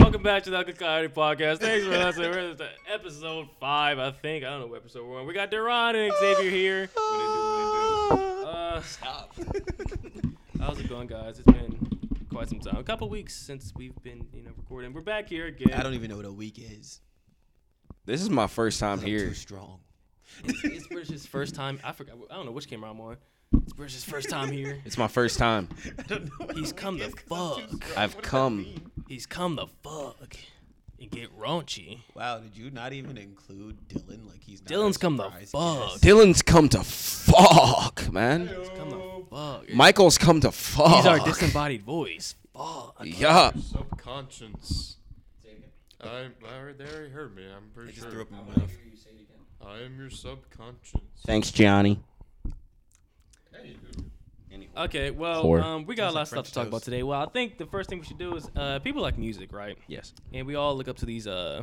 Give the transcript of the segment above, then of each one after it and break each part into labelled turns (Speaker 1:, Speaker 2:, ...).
Speaker 1: Welcome back to the Ugly Comedy Podcast. Thanks for listening. We're at the episode five, I think. I don't know what episode we're on. We got Deron and Xavier here. Uh,
Speaker 2: Stop.
Speaker 1: how's it going, guys? It's been quite some time. A couple weeks since we've been, you know, recording. We're back here again.
Speaker 2: I don't even know what a week is.
Speaker 3: This is my first time
Speaker 2: I'm
Speaker 3: here.
Speaker 2: too strong.
Speaker 1: It's, it's British's first time. I forgot. I don't know which camera I'm on. It's British's first time here.
Speaker 3: It's my first time.
Speaker 2: I don't know what
Speaker 1: He's
Speaker 2: a
Speaker 1: come
Speaker 2: week
Speaker 1: the
Speaker 2: is 'cause I'm too
Speaker 1: fuck.
Speaker 2: strong. What
Speaker 3: I've
Speaker 2: does that
Speaker 3: come.
Speaker 2: mean?
Speaker 1: He's come the fuck and get raunchy.
Speaker 2: Wow, did you not even include Dylan? Like he's not
Speaker 1: Dylan's
Speaker 2: a
Speaker 1: come the
Speaker 2: surprise
Speaker 1: fuck.
Speaker 2: guest.
Speaker 3: Dylan's come to fuck, man.
Speaker 1: He's come
Speaker 2: Oh.
Speaker 1: the fuck.
Speaker 3: Michael's come to fuck.
Speaker 1: He's our disembodied voice. Fuck.
Speaker 3: Yeah.
Speaker 4: subconscious. I, I already, they already heard me. I'm
Speaker 2: I
Speaker 4: pretty
Speaker 2: just
Speaker 4: sure.
Speaker 2: threw up in my mouth.
Speaker 4: I am your subconscious.
Speaker 3: Thanks, Gianni.
Speaker 1: Okay, well,
Speaker 3: Whore.
Speaker 1: um, we got
Speaker 2: Sounds
Speaker 1: a lot
Speaker 2: like
Speaker 1: of stuff
Speaker 2: French
Speaker 1: to talk about
Speaker 2: toast.
Speaker 1: today. Well, I think the first thing we should do is uh, people like music, right?
Speaker 3: Yes.
Speaker 1: And we all look up to these uh,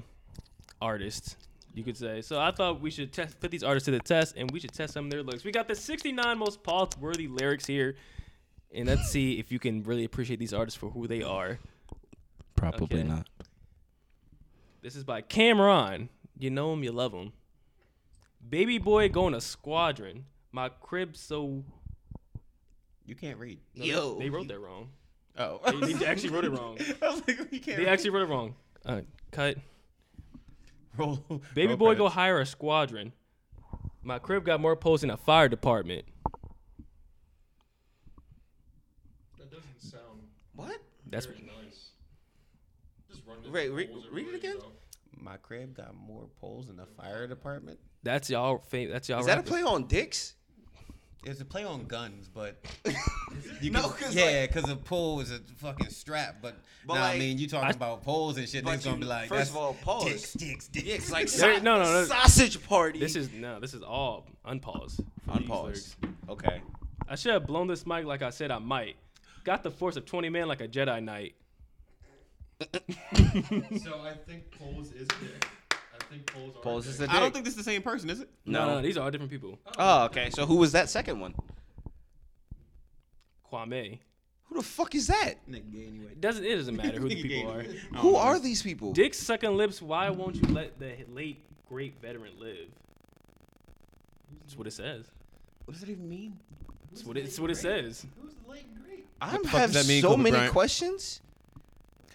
Speaker 1: artists, you could say. So I thought we should test, put these artists to the test, and we should test some of their looks. We got the 69 most Paul-worthy lyrics here, and let's see if you can really appreciate these artists for who they are.
Speaker 3: Probably
Speaker 1: Okay.
Speaker 3: not.
Speaker 1: This is by Cameron. You know him, you love him. Baby boy going to squadron. My crib so
Speaker 2: You can't read.
Speaker 1: No, they- They wrote that wrong.
Speaker 2: Oh,
Speaker 1: They- they actually wrote it wrong.
Speaker 2: I was like, we can't.
Speaker 1: They
Speaker 2: read.
Speaker 1: actually wrote it wrong. Uh, cut.
Speaker 2: roll.
Speaker 1: Baby
Speaker 2: roll
Speaker 1: boy, go
Speaker 2: credits.
Speaker 1: hire a squadron. My crib got more posts than a fire department.
Speaker 4: That doesn't sound
Speaker 2: What?
Speaker 1: That's
Speaker 4: very nice. Just run
Speaker 2: Wait, re- read it again? My crib got more poles than the fire department.
Speaker 1: that's y'all. Fam- that's y'all.
Speaker 3: Is that a
Speaker 1: rappers.
Speaker 3: play on dicks?
Speaker 2: It's a play on guns, but
Speaker 3: You
Speaker 2: no, yeah, because a pole is a fucking strap. But,
Speaker 3: But,
Speaker 2: nah, I
Speaker 3: like,
Speaker 2: mean, you talking
Speaker 1: I-
Speaker 2: about poles and shit?
Speaker 3: but
Speaker 2: They're gonna
Speaker 3: you-
Speaker 2: be like,
Speaker 3: first
Speaker 2: that's
Speaker 3: of all, poles.
Speaker 2: dicks, dicks, dicks.
Speaker 3: Dicks like
Speaker 1: There-
Speaker 3: sa-
Speaker 1: no, no, no.
Speaker 3: sausage party.
Speaker 1: This is no. This is all unpaused. for these lyrics.
Speaker 3: unpause. Okay.
Speaker 1: I should have blown this mic like I said I might. Got the force of twenty men like a Jedi Knight.
Speaker 4: So I think Poles is dick. I think Poles are
Speaker 3: Pause is a
Speaker 4: dick.
Speaker 3: dick.
Speaker 2: I don't think this is the same person, is it?
Speaker 1: No, no,
Speaker 3: no.
Speaker 1: these are all different people.
Speaker 3: Oh, okay. So who was that second one?
Speaker 1: Kwame.
Speaker 3: Who the fuck is that?
Speaker 2: Nigga gay anyway.
Speaker 1: It doesn't. It doesn't matter who the
Speaker 2: Nigga gay
Speaker 1: people are.
Speaker 2: anyway. I don't
Speaker 3: Who
Speaker 2: know.
Speaker 3: are these people?
Speaker 1: Dick sucking lips. Why won't you let the late great veteran live? That's what it says.
Speaker 2: What does that even mean?
Speaker 1: That's what it, that's what it says.
Speaker 4: Who's the late great?
Speaker 3: I
Speaker 2: What the fuck
Speaker 3: have
Speaker 2: does that mean,
Speaker 3: so
Speaker 2: Kobe
Speaker 3: many
Speaker 2: Bryant?
Speaker 3: questions.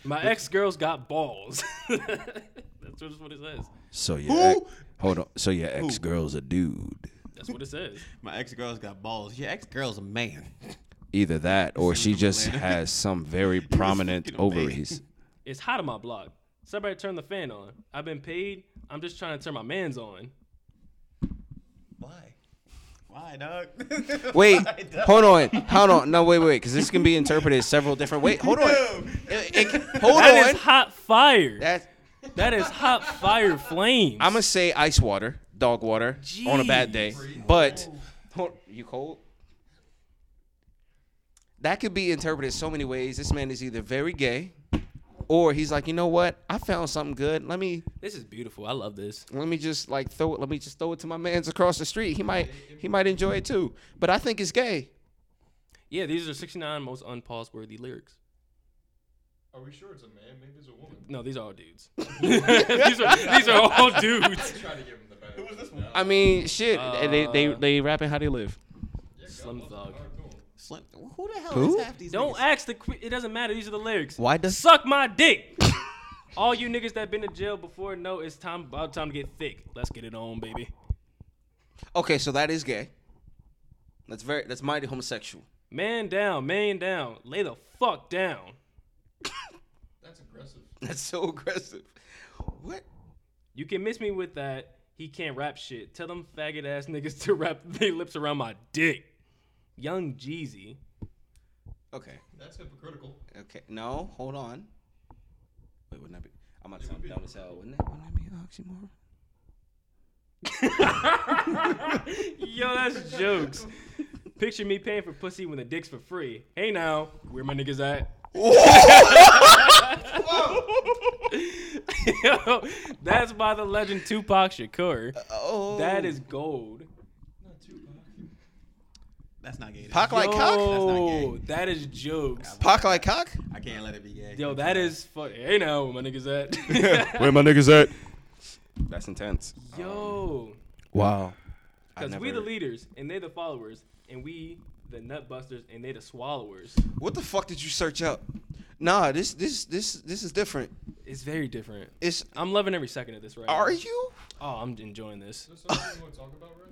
Speaker 1: My ex girls got balls. That's just what it says.
Speaker 3: So
Speaker 2: Who?
Speaker 3: yeah. Hold on. So your
Speaker 2: Who?
Speaker 3: girl's a dude.
Speaker 1: That's what it says.
Speaker 2: My ex girl's got balls. Your ex girl's a man.
Speaker 3: Either that, or she just
Speaker 2: Atlanta.
Speaker 3: has some very prominent
Speaker 2: fucking amazing.
Speaker 3: ovaries.
Speaker 1: It's hot on my block. Somebody turn the fan on. I've been paid. I'm just trying to turn my man's on.
Speaker 2: Why? Why, dog?
Speaker 3: Wait,
Speaker 2: Why, dog?
Speaker 3: hold on, hold on. No, wait, wait, because this can be interpreted several different ways. Hold on,
Speaker 2: No.
Speaker 3: It- it- hold
Speaker 1: That is
Speaker 3: on.
Speaker 1: hot fire.
Speaker 3: That
Speaker 1: that is hot fire flames.
Speaker 3: I'm gonna say ice water, dog water, on a bad day. But hold- you cold? That could be interpreted so many ways. This man is either very gay, or he's like, you know what? I found something good. Let me
Speaker 1: this is beautiful. I love this.
Speaker 3: let me just like throw it. Let me just throw it to my man's across the street. He might he might enjoy it too. But I think it's gay.
Speaker 1: Yeah, these are 69 most unpause worthy lyrics.
Speaker 4: Are we sure it's a man? Maybe it's a woman.
Speaker 1: No, these are all dudes. these, are, these are all dudes.
Speaker 4: Try to give him the better. Who was this one?
Speaker 3: I mean, shit. they they
Speaker 1: Uh,
Speaker 3: they rapping how they live.
Speaker 1: Slim Thug.
Speaker 2: Slim, who the hell
Speaker 3: Who?
Speaker 2: is half these
Speaker 1: Don't
Speaker 2: niggas?
Speaker 1: ask the. que- It doesn't matter. These are the lyrics.
Speaker 3: Why does
Speaker 1: Suck my dick. All you niggas that been to jail before know it's time about time to get thick. Let's get it on, baby.
Speaker 3: Okay, so that is gay. That's very that's mighty homosexual.
Speaker 1: Man down, man down. Lay the fuck down.
Speaker 4: That's aggressive.
Speaker 3: That's so aggressive. What?
Speaker 1: You can miss me with that. He can't rap shit. Tell them faggot ass niggas to wrap their lips around my dick. Young Jeezy.
Speaker 3: Okay.
Speaker 4: That's hypocritical.
Speaker 3: Okay. No, hold on. Wait, wouldn't that be I'm about to sound dumb as hell. Wouldn't that wouldn't that be an oxymoron?
Speaker 1: Yo, that's jokes. Picture me paying for pussy when the dick's for free. Hey now, where my niggas at? Yo, that's by the legend Tupac Shakur.
Speaker 3: Oh
Speaker 1: That is gold.
Speaker 4: Not too bad.
Speaker 2: That's not gay.
Speaker 3: Pac like cock?
Speaker 2: That's
Speaker 1: Yo,
Speaker 2: not gay.
Speaker 1: that is jokes.
Speaker 3: Pac like cock?
Speaker 2: I can't let it be gay.
Speaker 1: Yo, that is fuck. Hey now, where my niggas at?
Speaker 3: my niggas at? That's intense.
Speaker 1: Yo,
Speaker 3: Wow. I
Speaker 1: because we the
Speaker 3: never-
Speaker 1: leaders and they the followers, and we the nut busters and they the swallowers.
Speaker 3: What the fuck did you search up? Nah, this this this this is different.
Speaker 1: It's very different.
Speaker 3: It's
Speaker 1: I'm loving every second of this right
Speaker 3: are
Speaker 1: now.
Speaker 3: you?
Speaker 1: Oh, I'm enjoying this.
Speaker 4: Is there something you want to talk about, Ray?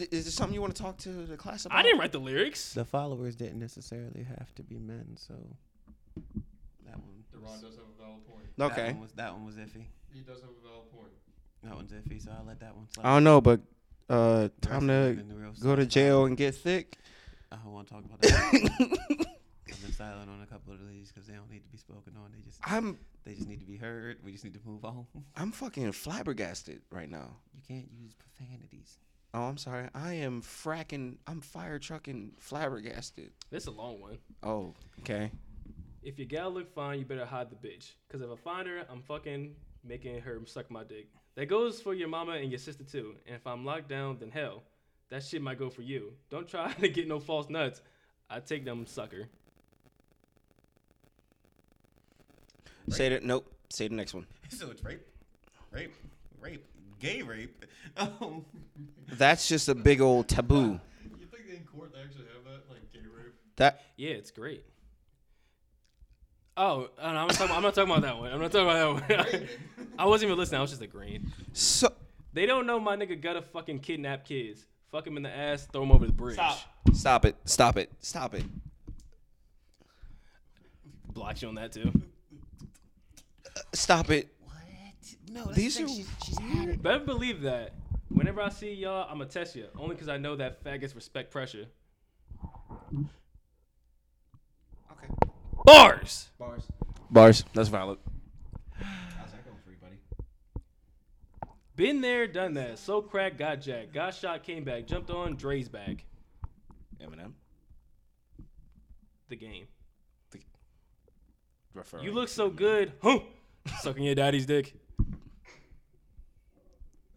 Speaker 3: Yeah, Is this something you want to talk to the class about?
Speaker 1: I didn't write the lyrics.
Speaker 2: The followers didn't necessarily have to be men, so that one.
Speaker 4: Deron does have a valid point.
Speaker 2: That
Speaker 3: Okay.
Speaker 2: one was, that one was iffy.
Speaker 4: He does have a valid point.
Speaker 2: That one's iffy, so I'll let that one slide.
Speaker 3: I don't know, but uh,
Speaker 2: The rest
Speaker 3: time
Speaker 2: of it
Speaker 3: to
Speaker 2: in the real
Speaker 3: go to
Speaker 2: sense.
Speaker 3: jail and get thick.
Speaker 2: I don't want to talk about that. I've been silent on a couple of these because they don't need to be spoken on. They just
Speaker 3: I'm
Speaker 2: they just need to be heard. We just need to move on.
Speaker 3: I'm fucking flabbergasted right now.
Speaker 2: You can't use profanities.
Speaker 3: Oh, I'm sorry. I am fracking. I'm fire trucking flabbergasted.
Speaker 1: This is a long one.
Speaker 3: Oh, okay.
Speaker 1: If your gal look fine, you better hide the bitch. Cause if I find her, I'm fucking making her suck my dick. That goes for your mama and your sister too. And if I'm locked down, then hell, that shit might go for you. Don't try to get no false nuts. I take them sucker.
Speaker 3: Say that. Nope. Say the next one.
Speaker 2: So it's rape, rape, rape, gay rape. Um,
Speaker 3: That's just a big old taboo.
Speaker 4: You think in court they actually have that, like gay rape?
Speaker 3: That
Speaker 1: Yeah, it's great. Oh, uh, no, I'm, not talking about, I'm not talking about that one. I'm not talking about that one. I wasn't even listening. I was just agreeing.
Speaker 3: so.
Speaker 1: They don't know my nigga gotta fucking kidnap kids. Fuck him in the ass, throw him over the bridge.
Speaker 3: Stop it. Stop it. Stop it.
Speaker 1: Blocked you on that too.
Speaker 3: Stop it.
Speaker 2: what? No, that's
Speaker 3: These
Speaker 2: the thing,
Speaker 3: are
Speaker 2: she's, she's had it.
Speaker 1: Better believe that. Whenever I see y'all, I'ma test you. Only because I know that faggots respect pressure.
Speaker 3: Okay.
Speaker 1: Bars!
Speaker 3: Bars. Bars. That's valid.
Speaker 2: How's that going for you, buddy?
Speaker 1: Been there, done that. So crack, got jacked. Got shot, came back. Jumped on, Dre's back.
Speaker 3: Eminem.
Speaker 1: The game.
Speaker 3: Referring.
Speaker 1: You look so good. Huh? Sucking your daddy's dick.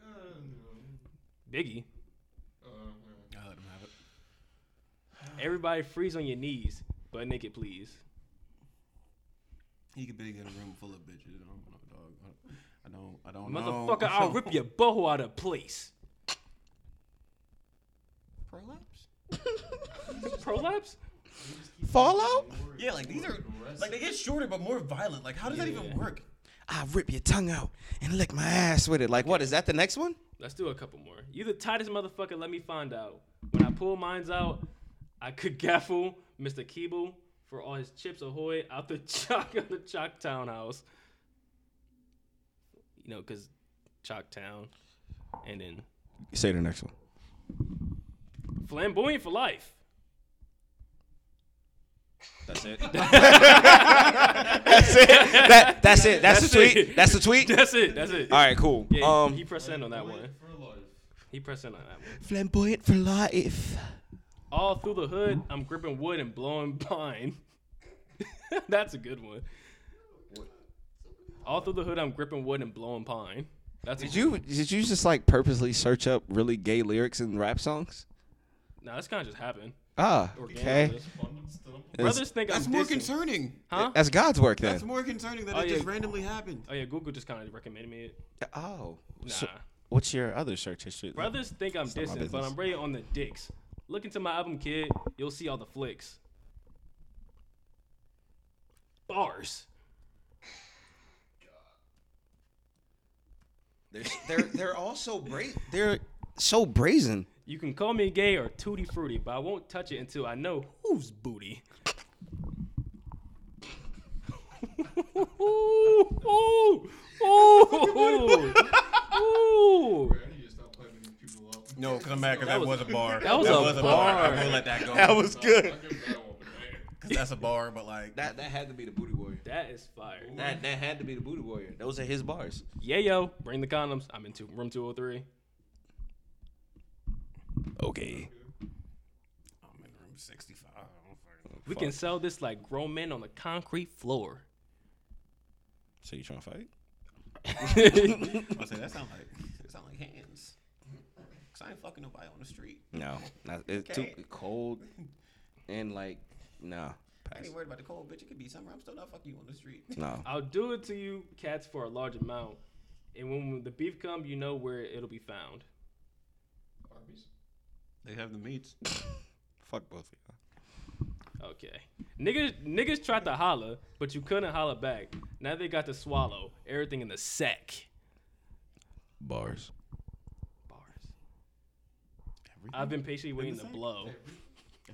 Speaker 4: Uh, no.
Speaker 1: Biggie.
Speaker 4: Uh, no.
Speaker 2: I let him have it.
Speaker 1: Everybody freeze on your knees, but naked, please.
Speaker 2: He could be in a room full of bitches. I don't know, dog. I don't. I don't know.
Speaker 1: Motherfucker, I'll rip your butthole out of place.
Speaker 2: Prolapse.
Speaker 1: Prolapse?
Speaker 3: Fallout.
Speaker 2: Yeah, like these are like they get shorter but more violent. Like how does that even work?
Speaker 3: I rip your tongue out and lick my ass with it. Like what? Is that the next one?
Speaker 1: Let's do a couple more. You the tightest motherfucker, let me find out. When I pull mines out, I could gaffle Mr. Keeble for all his chips ahoy out the chalk of the Chalk Town house. You know, cause Chalk Town. And then
Speaker 3: Say the next one.
Speaker 1: flamboyant for life.
Speaker 3: That's it. that's it. That, that's it. That's,
Speaker 1: That's
Speaker 3: the tweet.
Speaker 1: it.
Speaker 3: That's the tweet.
Speaker 1: That's it, that's it.
Speaker 3: All right, cool.
Speaker 1: Yeah, he-
Speaker 3: um,
Speaker 1: he pressed in on that
Speaker 4: Wait
Speaker 1: one.
Speaker 4: For life.
Speaker 1: He pressed in on that one.
Speaker 3: flamboyant for life.
Speaker 1: All through the hood, I'm gripping wood and blowing pine. That's a good one. All through the hood, I'm gripping wood and blowing pine. That's a
Speaker 3: Did you did you just like purposely search up really gay lyrics in rap songs?
Speaker 1: No, that's kind of just happened.
Speaker 3: Ah, okay.
Speaker 1: Organically.
Speaker 4: Abundance to them.
Speaker 3: That's-
Speaker 1: Brothers think
Speaker 2: That's
Speaker 1: I'm
Speaker 2: more
Speaker 1: dissing.
Speaker 2: concerning.
Speaker 1: huh?
Speaker 3: That's God's work
Speaker 2: That's
Speaker 3: then.
Speaker 2: more concerning that
Speaker 1: Oh,
Speaker 2: it
Speaker 1: yeah.
Speaker 2: just randomly happened.
Speaker 1: Oh yeah, Google just kind of recommended me it.
Speaker 3: Oh,
Speaker 1: Nah.
Speaker 3: so what's your other search history? then?
Speaker 1: Brothers think I'm
Speaker 3: not my
Speaker 1: dissing, but
Speaker 3: business.
Speaker 1: I'm really on the dicks. Look into my album, kid. You'll see all the flicks. Bars.
Speaker 3: They're they're, they're all so brazen. They're so brazen.
Speaker 1: You can call me gay or tutti frutti, but I won't touch it until I know whose booty. Ooh, ooh, ooh, ooh.
Speaker 4: I need to stop playing these people up.
Speaker 2: No, come back because that,
Speaker 1: was-
Speaker 2: was a bar.
Speaker 1: that was a bar.
Speaker 2: I will let that go.
Speaker 3: was
Speaker 4: I give that one, man.
Speaker 2: 'Cause that's a bar, but like
Speaker 3: That that had to be the booty warrior.
Speaker 1: That is fire.
Speaker 3: That that had to be the booty warrior. Those are his bars.
Speaker 1: Yeah, yo, bring the condoms. I'm in two, oh room 203.
Speaker 3: Okay.
Speaker 2: I'm in room 65. I don't fucking
Speaker 1: We can sell this like grown men on the concrete floor.
Speaker 3: So you trying to fight?
Speaker 2: know. I say that sound like that sound like hands. Cause I ain't fucking nobody on the street.
Speaker 3: No, not, it's too
Speaker 2: Okay.
Speaker 3: cold and like no,
Speaker 2: I
Speaker 3: pass.
Speaker 2: ain't worried about the cold, bitch. It could be summer. I'm still not fucking you on the street.
Speaker 3: no.
Speaker 1: I'll do it to you cats for a large amount. And when the beef come, you know where it'll be found.
Speaker 4: Arby's.
Speaker 2: They have the meats.
Speaker 3: Fuck both of y'all.
Speaker 1: Okay. Niggas niggas tried to holla, but you couldn't holla back. Now they got to swallow everything in the sack.
Speaker 3: Bars.
Speaker 1: Bars. I've been patiently waiting
Speaker 2: the
Speaker 1: to
Speaker 2: sack?
Speaker 1: blow.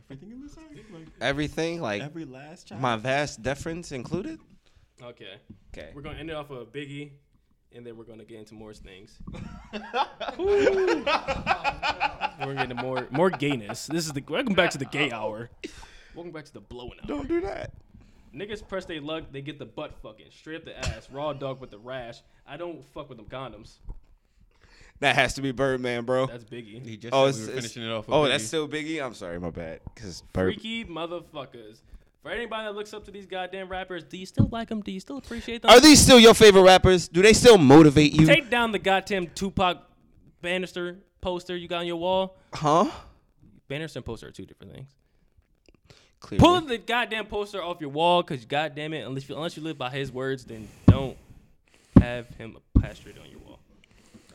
Speaker 2: Everything in the sack. Like
Speaker 3: Everything like
Speaker 2: every last child.
Speaker 3: my vast deference included.
Speaker 1: Okay.
Speaker 3: Okay.
Speaker 1: We're gonna end it off with Biggie, and then we're gonna get into more things. we're gonna get into more more gayness. This is the welcome back to the gay hour. Welcome back to the blowing hour.
Speaker 3: Don't do that.
Speaker 1: Niggas press they luck, they get the butt fucking straight up the ass, raw dog with the rash. I don't fuck with them condoms.
Speaker 3: That has to be Birdman, bro.
Speaker 1: That's Biggie.
Speaker 2: He just said
Speaker 3: Oh, it's,
Speaker 2: we were
Speaker 3: it's-
Speaker 2: finishing it off. with
Speaker 3: oh, that's
Speaker 2: Biggie.
Speaker 3: still Biggie. I'm sorry, my bad. Cause Bird.
Speaker 1: Freaky motherfuckers. For anybody that looks up to these goddamn rappers, do you still like them? Do you still appreciate them?
Speaker 3: Are these still your favorite rappers? Do they still motivate you?
Speaker 1: Take down the goddamn Tupac Bannister poster you got on your wall.
Speaker 3: huh?
Speaker 1: Bannister and poster are two different things.
Speaker 3: Clearly.
Speaker 1: Pull the goddamn poster off your wall, cause goddamn it, unless you unless you live by his words, then don't have him plastered on your wall.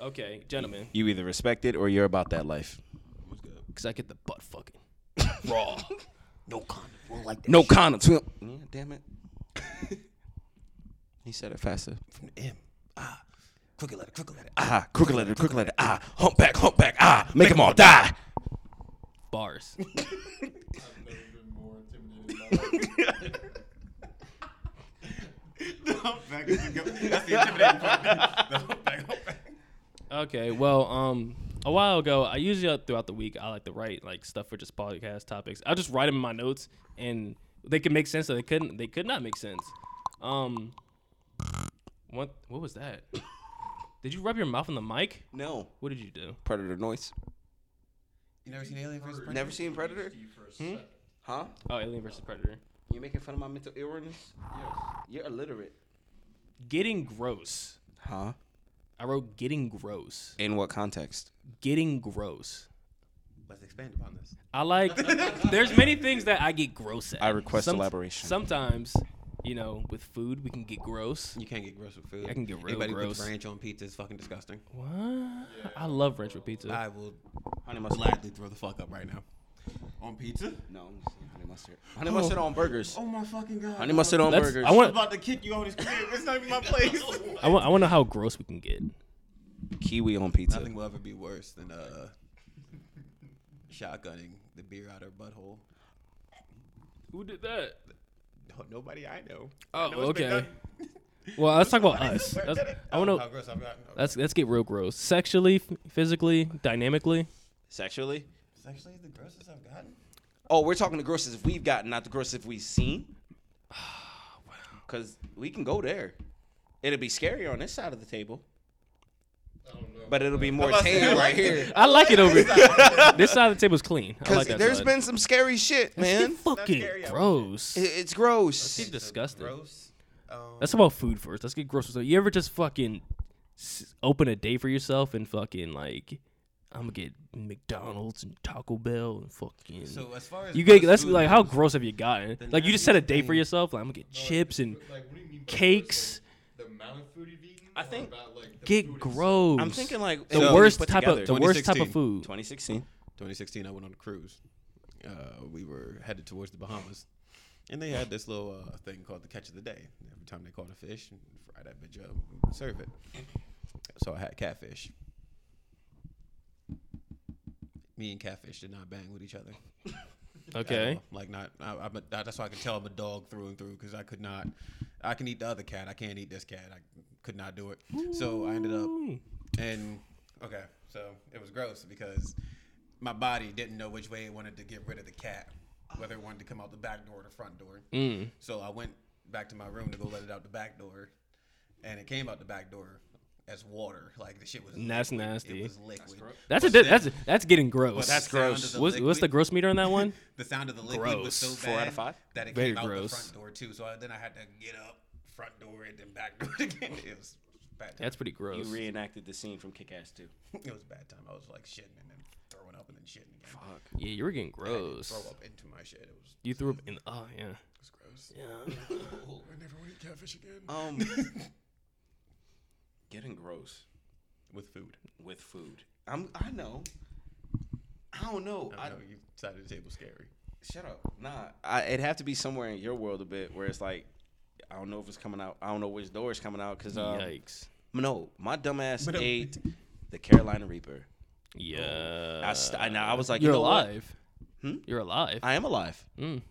Speaker 1: Okay, gentlemen,
Speaker 3: You either respect it or you're about that life.
Speaker 1: cause I get the butt fucking raw.
Speaker 3: No condoms. We don't- Yeah, damn it. he said it faster.
Speaker 2: M. Ah, crooked letter, crooked letter.
Speaker 3: Ah, crooked letter, crooked letter. Ah, humpback, humpback. Ah, make them all die.
Speaker 1: Bars.
Speaker 4: I've never been more intimidated by that.
Speaker 2: Back is the go- That's the intimidating part.
Speaker 1: Okay, well, um, a while ago, I usually uh, throughout the week I like to write like stuff for just podcast topics. I just write them in my notes, and they could make sense, or they couldn't. They could not make sense. Um, what what was that? Did you rub your mouth on the mic?
Speaker 3: No.
Speaker 1: What did you do?
Speaker 3: Predator noise.
Speaker 2: You never seen Alien vs. Predator?
Speaker 3: Never seen Predator? Hmm?
Speaker 4: for a second.
Speaker 3: Huh?
Speaker 1: Oh, Alien versus Predator.
Speaker 3: You making fun of my mental illness? You're illiterate.
Speaker 1: Getting gross.
Speaker 3: Huh?
Speaker 1: I wrote getting gross.
Speaker 3: In what context?
Speaker 1: Getting gross.
Speaker 2: Let's expand upon this.
Speaker 1: I like. there's many things that I get gross at.
Speaker 3: I request
Speaker 1: Somet-
Speaker 3: elaboration.
Speaker 1: Sometimes, you know, with food we can get gross.
Speaker 2: You can't get gross with food.
Speaker 1: I can get real
Speaker 2: Anybody who
Speaker 1: gross.
Speaker 2: puts ranch on pizza is fucking disgusting.
Speaker 1: What? I love ranch with pizza.
Speaker 2: I will
Speaker 3: Honey mustard.
Speaker 2: gladly throw the fuck up right now. On pizza?
Speaker 3: No, I'm just saying honey mustard. Honey mustard on burgers.
Speaker 2: Oh my fucking god.
Speaker 3: Honey mustard on
Speaker 1: Let's-
Speaker 3: burgers.
Speaker 1: I want.
Speaker 2: about to kick you out of this crib. It's not even my place.
Speaker 1: I want. I want to know how gross we can get.
Speaker 3: kiwi on pizza.
Speaker 2: Nothing will ever be worse than uh, shotgunning the beer out her butthole.
Speaker 1: Who did that?
Speaker 2: No, nobody I know.
Speaker 1: Oh,
Speaker 2: I know it's been
Speaker 1: okay.
Speaker 2: done. Oh,
Speaker 1: Well, let's talk about us. Let's- I want
Speaker 2: How
Speaker 1: to.
Speaker 2: gross I've gotten.
Speaker 1: Let's let's get real gross. Sexually, f- physically, dynamically.
Speaker 3: Sexually?
Speaker 2: It's actually the grossest I've gotten.
Speaker 3: Oh, we're talking the grossest we've gotten, not the grossest we've seen. Because we can go there. It'll be scarier on this side of the table,
Speaker 4: I don't know.
Speaker 3: but it'll be more
Speaker 2: about to say, I
Speaker 3: tame right
Speaker 2: like
Speaker 3: here.
Speaker 1: I like it over. here. this side of the table's clean. I
Speaker 3: Because
Speaker 1: like that.
Speaker 3: there's
Speaker 1: side.
Speaker 3: been some scary shit, man.
Speaker 1: It's fucking
Speaker 2: scary, I wouldn't.
Speaker 1: gross.
Speaker 3: It- It's gross.
Speaker 1: It's disgusting.
Speaker 2: Gross. Um,
Speaker 1: That's about food first. Let's get gross. So you ever just fucking s- open a day for yourself and fucking like I'm gonna get McDonald's and Taco Bell and fucking.
Speaker 2: so as far as
Speaker 1: you get
Speaker 2: gross
Speaker 1: that's
Speaker 2: food
Speaker 1: like how
Speaker 2: goes,
Speaker 1: gross have you gotten?
Speaker 2: The
Speaker 1: Like you just set a
Speaker 2: nastiest
Speaker 1: day for
Speaker 2: thing-
Speaker 1: yourself. Like I'm gonna get chips and
Speaker 4: like, what do you mean by gross?
Speaker 1: cakes.
Speaker 4: Like, the amount of food you've eaten.
Speaker 3: I
Speaker 4: or
Speaker 3: think-
Speaker 4: about, like, the food
Speaker 1: get
Speaker 4: itself?
Speaker 1: gross.
Speaker 3: I'm thinking like
Speaker 1: the
Speaker 3: so
Speaker 1: worst
Speaker 3: put
Speaker 1: type
Speaker 3: together,
Speaker 1: of the worst type of
Speaker 2: 2016.
Speaker 1: food.
Speaker 3: 2016.
Speaker 2: 2016, I went on a cruise. Uh, we were headed towards the Bahamas, and they had this little uh, thing called the catch of the day. Every time they caught a fish, fry that bitch up, and serve it. So I had catfish. Me and catfish did not bang with each other. at
Speaker 1: Okay.
Speaker 2: all. Like not, I, I'm a, that's why I can tell I'm a dog through and through because I could not, I can eat the other cat. I can't eat this cat. I could not do it. So I ended up, and okay, so it was gross because my body didn't know which way it wanted to get rid of the cat, whether it wanted to come out the back door or the front door.
Speaker 1: Mm.
Speaker 2: So I went back to my room to go let it out the back door, and it came out the back door as water. Like the shit was.
Speaker 1: That's
Speaker 2: liquid.
Speaker 1: nasty.
Speaker 2: It was liquid.
Speaker 1: That's a
Speaker 2: But
Speaker 1: di-
Speaker 2: then-
Speaker 1: that's that's getting
Speaker 2: but
Speaker 1: gross.
Speaker 2: the sound of the
Speaker 1: What's, what's the
Speaker 2: liquid-
Speaker 1: gross meter on that one?
Speaker 2: the sound of the liquid was so
Speaker 1: Gross.
Speaker 2: bad
Speaker 3: Four out of five?
Speaker 2: that it
Speaker 1: Very
Speaker 2: came out
Speaker 1: gross.
Speaker 2: the front door too. So I, then I had to get up front door and then back door again. It was bad time.
Speaker 1: That's pretty
Speaker 3: You
Speaker 1: gross.
Speaker 3: reenacted the scene from Kick Ass 2.
Speaker 2: it was a bad time. I was like shitting and then throwing up and then shitting again.
Speaker 1: yeah, you were getting
Speaker 2: I didn't
Speaker 1: gross.
Speaker 2: Throw up into my shit. It was,
Speaker 1: You threw up in. Oh yeah.
Speaker 2: it was gross.
Speaker 1: Yeah.
Speaker 2: Oh, I never want to eat catfish again.
Speaker 3: Um, getting gross
Speaker 2: With food.
Speaker 3: with food. I'm. I know. I don't know.
Speaker 2: I
Speaker 3: I,
Speaker 2: know you side of the table scary.
Speaker 3: shut up. Nah. I, it'd have to be somewhere in your world a bit where it's like, I don't know if it's coming out. I don't know which door it's coming out because um,
Speaker 1: Yikes.
Speaker 3: no, my dumbass
Speaker 2: But, um,
Speaker 3: ate the Carolina Reaper.
Speaker 1: Yeah.
Speaker 3: I, st- and I was like,
Speaker 1: Uh, You're
Speaker 3: you know what?
Speaker 1: alive.
Speaker 3: Hmm?
Speaker 1: You're alive.
Speaker 3: I am alive.
Speaker 1: Mm.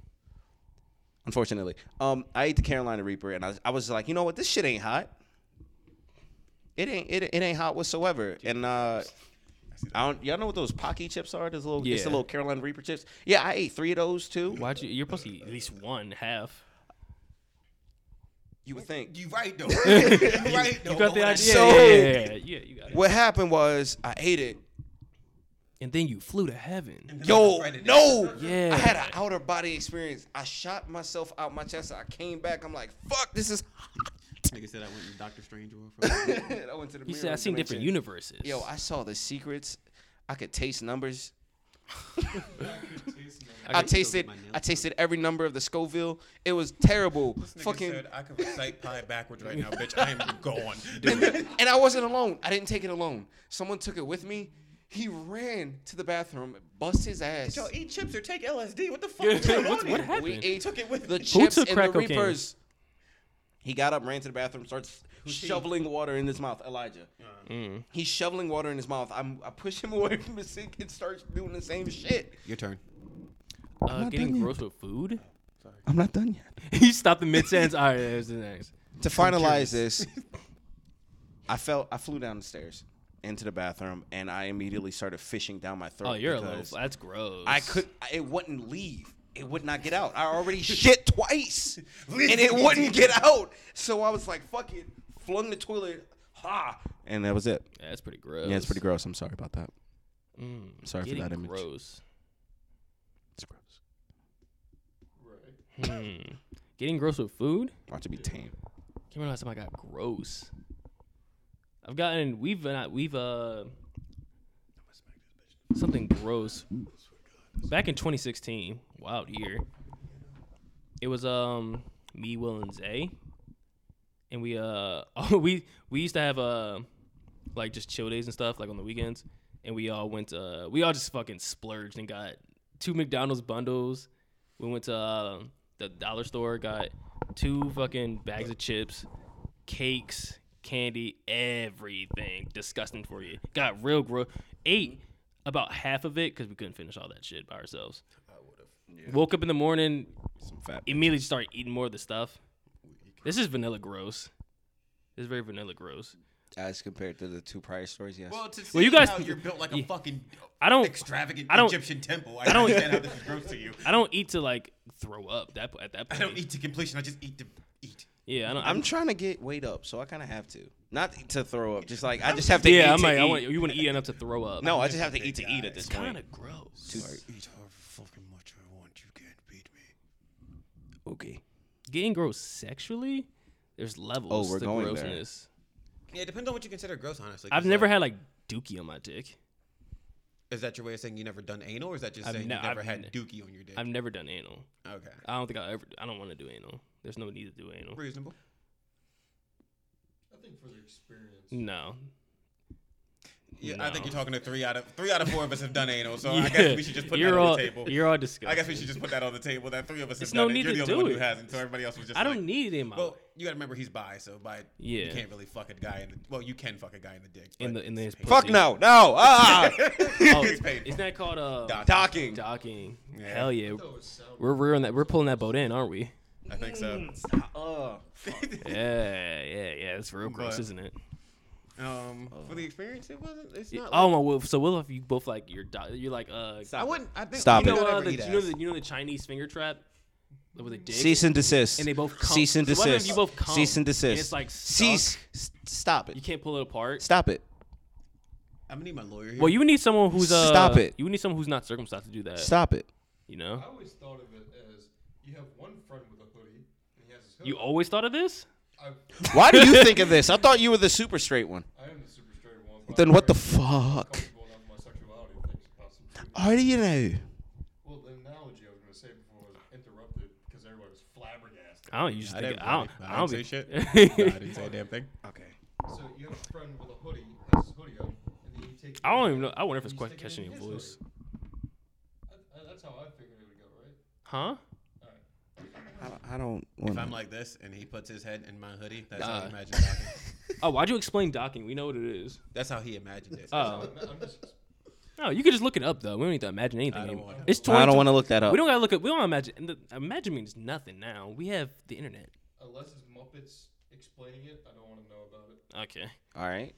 Speaker 3: unfortunately. Um, I ate the Carolina Reaper, and I, I was like, you know what, this shit ain't hot. It ain't it, it ain't hot whatsoever. And uh, I don't y'all know what those Pocky chips are? Those little it's the
Speaker 1: Yeah.
Speaker 3: little Carolina Reaper chips. Yeah, I ate three of those too.
Speaker 1: Why'd you? You're supposed to eat at least one half.
Speaker 3: You would think.
Speaker 2: You right though. you right though.
Speaker 1: You got the idea.
Speaker 3: Oh, So-
Speaker 1: yeah, yeah, yeah, yeah, yeah, you got it.
Speaker 3: What happened was I ate it.
Speaker 1: And then you flew to heaven.
Speaker 3: Yo, no.
Speaker 1: Yeah.
Speaker 3: I had an outer body experience. I shot myself out my chest. I came back. I'm like, fuck, this is.
Speaker 2: Nigga said I went to Doctor Strange World. For
Speaker 3: I went to the
Speaker 1: You
Speaker 3: mirror
Speaker 1: said I seen different
Speaker 3: dimension.
Speaker 1: universes.
Speaker 3: Yo, I saw the secrets. I could taste numbers. I
Speaker 1: could still
Speaker 2: get
Speaker 3: tasted
Speaker 2: my nails
Speaker 3: I tasted every number of the Scoville. It was terrible. Fucking
Speaker 2: said I can recite pi backwards right now, bitch. I am gone.
Speaker 3: and I wasn't alone. I didn't take it alone. Someone took it with me. He ran to the bathroom, bust his ass.
Speaker 2: Yo, eat chips or take LSD. What the fuck? is going
Speaker 1: What's-
Speaker 2: on
Speaker 1: what
Speaker 2: here?
Speaker 1: happened?
Speaker 3: we ate
Speaker 2: took it with me.
Speaker 3: the
Speaker 2: Who
Speaker 3: chips
Speaker 1: took
Speaker 3: and
Speaker 1: crack
Speaker 3: the
Speaker 1: cocaine?
Speaker 3: reapers. He got up, ran to the bathroom, starts
Speaker 2: he?
Speaker 3: shoveling water in his mouth. Elijah.
Speaker 1: Mm.
Speaker 3: He's shoveling water in his mouth. I'm, I push him away from the sink and starts doing the same shit.
Speaker 2: Your turn.
Speaker 1: Uh, getting gross with food.
Speaker 3: I'm not done yet.
Speaker 1: you stopped the mid sentence. All right, there's the next.
Speaker 3: to finalize this, I felt I flew down the stairs into the bathroom, and I immediately started fishing down my throat.
Speaker 1: Oh, you're a little.
Speaker 3: because
Speaker 1: That's gross.
Speaker 3: I could. I- It wouldn't leave. It would not get out. I already shit twice, and it wouldn't get out. So I was like, "Fuck it," flung the toilet. Ha! And that was it.
Speaker 1: That's pretty gross.
Speaker 3: Yeah, it's pretty gross. I'm sorry about that.
Speaker 1: Mm,
Speaker 3: Sorry for
Speaker 1: getting
Speaker 3: that image.
Speaker 1: Gross.
Speaker 3: It's gross.
Speaker 1: Hmm. Getting gross with food.
Speaker 3: Watch it be tame.
Speaker 1: Can't remember last time I got gross. I've gotten we've been out- we've uh something gross back in 2016. Wild year. It was um me, Will, and Zay, and we uh we we used to have uh like just chill days and stuff like on the weekends, and we all went uh we all just fucking splurged and got two McDonald's bundles. We went to uh, the dollar store, got two fucking bags of chips, cakes, candy, everything. Disgusting for you. Got real gross. Ate about half of it because we couldn't finish all that shit by ourselves. I would have. Woke up in the morning,
Speaker 3: Some fat.
Speaker 1: immediately started eating more of the stuff. This is vanilla gross. This is very vanilla gross.
Speaker 3: As compared to the two prior stories, yes.
Speaker 2: Well, to see
Speaker 1: you guys-
Speaker 2: how you're built like a
Speaker 1: Yeah.
Speaker 2: fucking
Speaker 1: I don't-
Speaker 2: extravagant
Speaker 1: I don't-
Speaker 2: Egyptian temple. I,
Speaker 1: don't-
Speaker 2: understand how this is gross to you.
Speaker 1: I don't eat to like throw up that at that
Speaker 2: I
Speaker 1: point.
Speaker 2: don't eat to completion. I just eat to eat.
Speaker 1: Yeah, I don't.
Speaker 3: I'm trying to get weight up, so I kind of have to. Not to throw up, just like I just have to. eat
Speaker 1: yeah, I'm
Speaker 3: to
Speaker 1: like, I
Speaker 3: eat.
Speaker 1: want, you want to eat enough to throw up.
Speaker 3: No, I just have to eat to eat at this
Speaker 1: kind
Speaker 3: point.
Speaker 1: of gross.
Speaker 2: Eat however fucking much I want. You can't beat me.
Speaker 3: Okay.
Speaker 1: getting gross sexually, there's levels
Speaker 3: Oh, we're
Speaker 1: to
Speaker 3: going there.
Speaker 1: grossness.
Speaker 2: Yeah, it depends on what you consider gross, honestly.
Speaker 1: I've
Speaker 2: 'cause,
Speaker 1: never
Speaker 2: like,
Speaker 1: had like dookie on my dick.
Speaker 2: Is that your way of saying you never done anal, or is that just
Speaker 1: I've
Speaker 2: saying
Speaker 1: ne-
Speaker 2: you never
Speaker 1: I've
Speaker 2: had
Speaker 1: ne-
Speaker 2: dookie on your dick?
Speaker 1: I've never done anal.
Speaker 2: okay,
Speaker 1: I don't think I ever. I don't want to do anal. There's no need to do anal.
Speaker 2: reasonable.
Speaker 4: I think for the experience.
Speaker 1: No.
Speaker 2: Yeah, I
Speaker 1: No.
Speaker 2: think you're talking to three out of three out of four of us have done anal, so Oh, I
Speaker 1: Yeah,
Speaker 2: guess we should just put that
Speaker 1: you're
Speaker 2: on
Speaker 1: all,
Speaker 2: the table.
Speaker 1: You're all disgusting.
Speaker 2: I guess we should just put that on the table. That three of us
Speaker 1: There's
Speaker 2: have
Speaker 1: no
Speaker 2: done
Speaker 1: need
Speaker 2: it. You're
Speaker 1: to
Speaker 2: the only
Speaker 1: do
Speaker 2: one
Speaker 1: it.
Speaker 2: who hasn't, so everybody else was just.
Speaker 1: I don't
Speaker 2: like-
Speaker 1: need it in my
Speaker 2: Well,
Speaker 1: life.
Speaker 2: you got to remember he's bi, so by
Speaker 1: Oh. Yeah.
Speaker 2: you can't really fuck a guy in the. Well, you can fuck a guy in the dick.
Speaker 1: in
Speaker 2: but
Speaker 1: the in the his
Speaker 2: it's painful.
Speaker 3: Fuck
Speaker 1: pussy.
Speaker 3: no, no. Ah.
Speaker 1: Oh,
Speaker 2: It's painful.
Speaker 1: isn't that called uh,
Speaker 2: Doc-
Speaker 3: Docking.
Speaker 1: docking?
Speaker 2: Yeah.
Speaker 1: Hell yeah,
Speaker 4: That was sound.
Speaker 1: we're rearing that. We're pulling that boat in, aren't we?
Speaker 2: I think so.
Speaker 3: Uh,
Speaker 1: Yeah, yeah, yeah. That's real gross,
Speaker 2: But-
Speaker 1: isn't it?
Speaker 2: Um, for the experience, it wasn't. It's not.
Speaker 1: Oh my, well, so Will, if you both like you're, do- you're like uh,
Speaker 2: I wouldn't. I think.
Speaker 3: Stop
Speaker 2: you
Speaker 1: You know,
Speaker 2: Know,
Speaker 3: it.
Speaker 2: what
Speaker 1: uh,
Speaker 2: I
Speaker 1: the,
Speaker 2: would
Speaker 1: you
Speaker 2: eat
Speaker 1: know
Speaker 2: ass.
Speaker 1: the you know the Chinese finger trap with a dick.
Speaker 3: cease and desist.
Speaker 1: And they both cum.
Speaker 3: cease and
Speaker 1: So
Speaker 3: desist.
Speaker 1: what if you both cum,
Speaker 3: Cease and
Speaker 1: and
Speaker 3: desist.
Speaker 1: it's, like, stuck?
Speaker 3: cease. S- Stop
Speaker 1: you
Speaker 3: it.
Speaker 1: can't pull it apart.
Speaker 3: Stop it.
Speaker 2: I'm gonna need my lawyer here.
Speaker 1: Well, you would need someone who's uh,
Speaker 3: Stop it.
Speaker 1: You would need someone who's not circumcised to do that.
Speaker 3: Stop it.
Speaker 1: You
Speaker 4: I
Speaker 1: know.
Speaker 4: always thought of it as you have one friend with a hoodie and he has his hoodie.
Speaker 1: You always thought of this?
Speaker 4: I,
Speaker 3: Why do you think of this? I thought you were the super straight one.
Speaker 4: I am the super straight one. but
Speaker 3: Then
Speaker 4: I'm
Speaker 3: what the
Speaker 4: very
Speaker 3: fuck?
Speaker 4: comfortable enough in my sexuality if things possible.
Speaker 3: How do you know?
Speaker 4: Well, the analogy I was going to say before was interrupted because everybody was flabbergasted.
Speaker 1: I don't usually think. I don't. I don't
Speaker 2: say
Speaker 1: be-
Speaker 2: shit. Nah, I didn't say a damn thing.
Speaker 3: Okay.
Speaker 4: So you have a friend with a hoodie, has his hoodie up, and then you take.
Speaker 1: I don't even
Speaker 4: yours
Speaker 1: know.
Speaker 4: off,
Speaker 1: I wonder if it's
Speaker 4: and you
Speaker 1: quite
Speaker 4: stick it in
Speaker 1: catching your voice.
Speaker 4: his hoodie. I, I, that's how I figured it would go, right?
Speaker 1: Huh?
Speaker 4: All right.
Speaker 3: I, I don't
Speaker 2: If
Speaker 3: want
Speaker 2: I'm
Speaker 3: to.
Speaker 2: like this and he puts his head in my hoodie, that's how
Speaker 1: Nah.
Speaker 2: he imagined docking.
Speaker 1: Oh, why'd you explain docking? We know what it is.
Speaker 2: That's how he imagined it.
Speaker 1: Oh.
Speaker 4: I'm, I'm just.
Speaker 1: No, you could just look it up though. We don't need to imagine anything.
Speaker 2: I don't
Speaker 1: anymore.
Speaker 2: wanna.
Speaker 1: It's
Speaker 3: I don't
Speaker 1: 20
Speaker 3: want to look that up.
Speaker 1: We don't gotta look at. We don't imagine. And the, imagine means nothing now. We have the internet.
Speaker 4: Unless it's Muppets explaining it, I don't want to know about it.
Speaker 1: Okay.
Speaker 3: All right.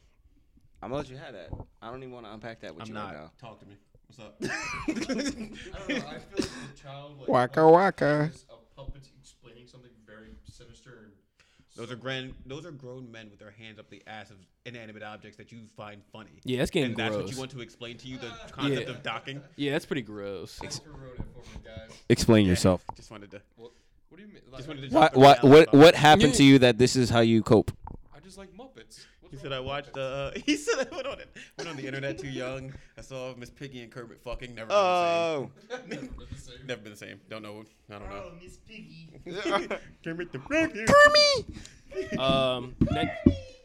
Speaker 3: I'm gonna let you have that. I don't even want to unpack that with
Speaker 2: I'm
Speaker 3: you
Speaker 2: not.
Speaker 3: right now.
Speaker 2: Talk to me. What's up?
Speaker 4: I don't know. I feel like the child. Like,
Speaker 3: Waka
Speaker 4: puppet
Speaker 3: waka.
Speaker 4: is A puppet's explaining something very sinister. And
Speaker 2: Those are grand. Those are grown men with their hands up the ass of inanimate objects that you find funny.
Speaker 1: Yeah, that's getting
Speaker 2: and that's
Speaker 1: gross.
Speaker 2: what you want to explain to you the concept of docking.
Speaker 1: Yeah, that's pretty gross.
Speaker 4: Thanks for ruining it for me, guys.
Speaker 3: Explain
Speaker 2: Just wanted to.
Speaker 4: What, what do you mean? Like,
Speaker 2: Just wanted to.
Speaker 3: What
Speaker 2: jump
Speaker 3: what
Speaker 2: around
Speaker 3: what
Speaker 2: about
Speaker 3: what
Speaker 2: it.
Speaker 3: happened to you that this is how you cope?
Speaker 4: I just like Muppets. What's
Speaker 2: He
Speaker 4: wrong
Speaker 2: said I
Speaker 4: with
Speaker 2: watched.
Speaker 4: Muppets?
Speaker 2: Uh, he said I went on it. Went on the internet too young. I saw Miss Piggy and Kermit fucking. Never.
Speaker 3: Oh,
Speaker 2: Been the same.
Speaker 4: They're the same.
Speaker 2: Never been the same. Don't know. I don't know.
Speaker 4: Oh, Miss Piggy.
Speaker 2: Kermit the Frog.
Speaker 1: Um, ne-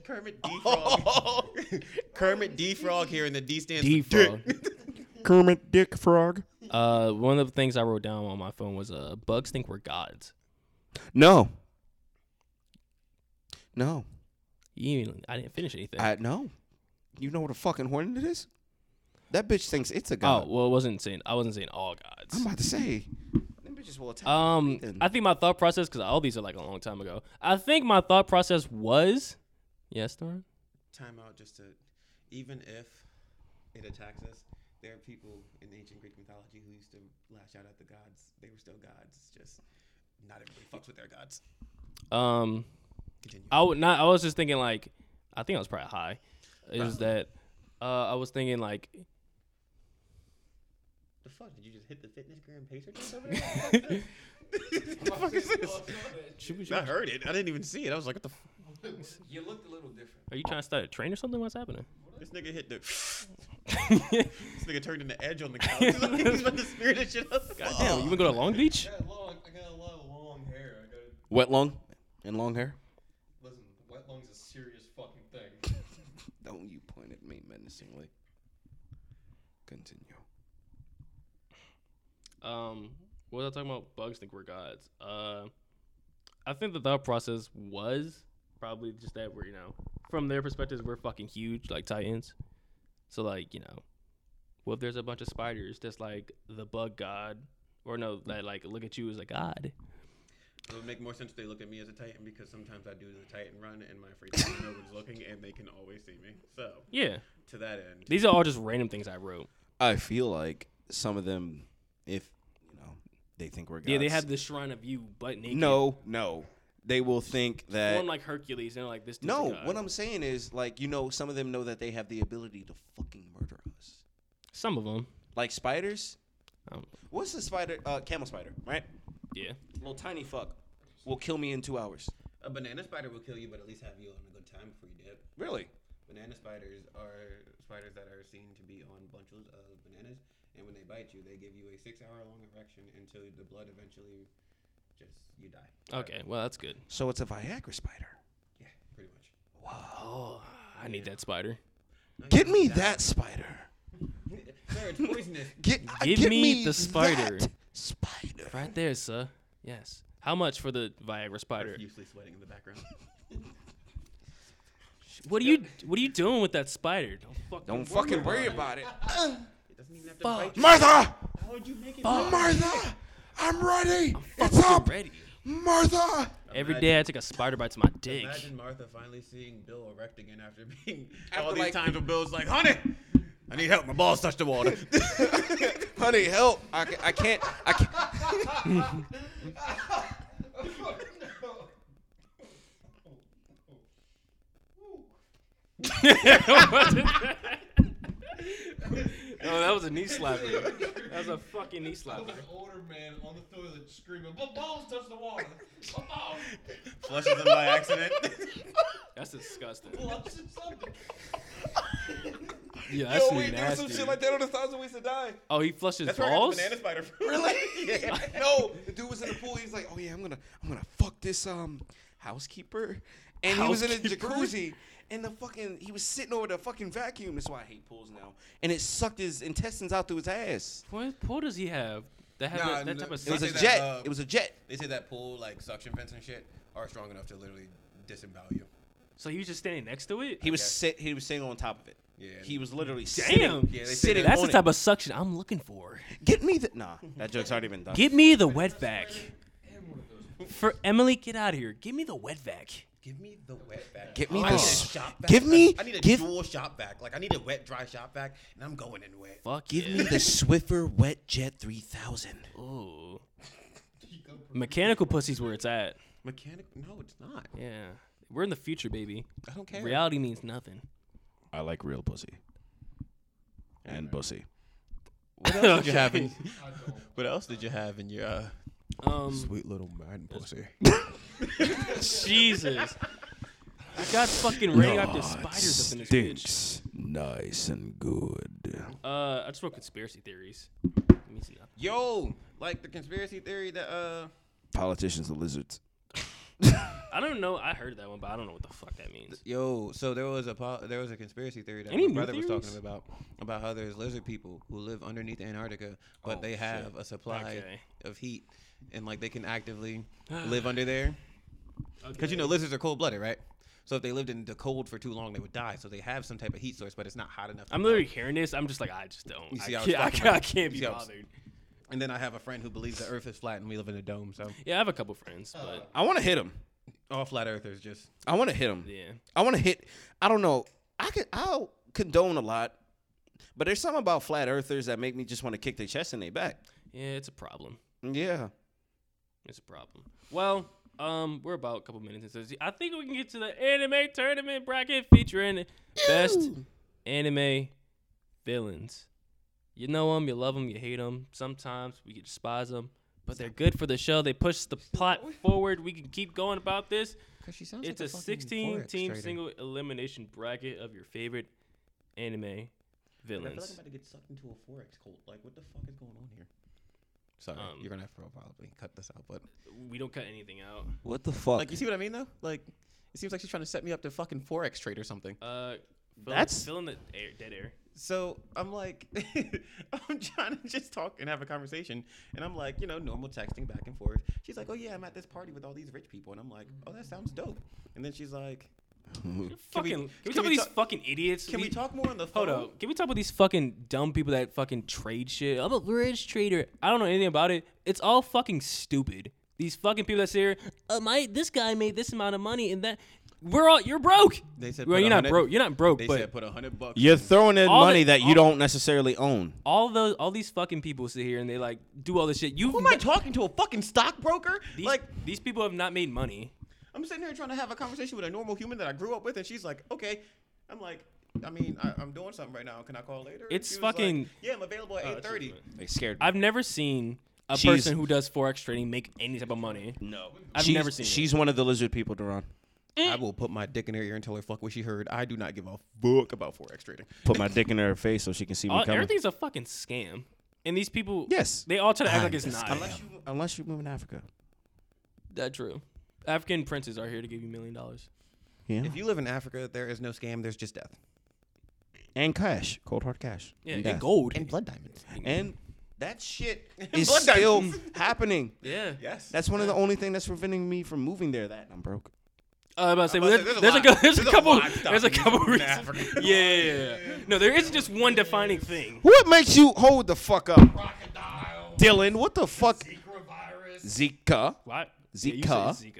Speaker 2: Kermit D Frog. Kermit D Frog here, and the D stands
Speaker 1: D
Speaker 2: for dick.
Speaker 1: frog.
Speaker 3: Oh. Kermit Dick Frog.
Speaker 1: Uh, one of the things I wrote down on my phone was uh, bugs think we're gods.
Speaker 3: No. No.
Speaker 1: You, even- I didn't finish anything. Oh,
Speaker 3: I no. You know what a fucking hornet is? That bitch thinks it's a
Speaker 1: oh
Speaker 3: god.
Speaker 1: well, I wasn't saying I wasn't saying all
Speaker 3: I'm
Speaker 1: gods.
Speaker 3: about to say. Them bitches will attack.
Speaker 1: Um,
Speaker 3: Nathan.
Speaker 1: I think my thought process because all these are like a long time ago. I think my thought process was, yes, Doran.
Speaker 2: time out just to even if it attacks us there are people in ancient greek mythology who used to lash out at the gods they were still gods it's just not everybody fucks with their gods
Speaker 1: Um,
Speaker 2: continue
Speaker 1: I would not. I was just thinking like, I think I was probably high. Is that uh, I was thinking like,
Speaker 2: the fuck did you just hit the fitness gram pacer just over there the fuck is this
Speaker 1: should we, should
Speaker 2: i
Speaker 1: we-
Speaker 2: heard it i didn't even see it i was like what the f-
Speaker 4: You looked a little different.
Speaker 1: are you trying to start a train or something? What's happening?
Speaker 2: this nigga hit the this nigga turned into edge on the couch he's about to spear this shit up
Speaker 1: God damn, you wanna go to Long Beach?
Speaker 4: I got long. I got a lot of long hair. I got.
Speaker 3: Wet long and long hair.
Speaker 4: Listen, wet lungs is a serious fucking thing.
Speaker 3: Don't you point at me menacingly. Continue.
Speaker 1: Um, what was I talking about? Bugs think we're gods. Uh, I think the thought process was probably just that we're you know from their perspectives we're fucking huge like titans, so like you know, well if there's a bunch of spiders that's like the bug god or no that like look at you as a god.
Speaker 2: It would make more sense if they looked at me as a Titan because sometimes I do the Titan run and my free time no one's looking and they can always see me. So
Speaker 1: Yeah,
Speaker 2: to that end,
Speaker 1: these are all just random things I wrote.
Speaker 3: I feel like some of them, if you know, they think we're gods.
Speaker 1: Yeah, they have the shrine of you butt naked.
Speaker 3: no, no. They will think that.
Speaker 1: one like Hercules, and they're like this. dude's a
Speaker 3: no,
Speaker 1: god.
Speaker 3: what I'm saying is like you know, some of them know that they have the ability to fucking murder us,
Speaker 1: some of them.
Speaker 3: like spiders.
Speaker 1: Um,
Speaker 3: What's the spider? Uh, camel spider, right?
Speaker 1: yeah,
Speaker 3: Little tiny fuck will kill me in two hours.
Speaker 2: a banana spider will kill you, but at least have you on a good time before you dip.
Speaker 3: Really?
Speaker 2: Banana spiders are spiders that are seen to be on bunches of bananas, and when they bite you, they give you a six-hour-long erection until the blood eventually just you die.
Speaker 1: okay, well that's good.
Speaker 3: So it's a Viagra spider.
Speaker 2: Yeah, pretty much.
Speaker 1: Oh, I need that spider.
Speaker 2: No, you
Speaker 3: Get
Speaker 2: don't
Speaker 3: me
Speaker 2: die.
Speaker 3: that spider.
Speaker 2: Sir, it's poisonous.
Speaker 3: Get, uh,
Speaker 1: Give
Speaker 3: get
Speaker 1: me
Speaker 3: me
Speaker 1: the spider.
Speaker 3: that Spider.
Speaker 1: Right there, sir. Yes. How much for the Viagra spider?
Speaker 2: Profusely sweating in the background.
Speaker 1: What are you What are you doing with that spider? Don't fucking.
Speaker 3: Don't fucking worry about it.
Speaker 2: It doesn't even have to
Speaker 1: Fuck.
Speaker 2: bite you.
Speaker 3: Martha!
Speaker 2: How would you make it?
Speaker 3: Martha! I'm ready!
Speaker 1: Fucking ready.
Speaker 3: Martha!
Speaker 1: Every day I take a spider bite to my dick.
Speaker 2: Imagine Martha finally seeing Bill erect again after being
Speaker 3: After,
Speaker 2: all these
Speaker 3: like-
Speaker 2: times where Bill's like, "Honey, I need help. My balls touched the water."
Speaker 3: Honey, help! I, ca- I can't. I can't.
Speaker 1: oh, that was a knee slapper. That's a fucking knee slapper.
Speaker 5: an older man on the toilet screaming, "My balls touch the water! My balls!
Speaker 2: Flushes them by accident.
Speaker 1: That's disgusting.
Speaker 5: Clutch and something!"
Speaker 1: Yeah, that's
Speaker 2: Yo, we do
Speaker 1: nasty.
Speaker 2: some shit like that on the Thousand Ways to Die.
Speaker 1: Oh, he flushes
Speaker 2: That's where I got
Speaker 1: balls.
Speaker 2: the banana spider from.
Speaker 3: no, the dude was in the pool. He was like, "Oh yeah, I'm gonna, I'm gonna fuck this um housekeeper," and he was in a
Speaker 1: Housekeeper?
Speaker 3: jacuzzi, and the fucking he was sitting over the fucking vacuum. That's why I hate pools now. And it sucked his intestines out through his ass.
Speaker 1: What pool does he have? That has
Speaker 2: Nah,
Speaker 1: that, that
Speaker 2: no,
Speaker 1: type of
Speaker 2: it
Speaker 3: It was
Speaker 1: suction?
Speaker 3: a
Speaker 2: Something that,
Speaker 3: jet.
Speaker 2: uh,
Speaker 3: it was a jet.
Speaker 2: They say that pool, like suction vents and shit, are strong enough to literally disembowel you.
Speaker 1: So he was just standing next to it.
Speaker 3: He was
Speaker 2: guess.
Speaker 3: sit. He was sitting on top of it.
Speaker 2: Yeah.
Speaker 3: He was literally
Speaker 1: Damn.
Speaker 3: sitting.
Speaker 2: Yeah, they say
Speaker 3: sitting
Speaker 2: that-
Speaker 1: That's the
Speaker 3: on
Speaker 1: type of suction I'm looking for.
Speaker 3: it. Get me the. Nah, that joke's already been done.
Speaker 1: Give me the wet vac. For Emily, get out of here. Give me the wet vac.
Speaker 2: Give me the wet back.
Speaker 3: Get me
Speaker 2: I need a
Speaker 3: this.
Speaker 2: shop vac.
Speaker 3: Give me-
Speaker 2: I need a
Speaker 3: give-
Speaker 2: dual shop back. Like I need a wet, dry shop back, and I'm going in wet.
Speaker 1: Fuck
Speaker 3: Give
Speaker 1: yeah.
Speaker 3: me the Swiffer Wet Jet 3000.
Speaker 1: Ooh. Mechanical pussy's where it's at.
Speaker 2: Mechanic? No, it's not.
Speaker 1: Yeah. We're in the future, baby.
Speaker 2: I don't care.
Speaker 1: Reality means nothing.
Speaker 3: I like real pussy. And pussy.
Speaker 2: What else did you have? In, what else did you have in your uh,
Speaker 1: Um,
Speaker 2: sweet little man pussy?
Speaker 1: Jesus. I got fucking radioactive spiders up in this bitch.
Speaker 3: nice and good.
Speaker 1: Uh, I just wrote conspiracy theories. Let me see.
Speaker 2: Yo, like the conspiracy theory that uh,
Speaker 3: Politicians are lizards.
Speaker 1: I don't know. I heard that one, but I don't know what the fuck that means.
Speaker 2: yo. So there was a po- there was a conspiracy theory that
Speaker 1: Any
Speaker 2: my
Speaker 1: new
Speaker 2: brother was
Speaker 1: theories?
Speaker 2: talking about about how there's lizard people who live underneath Antarctica, but they have a supply
Speaker 1: Oh, Okay.
Speaker 2: of heat, and like they can actively live under there. Because you know
Speaker 1: Okay.
Speaker 2: lizards are cold blooded, right? So if they lived in the cold for too long, they would die. So they have some type of heat source, but it's not hot enough. to
Speaker 1: I'm
Speaker 2: melt.
Speaker 1: literally hearing this. I'm just like, I just don't.
Speaker 2: You see
Speaker 1: I,
Speaker 2: how
Speaker 1: can't,
Speaker 2: it's
Speaker 1: I,
Speaker 2: fucking
Speaker 1: can't, I
Speaker 2: up.
Speaker 1: can't
Speaker 2: You
Speaker 1: be
Speaker 2: see how it's-
Speaker 1: bothered.
Speaker 2: And then I have a friend who believes the Earth is flat and we live in a dome. So
Speaker 1: Yeah, I have a couple friends,
Speaker 2: Oh.
Speaker 1: but
Speaker 3: I want to hit him.
Speaker 2: all flat earthers just
Speaker 3: I want to hit him.
Speaker 1: yeah.
Speaker 3: I want to hit. I don't know. I could. I'll condone a lot, but there's something about flat earthers that make me just want to kick their chest and their back.
Speaker 1: Yeah, it's a problem.
Speaker 3: Yeah.
Speaker 1: It's a problem. Well, um, we're about a couple minutes into this. I think we can get to the anime tournament bracket featuring best anime villains. You know them, you love them, you hate them. Sometimes we can despise them, but they're good for the show. They push the plot forward. We can keep going about this.
Speaker 2: because she sounds.
Speaker 1: It's a 16 team single elimination bracket of your favorite anime
Speaker 2: I feel like I'm
Speaker 1: villains.
Speaker 2: about to get sucked into a forex cult. Like, what the fuck is going on here? Sorry,
Speaker 1: Um,
Speaker 2: you're gonna have to probably cut this out. But
Speaker 1: We don't cut anything out.
Speaker 3: What the fuck?
Speaker 2: like, you see what I mean though? Like, it seems like she's trying to set me up to fucking forex trade or something.
Speaker 1: Uh, fill,
Speaker 3: That's-
Speaker 1: fill in the air, dead air.
Speaker 2: So I'm like, I'm trying to just talk and have a conversation, and I'm like, you know, normal texting back and forth. She's like, oh yeah, I'm at this party with all these rich people, and I'm like, oh that sounds dope. And then she's like, Can we-
Speaker 1: fucking, can we,
Speaker 2: can
Speaker 1: talk
Speaker 2: we
Speaker 1: about these
Speaker 2: talk-
Speaker 1: fucking idiots?
Speaker 2: can we
Speaker 1: These-
Speaker 2: talk more on the phone?
Speaker 1: Hold up. Can we talk about these fucking dumb people that fucking trade shit? I'm a rich trader. I don't know anything about it. It's all fucking stupid. These fucking people that say, here, uh, my this guy made this amount of money and that we're all you're broke.
Speaker 2: They said
Speaker 1: well,
Speaker 2: put
Speaker 1: you're not
Speaker 2: 100
Speaker 1: broke. You're not broke,
Speaker 2: They
Speaker 1: but
Speaker 2: said put a hundred bucks.
Speaker 3: You're throwing in
Speaker 1: All
Speaker 3: money
Speaker 1: the-
Speaker 3: that you
Speaker 1: all-
Speaker 3: don't necessarily own.
Speaker 1: all those all these fucking people sit here and they like do all this shit. You
Speaker 2: Who am I talking to? A fucking stockbroker?
Speaker 1: these,
Speaker 2: like,
Speaker 1: these people have not made money.
Speaker 2: I'm sitting here trying to have a conversation with a normal human that I grew up with, and she's like, okay. I'm like, I mean, I, I'm doing something right now. Can I call later? And
Speaker 1: It's
Speaker 2: she was
Speaker 1: fucking-
Speaker 2: Like, yeah, I'm available at 8:30.
Speaker 3: They scared.
Speaker 1: I've never seen a
Speaker 3: She's-
Speaker 1: person who does forex trading make any type of money.
Speaker 3: no.
Speaker 1: I've
Speaker 3: she's,
Speaker 1: never seen it.
Speaker 3: She's one of the lizard people, Duran.
Speaker 2: I will put my dick in her ear and tell her fuck what she heard. I do not give a fuck about forex trading.
Speaker 3: Put my dick in her face so she can see me
Speaker 1: All,
Speaker 3: coming.
Speaker 1: everything's a fucking scam. And these people,
Speaker 3: Yes.
Speaker 1: they all try to act like it's not.
Speaker 3: Unless you, unless you move in Africa.
Speaker 1: That true. African princes are here to give you million dollars.
Speaker 3: Yeah.
Speaker 2: If you live in Africa, there is no scam. There's just death
Speaker 3: and cash. Cold hard cash.
Speaker 1: Yeah,
Speaker 3: And
Speaker 1: and
Speaker 3: death.
Speaker 1: gold.
Speaker 2: and blood diamonds.
Speaker 3: And that shit is
Speaker 2: Blood
Speaker 3: still happening.
Speaker 1: yeah.
Speaker 2: Yes.
Speaker 3: That's one of the only thing that's preventing me from moving there. That I'm broke.
Speaker 1: Uh, I was about to say,
Speaker 2: I'm
Speaker 1: well,
Speaker 2: about to
Speaker 1: there's,
Speaker 2: say,
Speaker 1: there's,
Speaker 2: there's
Speaker 1: a,
Speaker 2: a
Speaker 1: cou-
Speaker 2: lot-
Speaker 1: there's a
Speaker 2: there's a
Speaker 1: couple,
Speaker 2: lot
Speaker 1: there's a
Speaker 2: stopping
Speaker 1: couple
Speaker 2: people in
Speaker 1: reasons. Yeah, yeah, yeah, yeah. No, there isn't just one defining thing.
Speaker 3: What makes you hold the fuck up,
Speaker 5: Crocodile!
Speaker 3: Dylan? What the fuck,
Speaker 5: Zika virus!
Speaker 3: Zika?
Speaker 1: What?
Speaker 3: Zika.
Speaker 1: Zika.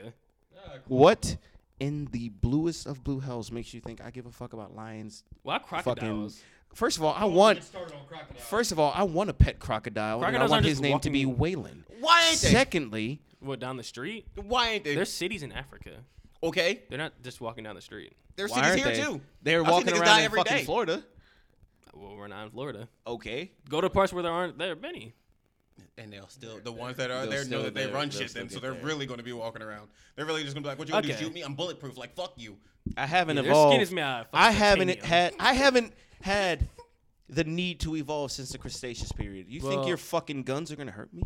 Speaker 5: Yeah,
Speaker 3: What in the bluest of blue hells makes you think I give a fuck about lions?
Speaker 1: Why crocodiles?
Speaker 3: Fucking. First of all, I want.
Speaker 5: Get started on crocodile.
Speaker 3: First of all, I want a pet crocodile, and I
Speaker 1: Crocodiles
Speaker 3: want
Speaker 1: aren't
Speaker 3: his
Speaker 1: just
Speaker 3: name to be
Speaker 1: walking-
Speaker 3: Waylon.
Speaker 2: Why ain't they?
Speaker 3: Secondly,
Speaker 1: What down the street?
Speaker 2: Why ain't they?
Speaker 1: There's cities in Africa.
Speaker 2: okay.
Speaker 1: They're not just walking down the street.
Speaker 2: There's
Speaker 3: why
Speaker 2: cities
Speaker 3: aren't
Speaker 2: here
Speaker 3: they?
Speaker 2: too.
Speaker 3: They're
Speaker 2: I've seen
Speaker 3: walking
Speaker 2: niggas
Speaker 3: around
Speaker 2: die
Speaker 3: in
Speaker 2: every
Speaker 3: fucking
Speaker 2: day.
Speaker 3: Florida.
Speaker 1: Well, are not in Florida.
Speaker 3: Okay.
Speaker 1: Go to parts where there aren't there are many.
Speaker 2: and they'll still the ones that are
Speaker 3: They'll
Speaker 2: there
Speaker 3: still
Speaker 2: know that they
Speaker 3: there.
Speaker 2: run
Speaker 3: They'll
Speaker 2: shit
Speaker 3: still
Speaker 2: them, so
Speaker 3: get
Speaker 2: they're
Speaker 3: there.
Speaker 2: really going to be walking around. They're really just going to be like, "What you going to
Speaker 1: Okay.
Speaker 2: do? Shoot me? I'm bulletproof. Like fuck you."
Speaker 3: I haven't
Speaker 1: Yeah, their
Speaker 3: evolved.
Speaker 1: skin is made out of
Speaker 3: I
Speaker 1: fucking
Speaker 3: haven't
Speaker 1: titanium.
Speaker 3: had. I haven't had the need to evolve since the Cretaceous period. You think
Speaker 1: Well-
Speaker 3: your fucking guns are gonna hurt me?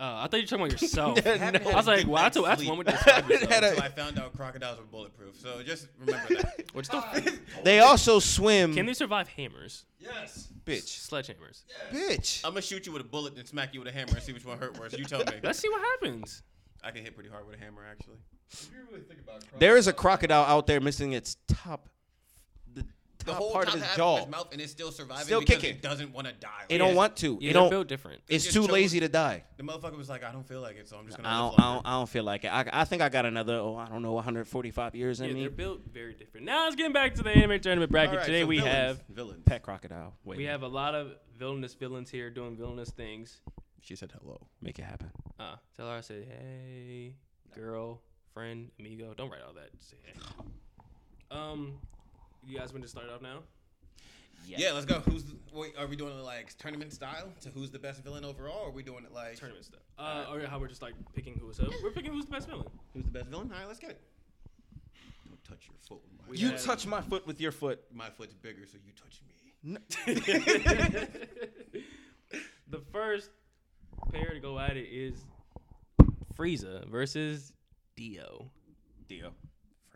Speaker 1: Uh, I thought you were talking about yourself. I
Speaker 3: Haven't had
Speaker 1: was
Speaker 2: a
Speaker 1: like,
Speaker 2: good
Speaker 1: well, that's,
Speaker 2: night's
Speaker 1: that's
Speaker 2: sleep.
Speaker 1: one way to describe
Speaker 3: Haven't
Speaker 1: yourself.
Speaker 3: had a-
Speaker 2: Until I found out crocodiles were bulletproof, so just remember that.
Speaker 1: Which the f-
Speaker 3: They also swim.
Speaker 1: can they survive hammers?
Speaker 5: Yes.
Speaker 3: bitch.
Speaker 1: Sledgehammers.
Speaker 3: Bitch.
Speaker 2: I'm gonna shoot you with a bullet and smack you with a hammer and see which one hurt worse. You tell me.
Speaker 1: Let's see what happens.
Speaker 2: I can hit pretty hard with a hammer, actually.
Speaker 5: If you really think about crocodiles,
Speaker 3: There is a crocodile out there missing its top, the top
Speaker 2: The whole
Speaker 3: part
Speaker 2: top
Speaker 3: of his
Speaker 2: half
Speaker 3: jaw.
Speaker 2: his mouth, and it's still surviving.
Speaker 3: Still
Speaker 2: because
Speaker 3: kicking.
Speaker 2: It doesn't want to die.
Speaker 3: It
Speaker 2: Like,
Speaker 3: don't want to.
Speaker 1: Yeah, they're
Speaker 3: it don't.
Speaker 1: built different.
Speaker 3: It's
Speaker 2: It
Speaker 3: too
Speaker 2: just
Speaker 3: lazy
Speaker 2: chose-
Speaker 3: to die.
Speaker 2: The motherfucker was like, "I don't feel like it, so I'm just gonna."
Speaker 3: I
Speaker 2: live
Speaker 3: don't, I
Speaker 2: longer."
Speaker 3: don't. I don't feel like it. I, I think I got another. Oh, I don't know. 145 years in
Speaker 1: Yeah,
Speaker 3: me.
Speaker 1: they're built very different. Now let's get back to the anime tournament bracket.
Speaker 2: All right,
Speaker 1: Today
Speaker 2: so
Speaker 1: we
Speaker 2: villains.
Speaker 1: have
Speaker 2: villains.
Speaker 3: Pet crocodile. Wait.
Speaker 1: we have a lot of villainous villains here doing villainous things.
Speaker 2: She said hello.
Speaker 3: Make it happen.
Speaker 1: Uh, tell her I said, hey, girl, friend, amigo. Don't write all that. Just say hey. Um, you guys want to start off now?
Speaker 2: Yeah, let's go. Who's the, wait, are we doing it like tournament style to who's the best villain overall? Or are we doing it like
Speaker 1: Tournament stuff. Uh, or how we're just like picking who's who. We're picking who's the best villain.
Speaker 2: who's the best villain? All right, let's get it. Don't touch your foot. with My,
Speaker 1: You
Speaker 2: foot.
Speaker 1: touch
Speaker 3: my foot with your foot.
Speaker 2: my foot's bigger, so you touch me.
Speaker 1: the first pair to go at it is Frieza versus Dio.
Speaker 3: Deal.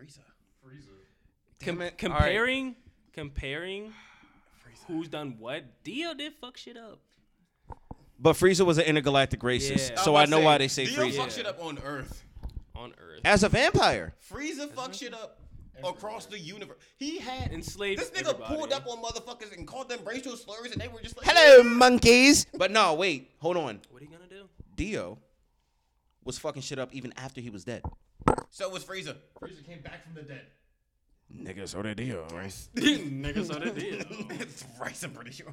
Speaker 2: Frieza.
Speaker 5: Frieza.
Speaker 1: Com-
Speaker 3: Damn it. All right.
Speaker 1: comparing, comparing, who's done what? Dio did fuck shit up.
Speaker 3: But Frieza was an intergalactic racist,
Speaker 1: Yeah.
Speaker 3: so
Speaker 2: I'm
Speaker 3: I
Speaker 2: about
Speaker 3: know
Speaker 2: to
Speaker 3: why they say
Speaker 2: Dio
Speaker 3: Frieza.
Speaker 2: fuck shit up on Earth.
Speaker 1: on Earth.
Speaker 3: As a vampire.
Speaker 2: Frieza fuck shit up across the universe. He had
Speaker 1: Enslaved
Speaker 2: This nigga
Speaker 1: everybody.
Speaker 2: pulled up on motherfuckers and called them racial slurs, and they were just like,
Speaker 3: Hello, monkeys. But no, wait. Hold on.
Speaker 1: What are you gonna do?
Speaker 3: Dio was fucking shit up even after he was dead.
Speaker 2: So was Frieza.
Speaker 5: Frieza came back from the dead.
Speaker 3: Nigga, so did Dio.
Speaker 1: Nigga saw that Dio.
Speaker 2: it's Rice, I'm pretty sure.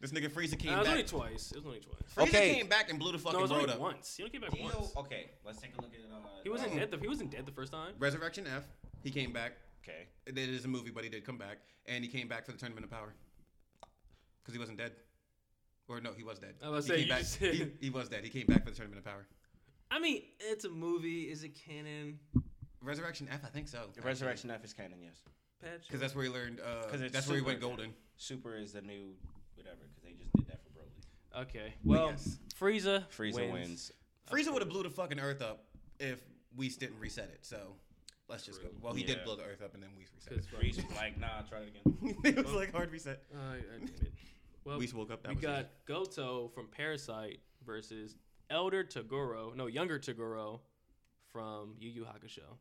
Speaker 2: This nigga Frieza came
Speaker 1: Nah, it was only
Speaker 2: back.
Speaker 1: twice. It was only twice.
Speaker 2: Frieza
Speaker 3: Okay.
Speaker 2: came back and blew the fucking
Speaker 1: No, it was
Speaker 2: world
Speaker 1: only
Speaker 2: up.
Speaker 1: once. He only came back once.
Speaker 3: okay, let's take a look at uh,
Speaker 1: He wasn't dead. The, he wasn't dead the first time.
Speaker 2: Resurrection F. He came back.
Speaker 3: Okay.
Speaker 2: It is a movie, but he did come back, and he came back for the Tournament of Power because he wasn't dead. Or no, he was dead.
Speaker 1: I was
Speaker 2: he
Speaker 1: saying,
Speaker 2: came
Speaker 1: you
Speaker 2: back.
Speaker 1: just-
Speaker 2: He, he was dead. He came back for the Tournament of Power.
Speaker 1: I mean, it's a movie. Is it canon?
Speaker 2: Resurrection F, I think so.
Speaker 3: Resurrection F is canon, yes.
Speaker 1: Patch.
Speaker 2: Because that's where he learned. Uh,
Speaker 3: 'Cause it's
Speaker 2: that's where he went
Speaker 3: super-
Speaker 2: golden.
Speaker 3: Super is the new whatever, because they just did that for Broly.
Speaker 1: Okay. Well,
Speaker 2: yes.
Speaker 1: Frieza.
Speaker 3: Frieza wins.
Speaker 1: wins.
Speaker 2: Frieza would have blew the fucking Earth up if we didn't reset it. So let's just go. Well, he
Speaker 3: Yeah.
Speaker 2: did blow the Earth up, and then we reset
Speaker 1: 'Cause
Speaker 2: it.
Speaker 1: fuck-
Speaker 3: Frieza was like, nah, try it again.
Speaker 2: it was like hard reset.
Speaker 1: Uh, I- I did it. Well,
Speaker 2: We just woke up. That
Speaker 1: we
Speaker 2: was
Speaker 1: got Goto from Parasite versus Elder Tagoro. No, younger Tagoro from Yu Yu Hakusho.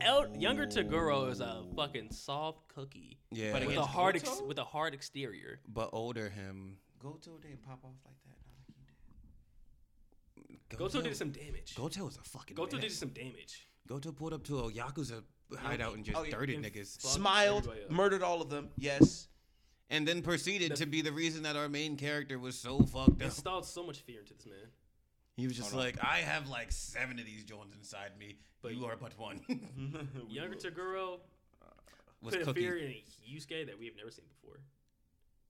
Speaker 1: El- younger Tagoro is a fucking soft cookie.
Speaker 2: Yeah.
Speaker 3: But
Speaker 2: But,
Speaker 1: with a
Speaker 3: against
Speaker 1: hard ex-
Speaker 3: Goto?
Speaker 1: with a hard exterior.
Speaker 2: older him.
Speaker 3: Goto didn't pop off like that. not like he did.
Speaker 1: Goto did some damage.
Speaker 2: Goto was a fucking.
Speaker 1: Goto did
Speaker 2: badass.
Speaker 1: some damage.
Speaker 2: Goto pulled up to a Yakuza hideout and just
Speaker 3: Oh, yeah.
Speaker 2: dirted
Speaker 1: And
Speaker 2: niggas.
Speaker 1: fuck
Speaker 3: Smiled,
Speaker 1: everybody up.
Speaker 3: murdered all of them. Yes.
Speaker 2: and then proceeded
Speaker 1: The-
Speaker 2: to be the reason that our main character was so fucked up.
Speaker 1: Installed so much fear into this man.
Speaker 2: He was just like, I have like seven of these Jones inside me, but you are but one.
Speaker 1: Younger Taguro
Speaker 2: was
Speaker 1: put a
Speaker 2: Cookie.
Speaker 1: fear in Yusuke that we have never seen before.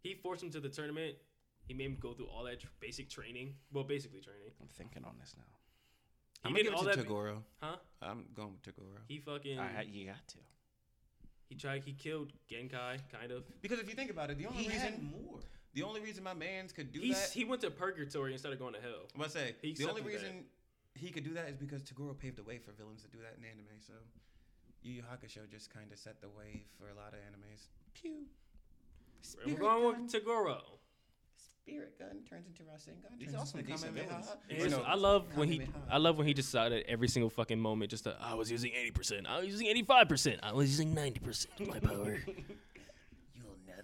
Speaker 1: He forced him to the tournament. He made him go through all that tr- basic training. Well, basically training.
Speaker 3: I'm thinking on this now.
Speaker 1: He
Speaker 2: I'm
Speaker 1: did
Speaker 2: gonna give
Speaker 1: all
Speaker 2: it to
Speaker 1: that be-
Speaker 2: Tagoro.
Speaker 1: Huh?
Speaker 2: I'm going with Tagoro.
Speaker 1: He fucking
Speaker 3: I, you got to.
Speaker 1: he tried he killed Genkai kind of.
Speaker 2: Because if you think about it, the only reason
Speaker 3: more.
Speaker 2: the only reason my man's could do
Speaker 1: He's,
Speaker 2: that,
Speaker 1: he went to purgatory instead of going to hell.
Speaker 2: I'm gonna say
Speaker 1: he
Speaker 2: the only
Speaker 1: accepted that.
Speaker 2: reason he could do that is because Tagoro paved the way for villains to do that in anime. So Yu Yu Hakusho just kind of set the way for a lot of animes.
Speaker 3: Pew.
Speaker 1: We're going with Tagoro.
Speaker 2: Spirit Gun turns into Rasengan.
Speaker 3: These
Speaker 2: turns
Speaker 3: are
Speaker 2: into
Speaker 3: some decent
Speaker 2: Kamehameha.
Speaker 3: villains.
Speaker 1: And
Speaker 2: You
Speaker 1: it's-
Speaker 2: know,
Speaker 1: I love when he
Speaker 2: Kamehameha.
Speaker 1: I love when he decided every single fucking moment just to I was using eighty percent, I was using eighty five percent, I was using ninety percent of my power.
Speaker 2: You'll never.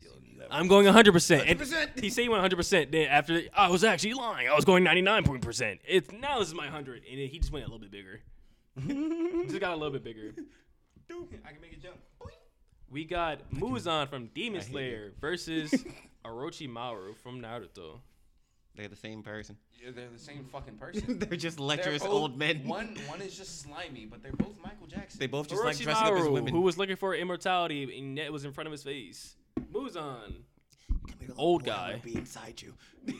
Speaker 2: You'll
Speaker 1: I'm going 100%. And
Speaker 2: 100%.
Speaker 1: He said he went 100%. Then after, I was actually lying. I was going 99%. It's now this is my 100, and then he just went a little bit bigger. just got a little bit bigger.
Speaker 2: I can make it jump.
Speaker 1: We got Muzan from Demon Slayer versus Orochimaru from Naruto.
Speaker 2: They're the same person.
Speaker 6: Yeah, they're the same fucking person.
Speaker 2: They're just
Speaker 6: They're
Speaker 2: lecherous
Speaker 6: both-
Speaker 2: old men.
Speaker 6: One one is just slimy, but they're both Michael Jackson.
Speaker 2: They both just like dressing up as
Speaker 1: Orochimaru,
Speaker 2: women.
Speaker 1: who was looking for immortality and yet was in front of his face. Muzan old guy.
Speaker 2: Be inside you.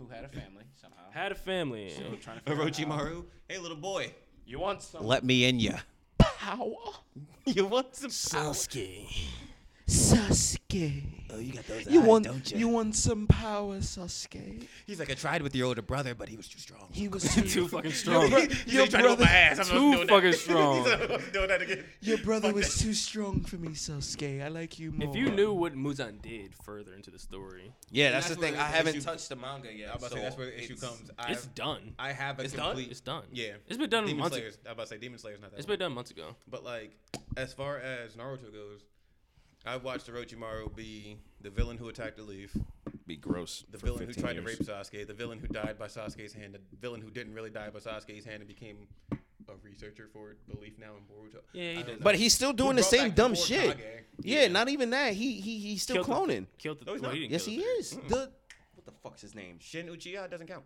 Speaker 6: who had a family somehow.
Speaker 1: had a family.
Speaker 6: We're trying to figure out how.
Speaker 2: Orochimaru, hey little boy,
Speaker 6: You want some
Speaker 2: let me in ya.
Speaker 6: power?
Speaker 2: You want some?
Speaker 1: Sasuke.
Speaker 3: Sasuke.
Speaker 2: Oh, you got those
Speaker 3: You want you want some power, Sasuke.
Speaker 2: He's like I tried with your older brother, but he was too strong.
Speaker 3: He was too,
Speaker 1: Too fucking strong.
Speaker 2: Your trying to hold my ass. I'm not
Speaker 1: Too
Speaker 2: doing
Speaker 1: fucking
Speaker 2: that.
Speaker 1: strong.
Speaker 2: He's like, "I'm not doing that again.
Speaker 3: Your brother
Speaker 2: Fuck
Speaker 3: was
Speaker 2: that.
Speaker 3: too strong for me, Sasuke. I like you more.
Speaker 1: If you knew what Muzan did further into the story,
Speaker 3: yeah,
Speaker 2: And
Speaker 3: that's,
Speaker 2: that's
Speaker 3: the thing.
Speaker 2: where
Speaker 3: I
Speaker 2: the
Speaker 3: haven't
Speaker 2: issue-
Speaker 3: touched the manga yet.
Speaker 2: I'm about to
Speaker 3: so
Speaker 2: say that's where the issue
Speaker 3: it's-
Speaker 2: comes.
Speaker 1: it's
Speaker 2: I've,
Speaker 1: done.
Speaker 2: I have a
Speaker 1: It's done?
Speaker 2: complete.
Speaker 1: It's done.
Speaker 2: Yeah,
Speaker 1: It's been done
Speaker 2: Demon
Speaker 1: months
Speaker 2: Slayer's, I'm about to say Demon Slayer's not that.
Speaker 1: it's
Speaker 2: long.
Speaker 1: been done months ago.
Speaker 2: But like, as far as Naruto goes, I watched Orochimaru be the villain who attacked the leaf,
Speaker 3: Be gross.
Speaker 2: the
Speaker 3: for
Speaker 2: villain who
Speaker 3: 15
Speaker 2: tried to
Speaker 3: years.
Speaker 2: rape Sasuke, the villain who died by Sasuke's hand, the villain who didn't really die by Sasuke's hand and became a researcher for belief now in Boruto.
Speaker 1: Yeah, he
Speaker 2: I don't
Speaker 1: does
Speaker 2: know.
Speaker 3: But he's still doing the
Speaker 2: brought
Speaker 3: same
Speaker 2: back the
Speaker 3: dumb
Speaker 2: Hokage.
Speaker 3: shit. Yeah,
Speaker 2: Yeah.
Speaker 3: not even that. He he he's still
Speaker 1: Killed the-
Speaker 3: cloning.
Speaker 1: Killed the.
Speaker 2: No, he's
Speaker 1: well,
Speaker 2: not.
Speaker 1: didn't
Speaker 3: yes,
Speaker 1: kill
Speaker 3: he
Speaker 1: the-
Speaker 3: is. The what the fuck's his name?
Speaker 2: Shin Uchiha doesn't count.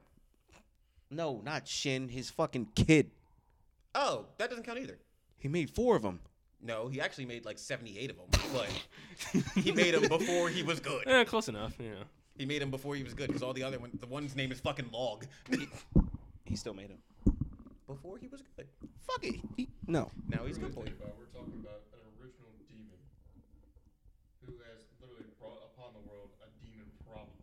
Speaker 3: No, not Shin. His fucking kid.
Speaker 2: Oh, that doesn't count either.
Speaker 3: He made four of them.
Speaker 2: No, he actually made like 78 of them, but he made them before he was good.
Speaker 1: Eh, close enough. Yeah.
Speaker 2: He made him before he was good because all the other one, the one's name is fucking Log.
Speaker 3: He still made them.
Speaker 2: before he was good.
Speaker 3: Fuck it. He- no.
Speaker 2: Now he's a
Speaker 5: Really
Speaker 2: good boy.
Speaker 5: think about it, we're talking about an original demon who has literally brought upon the world a demon problem.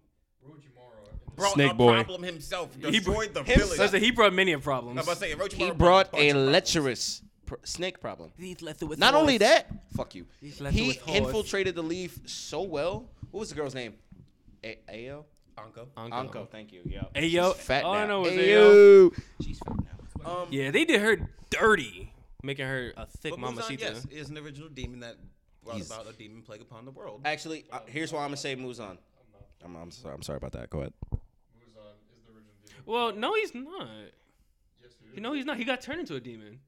Speaker 5: Orochimaru in the-
Speaker 2: Brought
Speaker 1: Snake
Speaker 2: a
Speaker 1: boy.
Speaker 2: problem himself.
Speaker 1: He br-
Speaker 2: Destroyed the
Speaker 1: himself-
Speaker 2: village.
Speaker 1: So I said he brought many problems.
Speaker 2: I'm about to say, Orochimaru
Speaker 3: He
Speaker 2: a
Speaker 3: brought
Speaker 2: bunch
Speaker 3: a
Speaker 2: of problems.
Speaker 3: lecherous pr- snake problem.
Speaker 1: He's left it with
Speaker 3: Not only
Speaker 1: swords.
Speaker 3: that, fuck you.
Speaker 1: He's left
Speaker 3: He
Speaker 1: with horse.
Speaker 3: infiltrated the leaf so well. What was the girl's name? A- Ayo?
Speaker 2: Anko.
Speaker 1: Anko.
Speaker 3: Anko, thank you. Yo.
Speaker 1: Ayo.
Speaker 3: She's fat
Speaker 1: All I
Speaker 3: now.
Speaker 1: know is
Speaker 3: Ayo.
Speaker 6: She's fat now.
Speaker 3: Um,
Speaker 1: Yeah, they did her dirty, making her a thick
Speaker 2: But Muzan,
Speaker 1: mamacita.
Speaker 2: yes, is an original demon that brought
Speaker 3: He's-
Speaker 2: about a demon plague upon the world.
Speaker 3: Actually, uh, here's why I'm gonna say Muzan. I'm, I'm sorry. I'm sorry about that. Go ahead.
Speaker 5: Muzan uh, is the original demon.
Speaker 1: Well, no, he's not.
Speaker 5: Yes, he is.
Speaker 1: You know, he's not. He got turned into a demon.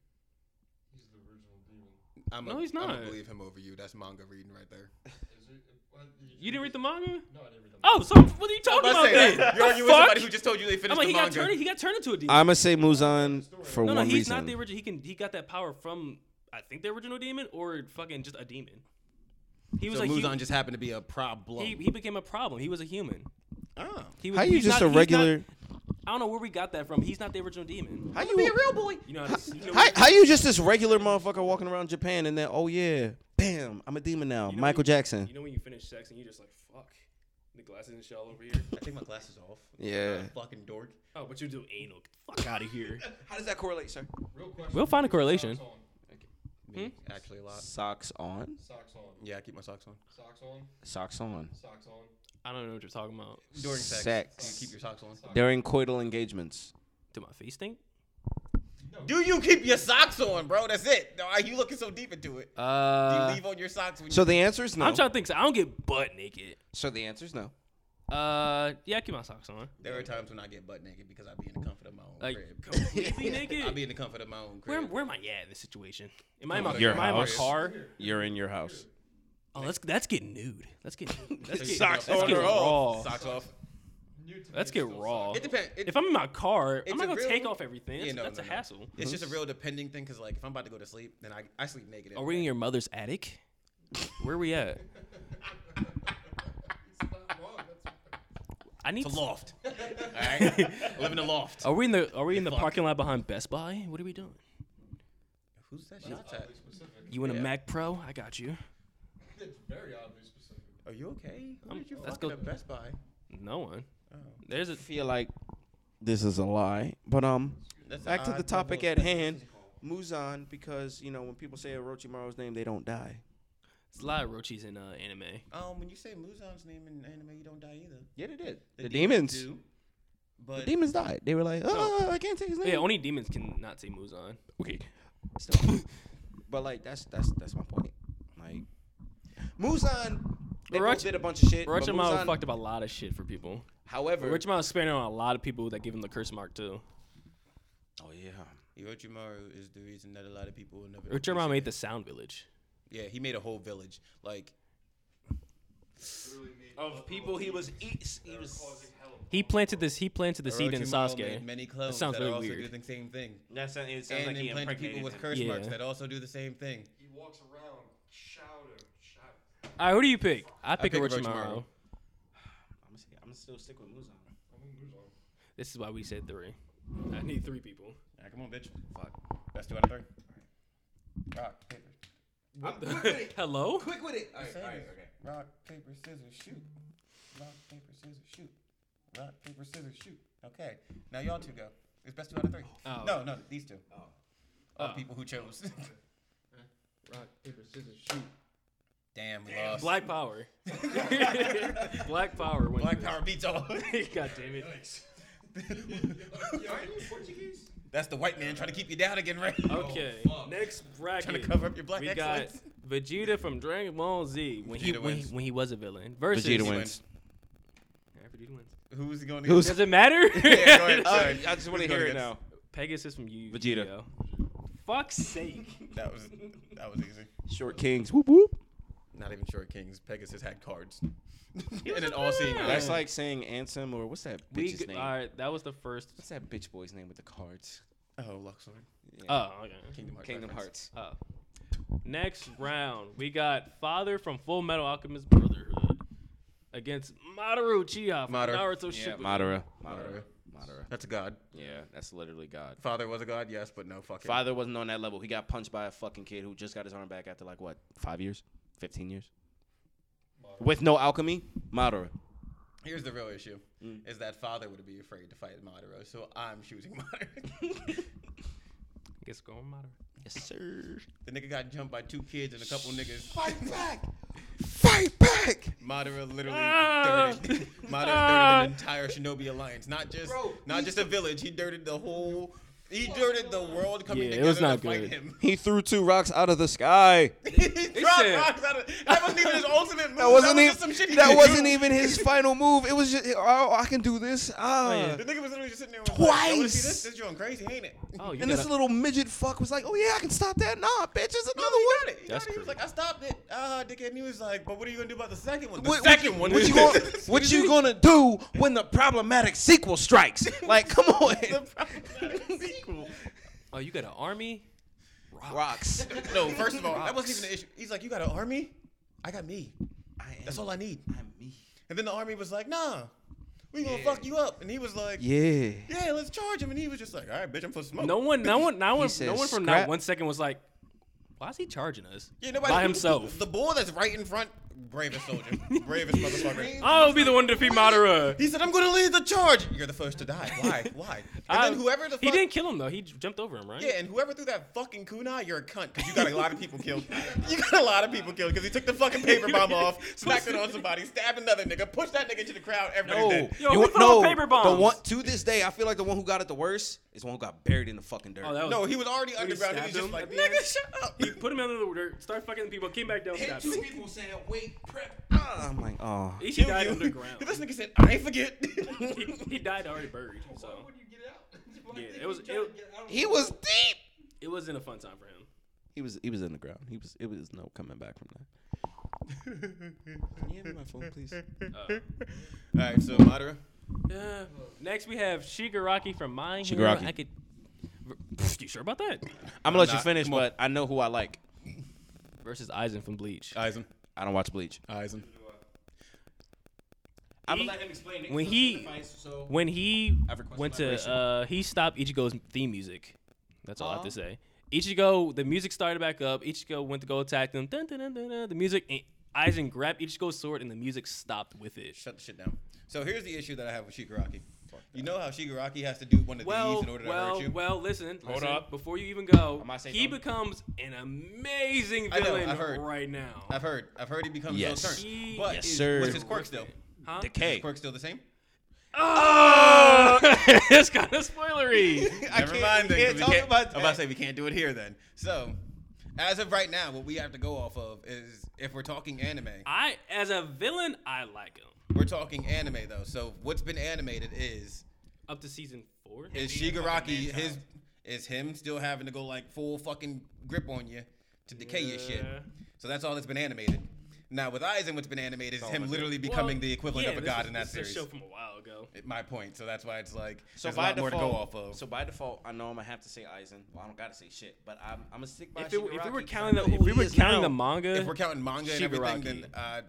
Speaker 5: He's the original demon.
Speaker 2: I'm
Speaker 1: No, he's
Speaker 2: I'm
Speaker 1: not.
Speaker 2: gonna believe him over you. That's manga reading right there.
Speaker 5: Is it, uh, what,
Speaker 1: You didn't read the manga?
Speaker 5: No, I didn't read the
Speaker 1: Oh, so what are you talking about then?
Speaker 2: you're
Speaker 1: The
Speaker 2: arguing with somebody who
Speaker 1: fuck?
Speaker 2: just told you they finished
Speaker 1: I'm like, he
Speaker 2: the
Speaker 1: got
Speaker 2: manga.
Speaker 1: turned. He got turned into a demon.
Speaker 3: I'm gonna say Muzan for
Speaker 1: no, no,
Speaker 3: one
Speaker 1: he's
Speaker 3: reason.
Speaker 1: not the original. He can. He got that power from I think the original demon or fucking just a demon. He was
Speaker 2: so
Speaker 1: a
Speaker 2: Muzan
Speaker 1: human.
Speaker 2: just happened to be a problem.
Speaker 1: He, he became a problem. He was a human.
Speaker 2: oh.
Speaker 1: He was,
Speaker 3: How you
Speaker 1: he's
Speaker 3: just
Speaker 1: not-
Speaker 3: a
Speaker 1: he's not-
Speaker 3: regular?
Speaker 1: I don't know where we got that from. He's not the original demon.
Speaker 3: How you be a real boy?
Speaker 1: You know how, to, you know,
Speaker 3: How, how you just this regular motherfucker walking around Japan and then oh yeah, bam, I'm a demon now,
Speaker 1: you know
Speaker 3: Michael
Speaker 1: when you-
Speaker 3: Jackson.
Speaker 1: You know when you finish sex and you're just like, fuck, the glasses and shell over here.
Speaker 2: I take my glasses off.
Speaker 3: Yeah.
Speaker 2: Uh, fucking dork.
Speaker 1: Oh, but you do anal. Get the fuck out of here.
Speaker 3: How does that correlate, sir?
Speaker 5: Real question.
Speaker 1: We'll find a correlation.
Speaker 5: Socks on.
Speaker 1: Hmm?
Speaker 2: Me, actually a lot.
Speaker 3: Socks on,
Speaker 5: Socks on.
Speaker 2: Yeah, I keep my socks on.
Speaker 5: Socks on.
Speaker 3: socks on.
Speaker 5: Socks on.
Speaker 1: I don't know what you're talking about.
Speaker 2: During sex.
Speaker 3: Sex.
Speaker 2: Do you keep your socks on?
Speaker 3: During coital engagements.
Speaker 1: Do my face stink?
Speaker 2: Do you keep your socks on, bro? That's it. Why are you looking so deep into it? Do you
Speaker 1: Uh,
Speaker 2: leave on your socks when
Speaker 3: So
Speaker 2: you
Speaker 3: the answer is no.
Speaker 1: I'm trying to think. So I don't get butt naked.
Speaker 3: so the answer is no.
Speaker 1: Uh, yeah, I keep my socks on.
Speaker 2: There are times when I get butt naked because I be in the comfort of my own
Speaker 1: Like
Speaker 2: crib.
Speaker 1: completely
Speaker 2: I
Speaker 1: naked.
Speaker 2: be in the comfort of my own
Speaker 1: Where,
Speaker 2: crib.
Speaker 1: where am I at in this situation? Am I in my,
Speaker 2: Your
Speaker 1: am I in my
Speaker 3: house.
Speaker 1: car?
Speaker 3: You're in your house.
Speaker 1: Oh, let's let's get nude. Let's get nude. Let's
Speaker 2: So
Speaker 1: get,
Speaker 2: you
Speaker 1: socks
Speaker 2: socks
Speaker 1: let's
Speaker 2: on
Speaker 1: get
Speaker 2: or
Speaker 1: raw.
Speaker 2: off? Socks off.
Speaker 5: New to me, it's
Speaker 1: Let's get
Speaker 5: still
Speaker 1: raw.
Speaker 5: socks
Speaker 2: It depends. It,
Speaker 1: If I'm in my car,
Speaker 2: It's
Speaker 1: I'm not
Speaker 2: a
Speaker 1: gonna
Speaker 2: real-
Speaker 1: take off everything. That's,
Speaker 2: Yeah, no,
Speaker 1: that's
Speaker 2: no,
Speaker 1: a
Speaker 2: no.
Speaker 1: hassle.
Speaker 2: it's just a real depending thing because like if I'm about to go to sleep, then I, I sleep naked.
Speaker 1: Are
Speaker 2: every
Speaker 1: we in
Speaker 2: night.
Speaker 1: your mother's attic? Where we at?
Speaker 5: It's not wrong. That's
Speaker 1: I need.
Speaker 2: It's
Speaker 1: to-
Speaker 2: a loft. All right, I live in a loft.
Speaker 1: Are we in the Are we in the
Speaker 2: Fuck.
Speaker 1: parking lot behind Best Buy? What are we doing?
Speaker 2: Who's that? Shots at?
Speaker 5: oddly specific.
Speaker 1: You want a
Speaker 2: Yeah.
Speaker 1: Mac Pro? I got you.
Speaker 5: It's very oddly specific.
Speaker 2: Are you okay? Who
Speaker 1: I'm-
Speaker 2: did you
Speaker 1: let's
Speaker 2: fuck
Speaker 1: go-
Speaker 2: at Best Buy?
Speaker 1: No one. There's a
Speaker 3: I feel like this is a lie, but um,
Speaker 2: That's
Speaker 3: back to
Speaker 2: odd
Speaker 3: the topic
Speaker 2: double-
Speaker 3: at hand, Muzan, because you know when people say Orochimaru's name, they don't die.
Speaker 1: It's a lot of Rochis in uh, anime.
Speaker 2: Um, when you say Muzan's name in anime, you don't die either.
Speaker 3: Yeah, they did. The,
Speaker 2: demons
Speaker 3: demons.
Speaker 2: do, but
Speaker 3: The demons died. They were like, oh, I can't take his name.
Speaker 1: Yeah, only demons can not say Muzan.
Speaker 3: okay. Still. but like, that's that's that's my point. Like, Muzan, they both
Speaker 1: Orochi-
Speaker 3: did a bunch of shit. but
Speaker 1: Orochimaru
Speaker 3: Muzan-
Speaker 1: fucked up a lot of shit for people.
Speaker 3: However,
Speaker 1: Orochimaru expanded on a lot of people that give him the curse mark too.
Speaker 3: oh yeah,
Speaker 2: Orochimaru is the reason that a lot of people will never.
Speaker 1: Orochimaru made the Sound Village
Speaker 2: Yeah, he made a whole village. Like
Speaker 5: Literally made
Speaker 3: e-,
Speaker 1: of people he was he was
Speaker 5: causing hell.
Speaker 1: He planted this. He planted the seed in
Speaker 2: Orochimaru
Speaker 1: Sasuke.
Speaker 2: made Many clones
Speaker 1: sounds
Speaker 2: that
Speaker 1: really
Speaker 2: are also
Speaker 1: weird.
Speaker 2: do the same thing.
Speaker 7: That sounds, it sounds
Speaker 2: And
Speaker 7: like he
Speaker 2: implanted
Speaker 7: impregnated
Speaker 2: people with
Speaker 7: him.
Speaker 2: curse
Speaker 1: Yeah.
Speaker 2: marks that also do the same thing.
Speaker 5: He walks around shouting, shout.
Speaker 1: All right, who do you pick? I pick,
Speaker 2: pick
Speaker 1: Orochimaru.
Speaker 2: Orochimaru.
Speaker 7: I'm gonna, see- I'm gonna still stick with Muzan.
Speaker 5: I'm gonna lose on.
Speaker 1: This is why we said three. I need three people.
Speaker 2: Yeah, come on, bitch. Fuck. That's two out of three. Rock, paper.
Speaker 1: Hello.
Speaker 2: Quick with it. All
Speaker 7: right, all right, okay.
Speaker 2: Rock, paper, scissors, shoot. Rock, paper, scissors, shoot. Rock, paper, scissors, shoot. Okay. Now y'all two go. It's best two out of three.
Speaker 1: Oh.
Speaker 2: No, no, these two. Oh. All the
Speaker 1: Oh.
Speaker 2: people who chose.
Speaker 5: Rock, paper, scissors, shoot.
Speaker 2: Damn, we lost.
Speaker 1: Black Power. Black Power. Wins
Speaker 2: Black
Speaker 1: this.
Speaker 2: power beats all.
Speaker 1: God damn it.
Speaker 5: Are you Portuguese?
Speaker 2: That's the white man trying to keep you down again, right?
Speaker 1: Okay. next bracket.
Speaker 2: Trying to Oh, cover up your black
Speaker 1: we got
Speaker 2: excellence.
Speaker 1: Vegeta from Dragon Ball Z when he
Speaker 2: Vegeta
Speaker 1: when, he
Speaker 2: wins.
Speaker 1: when he was a villain versus
Speaker 3: Vegeta
Speaker 2: wins.
Speaker 3: wins.
Speaker 1: Yeah, Vegeta wins.
Speaker 2: Who's going to
Speaker 3: Who's-
Speaker 1: Does it matter?
Speaker 2: Yeah, go ahead.
Speaker 3: Uh,
Speaker 2: Sorry.
Speaker 3: I just want
Speaker 2: Who's
Speaker 3: to
Speaker 2: going
Speaker 3: hear it now.
Speaker 2: against?
Speaker 1: Pegasus from Yu.
Speaker 3: Vegeta.
Speaker 1: Yu-Gi-Oh. Fuck's sake.
Speaker 2: That was that was easy.
Speaker 3: Short Kings. Whoop whoop.
Speaker 2: Not even short kings. Pegasus had cards. and an all-seeing
Speaker 1: man.
Speaker 2: eye.
Speaker 3: That's like saying Ansem or what's that
Speaker 1: We
Speaker 3: bitch's
Speaker 1: g-
Speaker 3: name?
Speaker 1: all right. That was the first.
Speaker 3: What's that bitch boy's name with the cards?
Speaker 2: Oh, Luxord.
Speaker 1: Oh, okay.
Speaker 2: Kingdom Hearts.
Speaker 3: Kingdom
Speaker 2: reference.
Speaker 3: Hearts.
Speaker 1: Oh. Next round, we got Father from Full Metal Alchemist Brotherhood against Mamoru Uchiha from
Speaker 2: Madara.
Speaker 1: Naruto Shippuden.
Speaker 3: Madara.
Speaker 2: Madara.
Speaker 3: Madara. Madara.
Speaker 2: That's a god.
Speaker 3: Yeah, that's literally God.
Speaker 2: Father was a god, yes, but no, fuck him.
Speaker 3: Father wasn't on that level. He got punched by a fucking kid who just got his arm back after like what, five years, fifteen years, with no alchemy. Madara.
Speaker 2: Here's the real issue:
Speaker 3: Mm.
Speaker 2: is that father would be afraid to fight Madara, so I'm choosing Madara.
Speaker 1: I guess going Madara.
Speaker 3: Yes, sir.
Speaker 2: the nigga got jumped by two kids and a couple niggas.
Speaker 3: Fight back. Fight back.
Speaker 2: Madara literally
Speaker 1: Ah!
Speaker 2: dirted. Madara
Speaker 1: Ah!
Speaker 2: dirted an entire Shinobi alliance, not just not just a village. He dirted the whole. He dirted the world coming
Speaker 1: Yeah, it
Speaker 2: together
Speaker 1: was not
Speaker 2: to fight
Speaker 1: good.
Speaker 2: him.
Speaker 3: He threw two rocks out of the sky.
Speaker 2: he dropped
Speaker 1: said-
Speaker 2: rocks out of. That wasn't even his ultimate move.
Speaker 3: That wasn't
Speaker 2: was
Speaker 3: even
Speaker 2: just some shit he
Speaker 3: that
Speaker 2: did.
Speaker 3: wasn't even his final move. It was just oh, I can do this. Ah.
Speaker 1: yeah.
Speaker 2: The nigga was literally just sitting there. and was like, "I wanna see
Speaker 3: Twice!
Speaker 2: this? This drawing crazy, ain't it?
Speaker 1: Oh, you
Speaker 3: And this
Speaker 1: got
Speaker 3: little midget fuck was like, "Oh yeah, I can stop that." Nah, bitch, it's
Speaker 2: No,
Speaker 3: another
Speaker 2: he
Speaker 3: one.
Speaker 2: got it. He
Speaker 1: That's
Speaker 2: got it. He was
Speaker 1: crazy.
Speaker 2: like, I stopped it. Uh, dickhead. And he was like, but what are you gonna do about the second one? The
Speaker 3: What- what
Speaker 2: second
Speaker 3: you-
Speaker 2: one.
Speaker 3: What
Speaker 2: is
Speaker 3: you, gonna, what you gonna do when the problematic sequel strikes? Like, come on.
Speaker 1: oh, you got an army.
Speaker 3: Rocks.
Speaker 2: no, first of all, that wasn't even an issue. He's like, you got an army? I got me. That's all I need.
Speaker 3: I'm me.
Speaker 2: And then the army was like, nah, we gonna fuck you up. And he was like, yeah.
Speaker 3: Yeah.
Speaker 2: let's charge him. And he was just like, all right, bitch, I'm for smoke.
Speaker 1: No one, no one, no one,
Speaker 3: said
Speaker 1: no one from
Speaker 3: scrap.
Speaker 1: that one second was like, "Why is he charging us?"
Speaker 2: Yeah, nobody.
Speaker 1: by himself.
Speaker 2: The boy that's right in front, bravest soldier, bravest motherfucker.
Speaker 1: I'll be the one to defeat Madara.
Speaker 2: He said, I'm gonna lead the charge. You're the first to die. Why? Why? And
Speaker 1: I-
Speaker 2: then whoever the fuck
Speaker 1: he didn't kill him though. He j- jumped over him, right?
Speaker 2: Yeah, and whoever threw that fucking kunai, you're a cunt because you got a lot of people killed. You got a lot of people killed because he took the fucking paper bomb off, smacked it on somebody, stabbed another nigga, pushed that nigga into the crowd. Everybody's
Speaker 3: No,
Speaker 2: dead.
Speaker 1: Yo,
Speaker 3: Oh, You
Speaker 1: who
Speaker 3: want-
Speaker 1: threw paper bombs?
Speaker 3: The one to this day, I feel like the one who got it the worst is the one who got buried in the fucking dirt.
Speaker 1: Oh, that was,
Speaker 2: No, he was already underground. He was
Speaker 1: stabbed
Speaker 2: just
Speaker 1: him
Speaker 2: like,
Speaker 1: at the
Speaker 2: nigga,
Speaker 1: end?
Speaker 2: shut up.
Speaker 1: he put him under the dirt, started fucking the people, came back down, stabbed him.
Speaker 3: people saying, "Wait, prep." Ah, I'm like, oh.
Speaker 1: He
Speaker 2: Kill
Speaker 1: died
Speaker 2: you.
Speaker 1: underground.
Speaker 2: This nigga said, I ain't forget.
Speaker 1: he, he died already buried. So
Speaker 5: When you get out. Why
Speaker 1: Yeah,
Speaker 5: did
Speaker 1: it
Speaker 5: you
Speaker 1: was-
Speaker 5: try
Speaker 1: it-
Speaker 5: to get out of
Speaker 3: He
Speaker 5: the-
Speaker 3: was deep.
Speaker 1: it wasn't a fun time for him.
Speaker 3: He was he was in the ground. He was it was no coming back from that. Can you hand me my phone, please?
Speaker 2: All right, so Madara.
Speaker 1: Uh, next we have Shigaraki from Mine
Speaker 3: Shigaraki.
Speaker 1: I could. You sure about that?
Speaker 3: I'm gonna let you
Speaker 2: not-
Speaker 3: finish,
Speaker 2: come on.
Speaker 3: but I know who I like.
Speaker 1: Versus Aizen from Bleach.
Speaker 2: Aizen.
Speaker 3: I don't watch Bleach.
Speaker 2: Aizen.
Speaker 3: I'm
Speaker 1: He-
Speaker 3: gonna let him explain it.
Speaker 1: when he when he
Speaker 3: request
Speaker 1: went to
Speaker 3: collaboration.
Speaker 1: uh, he stopped Ichigo's theme music. That's all I have to
Speaker 2: Uh-huh.
Speaker 1: say. Ichigo, the music started back up. Ichigo went to go attack them. Dun, dun, dun, dun, dun. the music, and Aizen grabbed Ichigo's sword, and the music stopped with it.
Speaker 2: Shut the shit down. So here's the issue that I have with Shigaraki. You know how Shigaraki has to do one of these
Speaker 1: Well,
Speaker 2: in order to
Speaker 1: well,
Speaker 2: hurt you?
Speaker 1: well. Listen, hold
Speaker 3: up.
Speaker 1: Before you even go,
Speaker 3: Am I saying
Speaker 1: he
Speaker 3: something?
Speaker 1: becomes an amazing
Speaker 2: I know,
Speaker 1: villain
Speaker 2: I've heard.
Speaker 1: right now.
Speaker 2: I've heard. I've heard he becomes
Speaker 3: Yes.
Speaker 2: Zoltern.
Speaker 1: He
Speaker 2: But
Speaker 3: Yes,
Speaker 2: is-
Speaker 3: sir.
Speaker 2: what's his quirk still?
Speaker 1: Huh?
Speaker 3: Decay.
Speaker 2: Quirk still the same?
Speaker 1: Oh, it's kind of spoilery.
Speaker 2: Never mind. Then, 'cause we can't- I'm about to
Speaker 3: that.
Speaker 2: say we can't do it here then. So, as of right now, what we have to go off of is if we're talking anime.
Speaker 1: I, as a villain, I like him.
Speaker 2: We're talking anime though. So what's been animated is
Speaker 1: Up to season four.
Speaker 2: is Shigaraki his is him still having to go like full fucking grip on you to decay your shit.
Speaker 1: Yeah.
Speaker 2: So that's all that's been animated. Now with Aizen, what's been animated is
Speaker 4: Sounds
Speaker 2: him
Speaker 4: like
Speaker 2: literally
Speaker 1: Well,
Speaker 2: becoming the equivalent
Speaker 1: yeah,
Speaker 2: of a
Speaker 1: this
Speaker 2: god
Speaker 1: is-
Speaker 2: in that
Speaker 1: this is a
Speaker 2: series.
Speaker 1: show from a while ago.
Speaker 2: My point. So that's why it's like
Speaker 3: So
Speaker 2: there's a
Speaker 3: by
Speaker 2: lot
Speaker 3: default,
Speaker 2: more to go off of.
Speaker 3: so by default, I know I'm gonna have to say Aizen. Well, I don't gotta say shit, but I'm, I'm gonna stick by.
Speaker 1: If, it, if we
Speaker 3: Shigaraki
Speaker 1: were
Speaker 3: 'cause I
Speaker 1: counting the
Speaker 3: know
Speaker 1: if
Speaker 3: who
Speaker 1: we
Speaker 3: he
Speaker 1: were
Speaker 3: is
Speaker 1: counting the
Speaker 3: now.
Speaker 1: manga
Speaker 2: if we're counting manga and everything, then uh,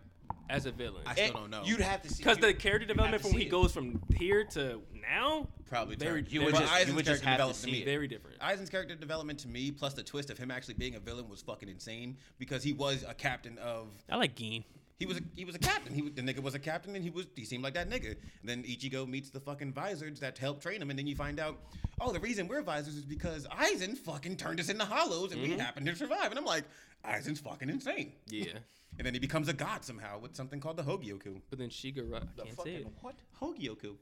Speaker 1: as a villain,
Speaker 2: I still
Speaker 3: Eh,
Speaker 2: don't know.
Speaker 3: you'd have to see
Speaker 1: because the
Speaker 3: you-
Speaker 1: character
Speaker 3: you'd have
Speaker 1: development
Speaker 3: to
Speaker 1: from when he
Speaker 3: see it.
Speaker 1: goes from here to now
Speaker 2: probably
Speaker 1: very
Speaker 2: turn.
Speaker 1: you
Speaker 2: But
Speaker 1: would just-
Speaker 2: Aizen's
Speaker 3: you would just
Speaker 2: character
Speaker 3: have to
Speaker 2: development
Speaker 3: see
Speaker 2: me.
Speaker 3: it.
Speaker 1: very different.
Speaker 2: Eisen's character development to me, plus the twist of him actually being a villain, was fucking insane because he was a captain of
Speaker 1: I like Geen.
Speaker 2: he was a, he was a captain. He was, the nigga was a captain, and he was he seemed like that nigga. And then Ichigo meets the fucking visors that help train him, and then you find out, oh, the reason we're visors is because Eisen fucking turned us into hollows, and we happened to survive. And I'm like, Eisen's fucking insane.
Speaker 1: Yeah,
Speaker 2: And then he becomes a god somehow with something called the Hogyoku.
Speaker 1: but then Shigaraki. I can't say it.
Speaker 3: What?
Speaker 2: Hogyoku.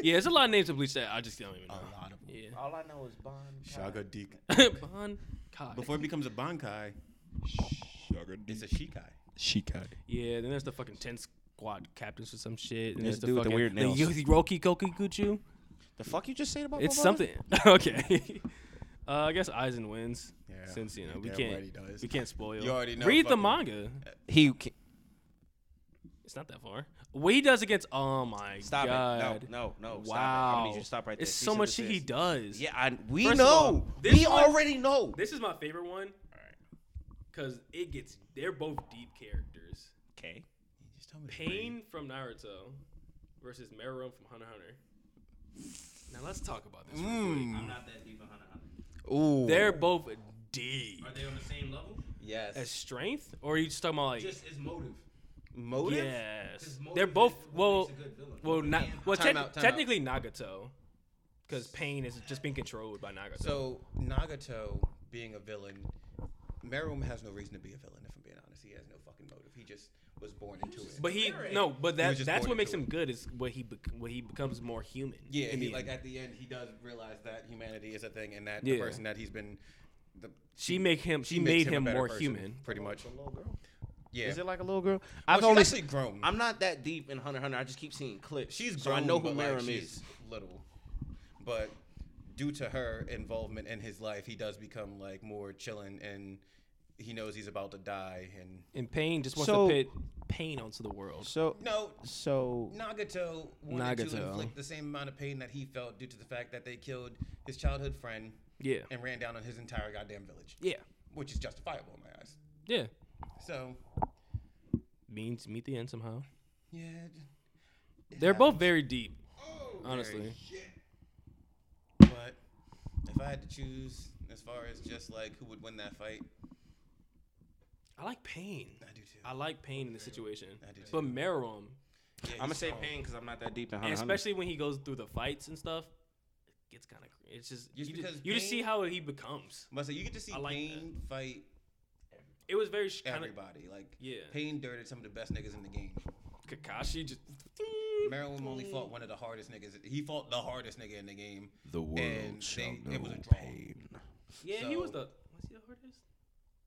Speaker 1: yeah, there's a lot of names to Bleach that I just don't even
Speaker 2: A
Speaker 1: know.
Speaker 2: lot of
Speaker 1: Yeah.
Speaker 3: All I know is Bon.
Speaker 2: Shaga Deke.
Speaker 1: Bon Kai.
Speaker 2: Before it becomes a Bankai, it's a Shikai.
Speaker 4: Shikai.
Speaker 1: Yeah, then there's the fucking 10 squad captains or some shit. And there's
Speaker 3: There's a
Speaker 1: the
Speaker 3: dude with the
Speaker 1: fucking,
Speaker 3: weird nails.
Speaker 1: The Roki Kokiguchu.
Speaker 3: The fuck you just said about
Speaker 1: It's
Speaker 3: Bobana?
Speaker 1: something. okay. Uh, I guess Aizen wins.
Speaker 2: Yeah.
Speaker 1: Since you know
Speaker 2: You're
Speaker 1: we
Speaker 2: damn
Speaker 1: can't,
Speaker 2: right he does.
Speaker 1: we can't spoil.
Speaker 2: You already know
Speaker 1: Read the
Speaker 2: fucking-
Speaker 1: manga.
Speaker 3: He can-
Speaker 1: It's not that far. What he does against? Oh my
Speaker 3: stop
Speaker 1: god!
Speaker 3: it. No, no, no. Stop it.
Speaker 1: Wow.
Speaker 3: I need you to stop right there.
Speaker 1: It's
Speaker 3: Cease
Speaker 1: so
Speaker 3: and
Speaker 1: much shit he
Speaker 3: desist.
Speaker 1: does.
Speaker 3: Yeah, I, we
Speaker 1: First of
Speaker 3: know.
Speaker 1: all, this
Speaker 3: we
Speaker 1: one-
Speaker 3: already know.
Speaker 1: This is my favorite one. Cause it gets. They're both deep characters.
Speaker 3: Okay.
Speaker 2: Just tell me to breathe.
Speaker 1: Pain from Naruto versus Meruem from Hunter x Hunter. Now let's talk about this.
Speaker 7: I'm not that deep in Hunter. x Hunter.
Speaker 2: Ooh.
Speaker 1: They're both deep.
Speaker 7: Are they on the same level?
Speaker 2: yes.
Speaker 1: As strength, or are you just talking about like?
Speaker 7: Just as motive.
Speaker 2: motive?
Speaker 1: yes,
Speaker 7: His motive
Speaker 1: they're
Speaker 7: is
Speaker 1: both.
Speaker 7: what
Speaker 1: Well,
Speaker 7: makes a good villain.
Speaker 1: well,
Speaker 7: Motive
Speaker 1: not.
Speaker 7: and-
Speaker 1: Well,
Speaker 2: Time
Speaker 1: te-
Speaker 2: out, time out.
Speaker 1: technically Nagato, because pain is just being controlled by Nagato.
Speaker 2: So Nagato being a villain, Meruem has no reason to be a villain. If I'm being honest, he has no fucking motive. He just was born into it.
Speaker 1: but he no, but that
Speaker 2: was just
Speaker 1: that's
Speaker 2: born
Speaker 1: what makes
Speaker 2: into
Speaker 1: him
Speaker 2: it.
Speaker 1: good is what he bec- what he becomes more human.
Speaker 2: yeah,
Speaker 1: in
Speaker 2: he,
Speaker 1: the
Speaker 2: like
Speaker 1: end.
Speaker 2: at the end, he does realize that humanity is a thing, and that the
Speaker 1: Yeah.
Speaker 2: person that he's been, the
Speaker 1: she make him. She,
Speaker 2: makes
Speaker 1: made
Speaker 2: a
Speaker 1: him,
Speaker 2: better
Speaker 1: more
Speaker 2: person,
Speaker 1: human.
Speaker 2: pretty much.
Speaker 3: A little girl.
Speaker 2: Yeah,
Speaker 3: Is it like a little girl?
Speaker 2: Well,
Speaker 3: I've
Speaker 2: she's
Speaker 3: only
Speaker 2: actually grown.
Speaker 3: I'm not that deep in Hunter x Hunter. I just keep seeing clips.
Speaker 2: she's
Speaker 3: so
Speaker 2: grown.
Speaker 3: I know who
Speaker 2: but, like,
Speaker 3: Merrim
Speaker 2: she's
Speaker 3: is.
Speaker 2: Little, but due to her involvement in his life, he does become like more chilling, and he knows he's about to die. And
Speaker 1: And pain just wants
Speaker 3: So-
Speaker 1: to pit pain onto the world.
Speaker 3: So
Speaker 2: no,
Speaker 3: so
Speaker 2: Nagato wanted to
Speaker 1: Nagato.
Speaker 2: inflict the same amount of pain that he felt due to the fact that they killed his childhood friend
Speaker 1: Yeah.
Speaker 2: and ran down on his entire goddamn village,
Speaker 1: Yeah.
Speaker 2: which is justifiable in my eyes.
Speaker 1: Yeah.
Speaker 2: So,
Speaker 1: Means meet the end somehow.
Speaker 2: yeah.
Speaker 1: They're both very deep,
Speaker 2: Oh,
Speaker 1: honestly.
Speaker 2: But if I had to choose as far as just like who would win that fight,
Speaker 1: I like pain.
Speaker 2: I do too.
Speaker 1: I like pain in the situation.
Speaker 2: I do too.
Speaker 1: But Meruem,
Speaker 2: Yeah,
Speaker 3: I'm gonna
Speaker 2: he's
Speaker 3: say
Speaker 2: strong.
Speaker 3: pain because I'm not that deep in
Speaker 1: and
Speaker 3: Hunter. x Hunter.
Speaker 1: especially when he goes through the fights and stuff, it gets kind of. It's just,
Speaker 2: Just
Speaker 1: you, just,
Speaker 2: because
Speaker 1: you just see
Speaker 2: Pain-
Speaker 1: how he becomes.
Speaker 2: Must say, you get to see
Speaker 1: I like
Speaker 2: Pain fight
Speaker 1: It was very kind of
Speaker 2: everybody. like,
Speaker 1: Yeah.
Speaker 2: Pain dirted some of the best niggas in the game.
Speaker 1: Kakashi. Just
Speaker 2: Marilyn only fought one of the hardest niggas. He fought the hardest nigga in the game.
Speaker 4: The world
Speaker 2: And
Speaker 4: shall
Speaker 2: they-
Speaker 4: know
Speaker 2: it was a draw.
Speaker 4: pain.
Speaker 1: yeah, he was the
Speaker 2: So-
Speaker 1: was he the hardest?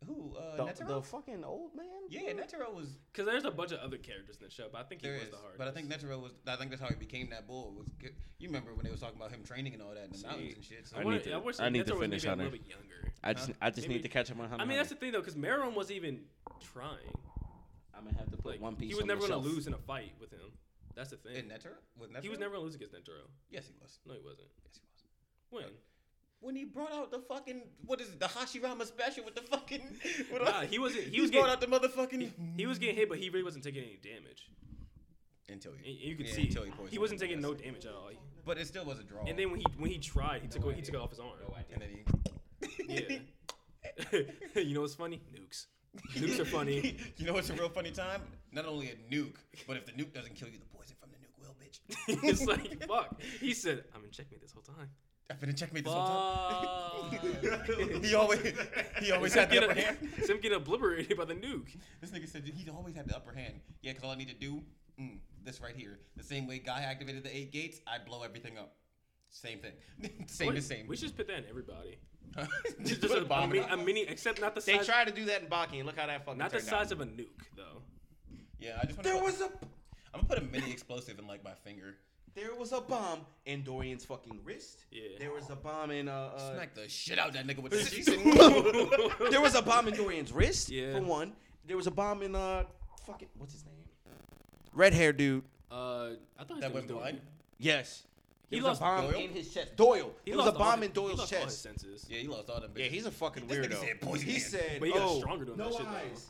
Speaker 2: Who? Uh,
Speaker 3: the,
Speaker 2: Netero?
Speaker 3: the fucking old man.
Speaker 2: yeah, Netero was
Speaker 1: Because there's a bunch of other characters in the show, but I think he
Speaker 2: There
Speaker 1: was
Speaker 2: is,
Speaker 1: the hardest.
Speaker 2: but I think Netero was. I think that's how he became that bull. Was c- you remember when they was talking about him training and all that in the mountains and shit? So
Speaker 1: I,
Speaker 3: I
Speaker 1: wanna-
Speaker 3: need to-
Speaker 1: I wish
Speaker 3: I need to
Speaker 1: Netero was
Speaker 3: finish
Speaker 1: maybe a little
Speaker 3: Hunter.
Speaker 1: bit younger.
Speaker 3: I just I just
Speaker 1: Maybe-
Speaker 3: need to catch up on Hunter.
Speaker 1: I
Speaker 3: x
Speaker 1: mean, that's
Speaker 3: Hunter.
Speaker 1: the thing though, because Meruem wasn't even trying.
Speaker 3: I'm gonna have to put
Speaker 1: Like
Speaker 3: one piece.
Speaker 1: he was
Speaker 3: on
Speaker 1: never
Speaker 3: the
Speaker 1: gonna
Speaker 3: shelf.
Speaker 1: lose in a fight with him. That's the thing.
Speaker 2: in Netero, with Netero,
Speaker 1: He was never gonna lose against Netero.
Speaker 2: Yes, he was.
Speaker 1: No, he wasn't.
Speaker 2: Yes, he was.
Speaker 1: When?
Speaker 2: When he brought out the fucking what is it, the Hashirama special with the fucking. With
Speaker 1: Nah,
Speaker 2: all-
Speaker 1: he wasn't- he was
Speaker 2: brought
Speaker 1: getting-
Speaker 2: out the motherfucking
Speaker 1: He was getting hit, but he really wasn't taking any damage.
Speaker 2: until he,
Speaker 1: And and you could
Speaker 2: yeah,
Speaker 1: see
Speaker 2: until he,
Speaker 1: he,
Speaker 2: poisoned
Speaker 1: wasn't
Speaker 2: him,
Speaker 1: taking no
Speaker 2: yes.
Speaker 1: damage at all.
Speaker 2: But it still was a draw.
Speaker 1: And then when he when he tried, he took away, he took it off his arm.
Speaker 2: and then he.
Speaker 1: Yeah. you know what's funny? Nukes. Nukes are funny.
Speaker 2: you know what's a real funny time? Not only a nuke, but if the nuke doesn't kill you, the poison from the nuke will, bitch.
Speaker 1: it's like fuck. He said, "I'm in checkmate this whole time."
Speaker 2: I've been in checkmate this whole time.
Speaker 1: Fuck.
Speaker 2: he always he always
Speaker 1: Sim
Speaker 2: had the
Speaker 1: get,
Speaker 2: upper
Speaker 1: a,
Speaker 2: hand.
Speaker 1: Sim get obliterated by the nuke.
Speaker 2: This nigga said he always had the upper hand. Yeah, because all I need to do, mm, this right here. The same way Guy activated the eight gates, I blow everything up. Same thing. same
Speaker 1: What-
Speaker 2: is same.
Speaker 1: We should just put that in everybody.
Speaker 2: Just
Speaker 1: Just, just
Speaker 2: put
Speaker 1: a, a,
Speaker 2: bomb
Speaker 1: mi-
Speaker 2: in
Speaker 1: a
Speaker 2: it.
Speaker 1: mini, except not the
Speaker 3: They
Speaker 1: size.
Speaker 3: tried to do that in Baki, and look how that fucking
Speaker 1: not the
Speaker 3: turned
Speaker 1: size
Speaker 3: out.
Speaker 1: of a nuke, though.
Speaker 2: Yeah, I just wanna put, was a. I'm gonna put a mini explosive in like my finger.
Speaker 3: There was a bomb in Dorian's fucking wrist.
Speaker 1: Yeah.
Speaker 3: There was a bomb in uh. uh
Speaker 2: Smack the shit out that nigga with the
Speaker 3: there was a bomb in Dorian's wrist.
Speaker 1: Yeah.
Speaker 3: For one, there was a bomb in uh fucking what's his name? Red hair dude.
Speaker 1: Uh, I thought his name
Speaker 2: That
Speaker 1: was
Speaker 2: was
Speaker 1: Doyle.
Speaker 2: blind.
Speaker 3: Yes. He
Speaker 1: He
Speaker 3: was
Speaker 1: lost
Speaker 3: a bomb
Speaker 2: Doyle?
Speaker 3: in his chest. Doyle.
Speaker 1: He
Speaker 3: It was a
Speaker 1: lost all
Speaker 3: bomb
Speaker 1: his-
Speaker 3: in Doyle's
Speaker 1: he lost all his
Speaker 3: chest.
Speaker 1: senses.
Speaker 2: Yeah, he lost all them.
Speaker 3: Yeah,
Speaker 2: bitches.
Speaker 3: he's a fucking
Speaker 2: This nigga
Speaker 3: weirdo.
Speaker 2: said poison
Speaker 3: he
Speaker 2: hand.
Speaker 3: said,
Speaker 1: But he got
Speaker 3: "Oh,
Speaker 1: stronger doing
Speaker 3: no
Speaker 1: that shit. Though.
Speaker 3: eyes."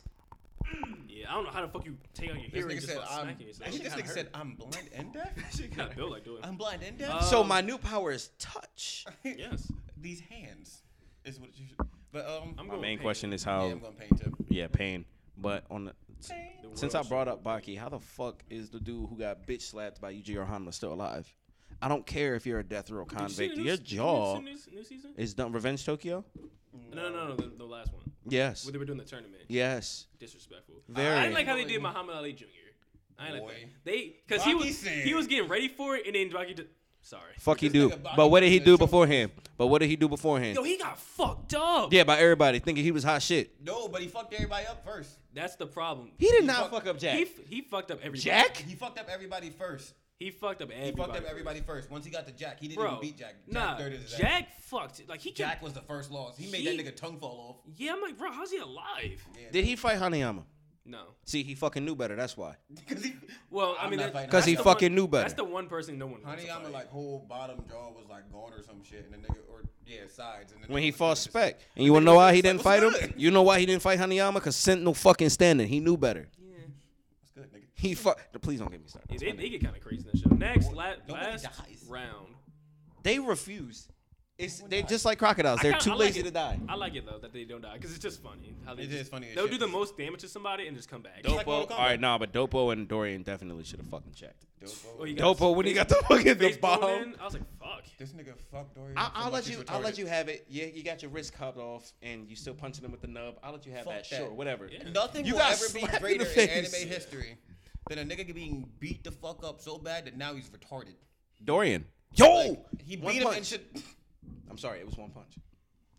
Speaker 1: Yeah, I don't know how the fuck you take out your
Speaker 2: This
Speaker 1: hearing
Speaker 2: nigga
Speaker 1: just
Speaker 2: said
Speaker 1: by
Speaker 2: I'm.
Speaker 1: smacking yourself.
Speaker 2: I think This nigga said I'm blind and deaf.
Speaker 1: Shit got built like Doyle.
Speaker 2: I'm blind and deaf.
Speaker 1: Uh,
Speaker 3: So
Speaker 1: Um,
Speaker 3: my new power is touch.
Speaker 1: yes.
Speaker 2: These hands is what you. Should, but um,
Speaker 1: I'm
Speaker 2: I'm,
Speaker 3: My
Speaker 1: going
Speaker 3: main
Speaker 1: pain.
Speaker 3: question is
Speaker 2: yeah,
Speaker 3: how.
Speaker 2: I'm gonna paint him.
Speaker 3: Yeah, pain. But on the,
Speaker 1: The world
Speaker 3: since I
Speaker 1: should-
Speaker 3: brought up Baki, how the fuck is the dude who got bitch slapped by Yuji Hanma still alive? I don't care if you're a death row
Speaker 1: Did you see the
Speaker 3: convict.
Speaker 1: new
Speaker 3: Your
Speaker 1: s- did you
Speaker 3: jaw
Speaker 1: see the New, new season?
Speaker 3: is done. Revenge Tokyo.
Speaker 1: No, no, no, no the, the last one.
Speaker 3: Yes.
Speaker 1: Where they were doing the tournament.
Speaker 3: Yes.
Speaker 1: Disrespectful.
Speaker 3: Very.
Speaker 1: I didn't like how they did Muhammad Ali Jr. I didn't like
Speaker 2: Boy.
Speaker 1: that. They because he
Speaker 2: Rocky
Speaker 1: was
Speaker 2: said-
Speaker 1: he was getting ready for it and then Rocky. Did, sorry.
Speaker 3: Fuck he
Speaker 2: This
Speaker 3: do.
Speaker 2: nigga Baki
Speaker 3: But what did he
Speaker 2: was
Speaker 3: do
Speaker 2: a choke.
Speaker 3: beforehand? But what did he do beforehand?
Speaker 1: Yo, he got fucked up.
Speaker 3: Yeah, by everybody thinking he was hot shit.
Speaker 2: No, but he fucked everybody up first.
Speaker 1: That's the problem.
Speaker 3: He did not
Speaker 2: fucked-
Speaker 3: fuck up Jack.
Speaker 1: He, f- he fucked up everybody.
Speaker 3: Jack?
Speaker 2: He fucked up everybody first.
Speaker 1: He fucked up everybody.
Speaker 2: He fucked up everybody first. Once he got to Jack, he didn't
Speaker 1: Bro,
Speaker 2: even beat Jack. Jack
Speaker 1: nah,
Speaker 2: third is
Speaker 1: Jack fucked. Like he
Speaker 2: Jack
Speaker 1: kept,
Speaker 2: was the first loss. He made
Speaker 1: He-
Speaker 2: that nigga tongue fall off.
Speaker 1: Yeah, I'm like, bro, how's he alive?
Speaker 3: Did he fight Hanayama?
Speaker 1: No.
Speaker 3: See, he fucking knew better. That's why.
Speaker 2: Because he,
Speaker 1: Well,
Speaker 2: I'm
Speaker 1: I mean,
Speaker 2: not
Speaker 1: that-
Speaker 2: fighting
Speaker 1: that's
Speaker 3: Because he
Speaker 1: the
Speaker 3: fucking
Speaker 1: one-
Speaker 3: knew better.
Speaker 1: That's the one person no one. wants to
Speaker 2: Hanayama
Speaker 1: fight.
Speaker 2: like whole bottom jaw was like gone or some shit, and the nigga or yeah sides. And the
Speaker 3: when
Speaker 2: nigga
Speaker 3: he
Speaker 2: was
Speaker 3: fought
Speaker 2: just-
Speaker 3: Spec. And you want to know why he didn't
Speaker 2: What's
Speaker 3: fight him?
Speaker 2: good?
Speaker 3: You know why he didn't fight Hanayama? Because Sentinel fucking standing. He knew better.
Speaker 2: What's good, nigga?
Speaker 3: He fuck. Please don't get me started.
Speaker 1: Yeah,
Speaker 3: That's
Speaker 1: they,
Speaker 3: my
Speaker 1: they
Speaker 3: nigga.
Speaker 1: get kind of crazy in that show. Next, la-
Speaker 2: nobody
Speaker 1: last
Speaker 2: dies.
Speaker 1: round.
Speaker 3: They refuse. It's they're just like crocodiles. They're
Speaker 1: kinda-
Speaker 3: too
Speaker 1: I like
Speaker 3: lazy
Speaker 1: it.
Speaker 3: to die.
Speaker 1: I like it though that they don't die because it's just funny. How they
Speaker 2: It
Speaker 1: just,
Speaker 2: is funny as
Speaker 1: They'll
Speaker 2: shit.
Speaker 1: do the most damage to somebody and just come back.
Speaker 2: Dope. Like Mortal Kombat.
Speaker 3: nah, but Dopo and Dorian definitely should have fucking checked.
Speaker 1: Oh, you got
Speaker 3: Dopo when he got the fucking the
Speaker 1: face blown
Speaker 3: bomb.
Speaker 1: in, I was like, fuck.
Speaker 2: This nigga fucked Dorian.
Speaker 3: I,
Speaker 2: so
Speaker 3: I'll
Speaker 2: much
Speaker 3: let
Speaker 2: he's
Speaker 3: you. I'll let
Speaker 2: retarded.
Speaker 3: you have it. Yeah, you got your wrist cut off, and you still punching him with the nub. I'll let you have
Speaker 2: Fuck
Speaker 3: that.
Speaker 2: that.
Speaker 3: Sure, whatever.
Speaker 1: Yeah.
Speaker 2: Nothing
Speaker 3: You
Speaker 2: will
Speaker 3: got
Speaker 2: ever
Speaker 3: slapped
Speaker 2: be
Speaker 3: in
Speaker 2: greater
Speaker 3: the
Speaker 2: in
Speaker 3: face.
Speaker 2: anime history than a nigga being beat the fuck up so bad that now he's retarded.
Speaker 3: Dorian. Yo,
Speaker 2: Like, he beat him and shit.
Speaker 3: I'm sorry, it was one punch.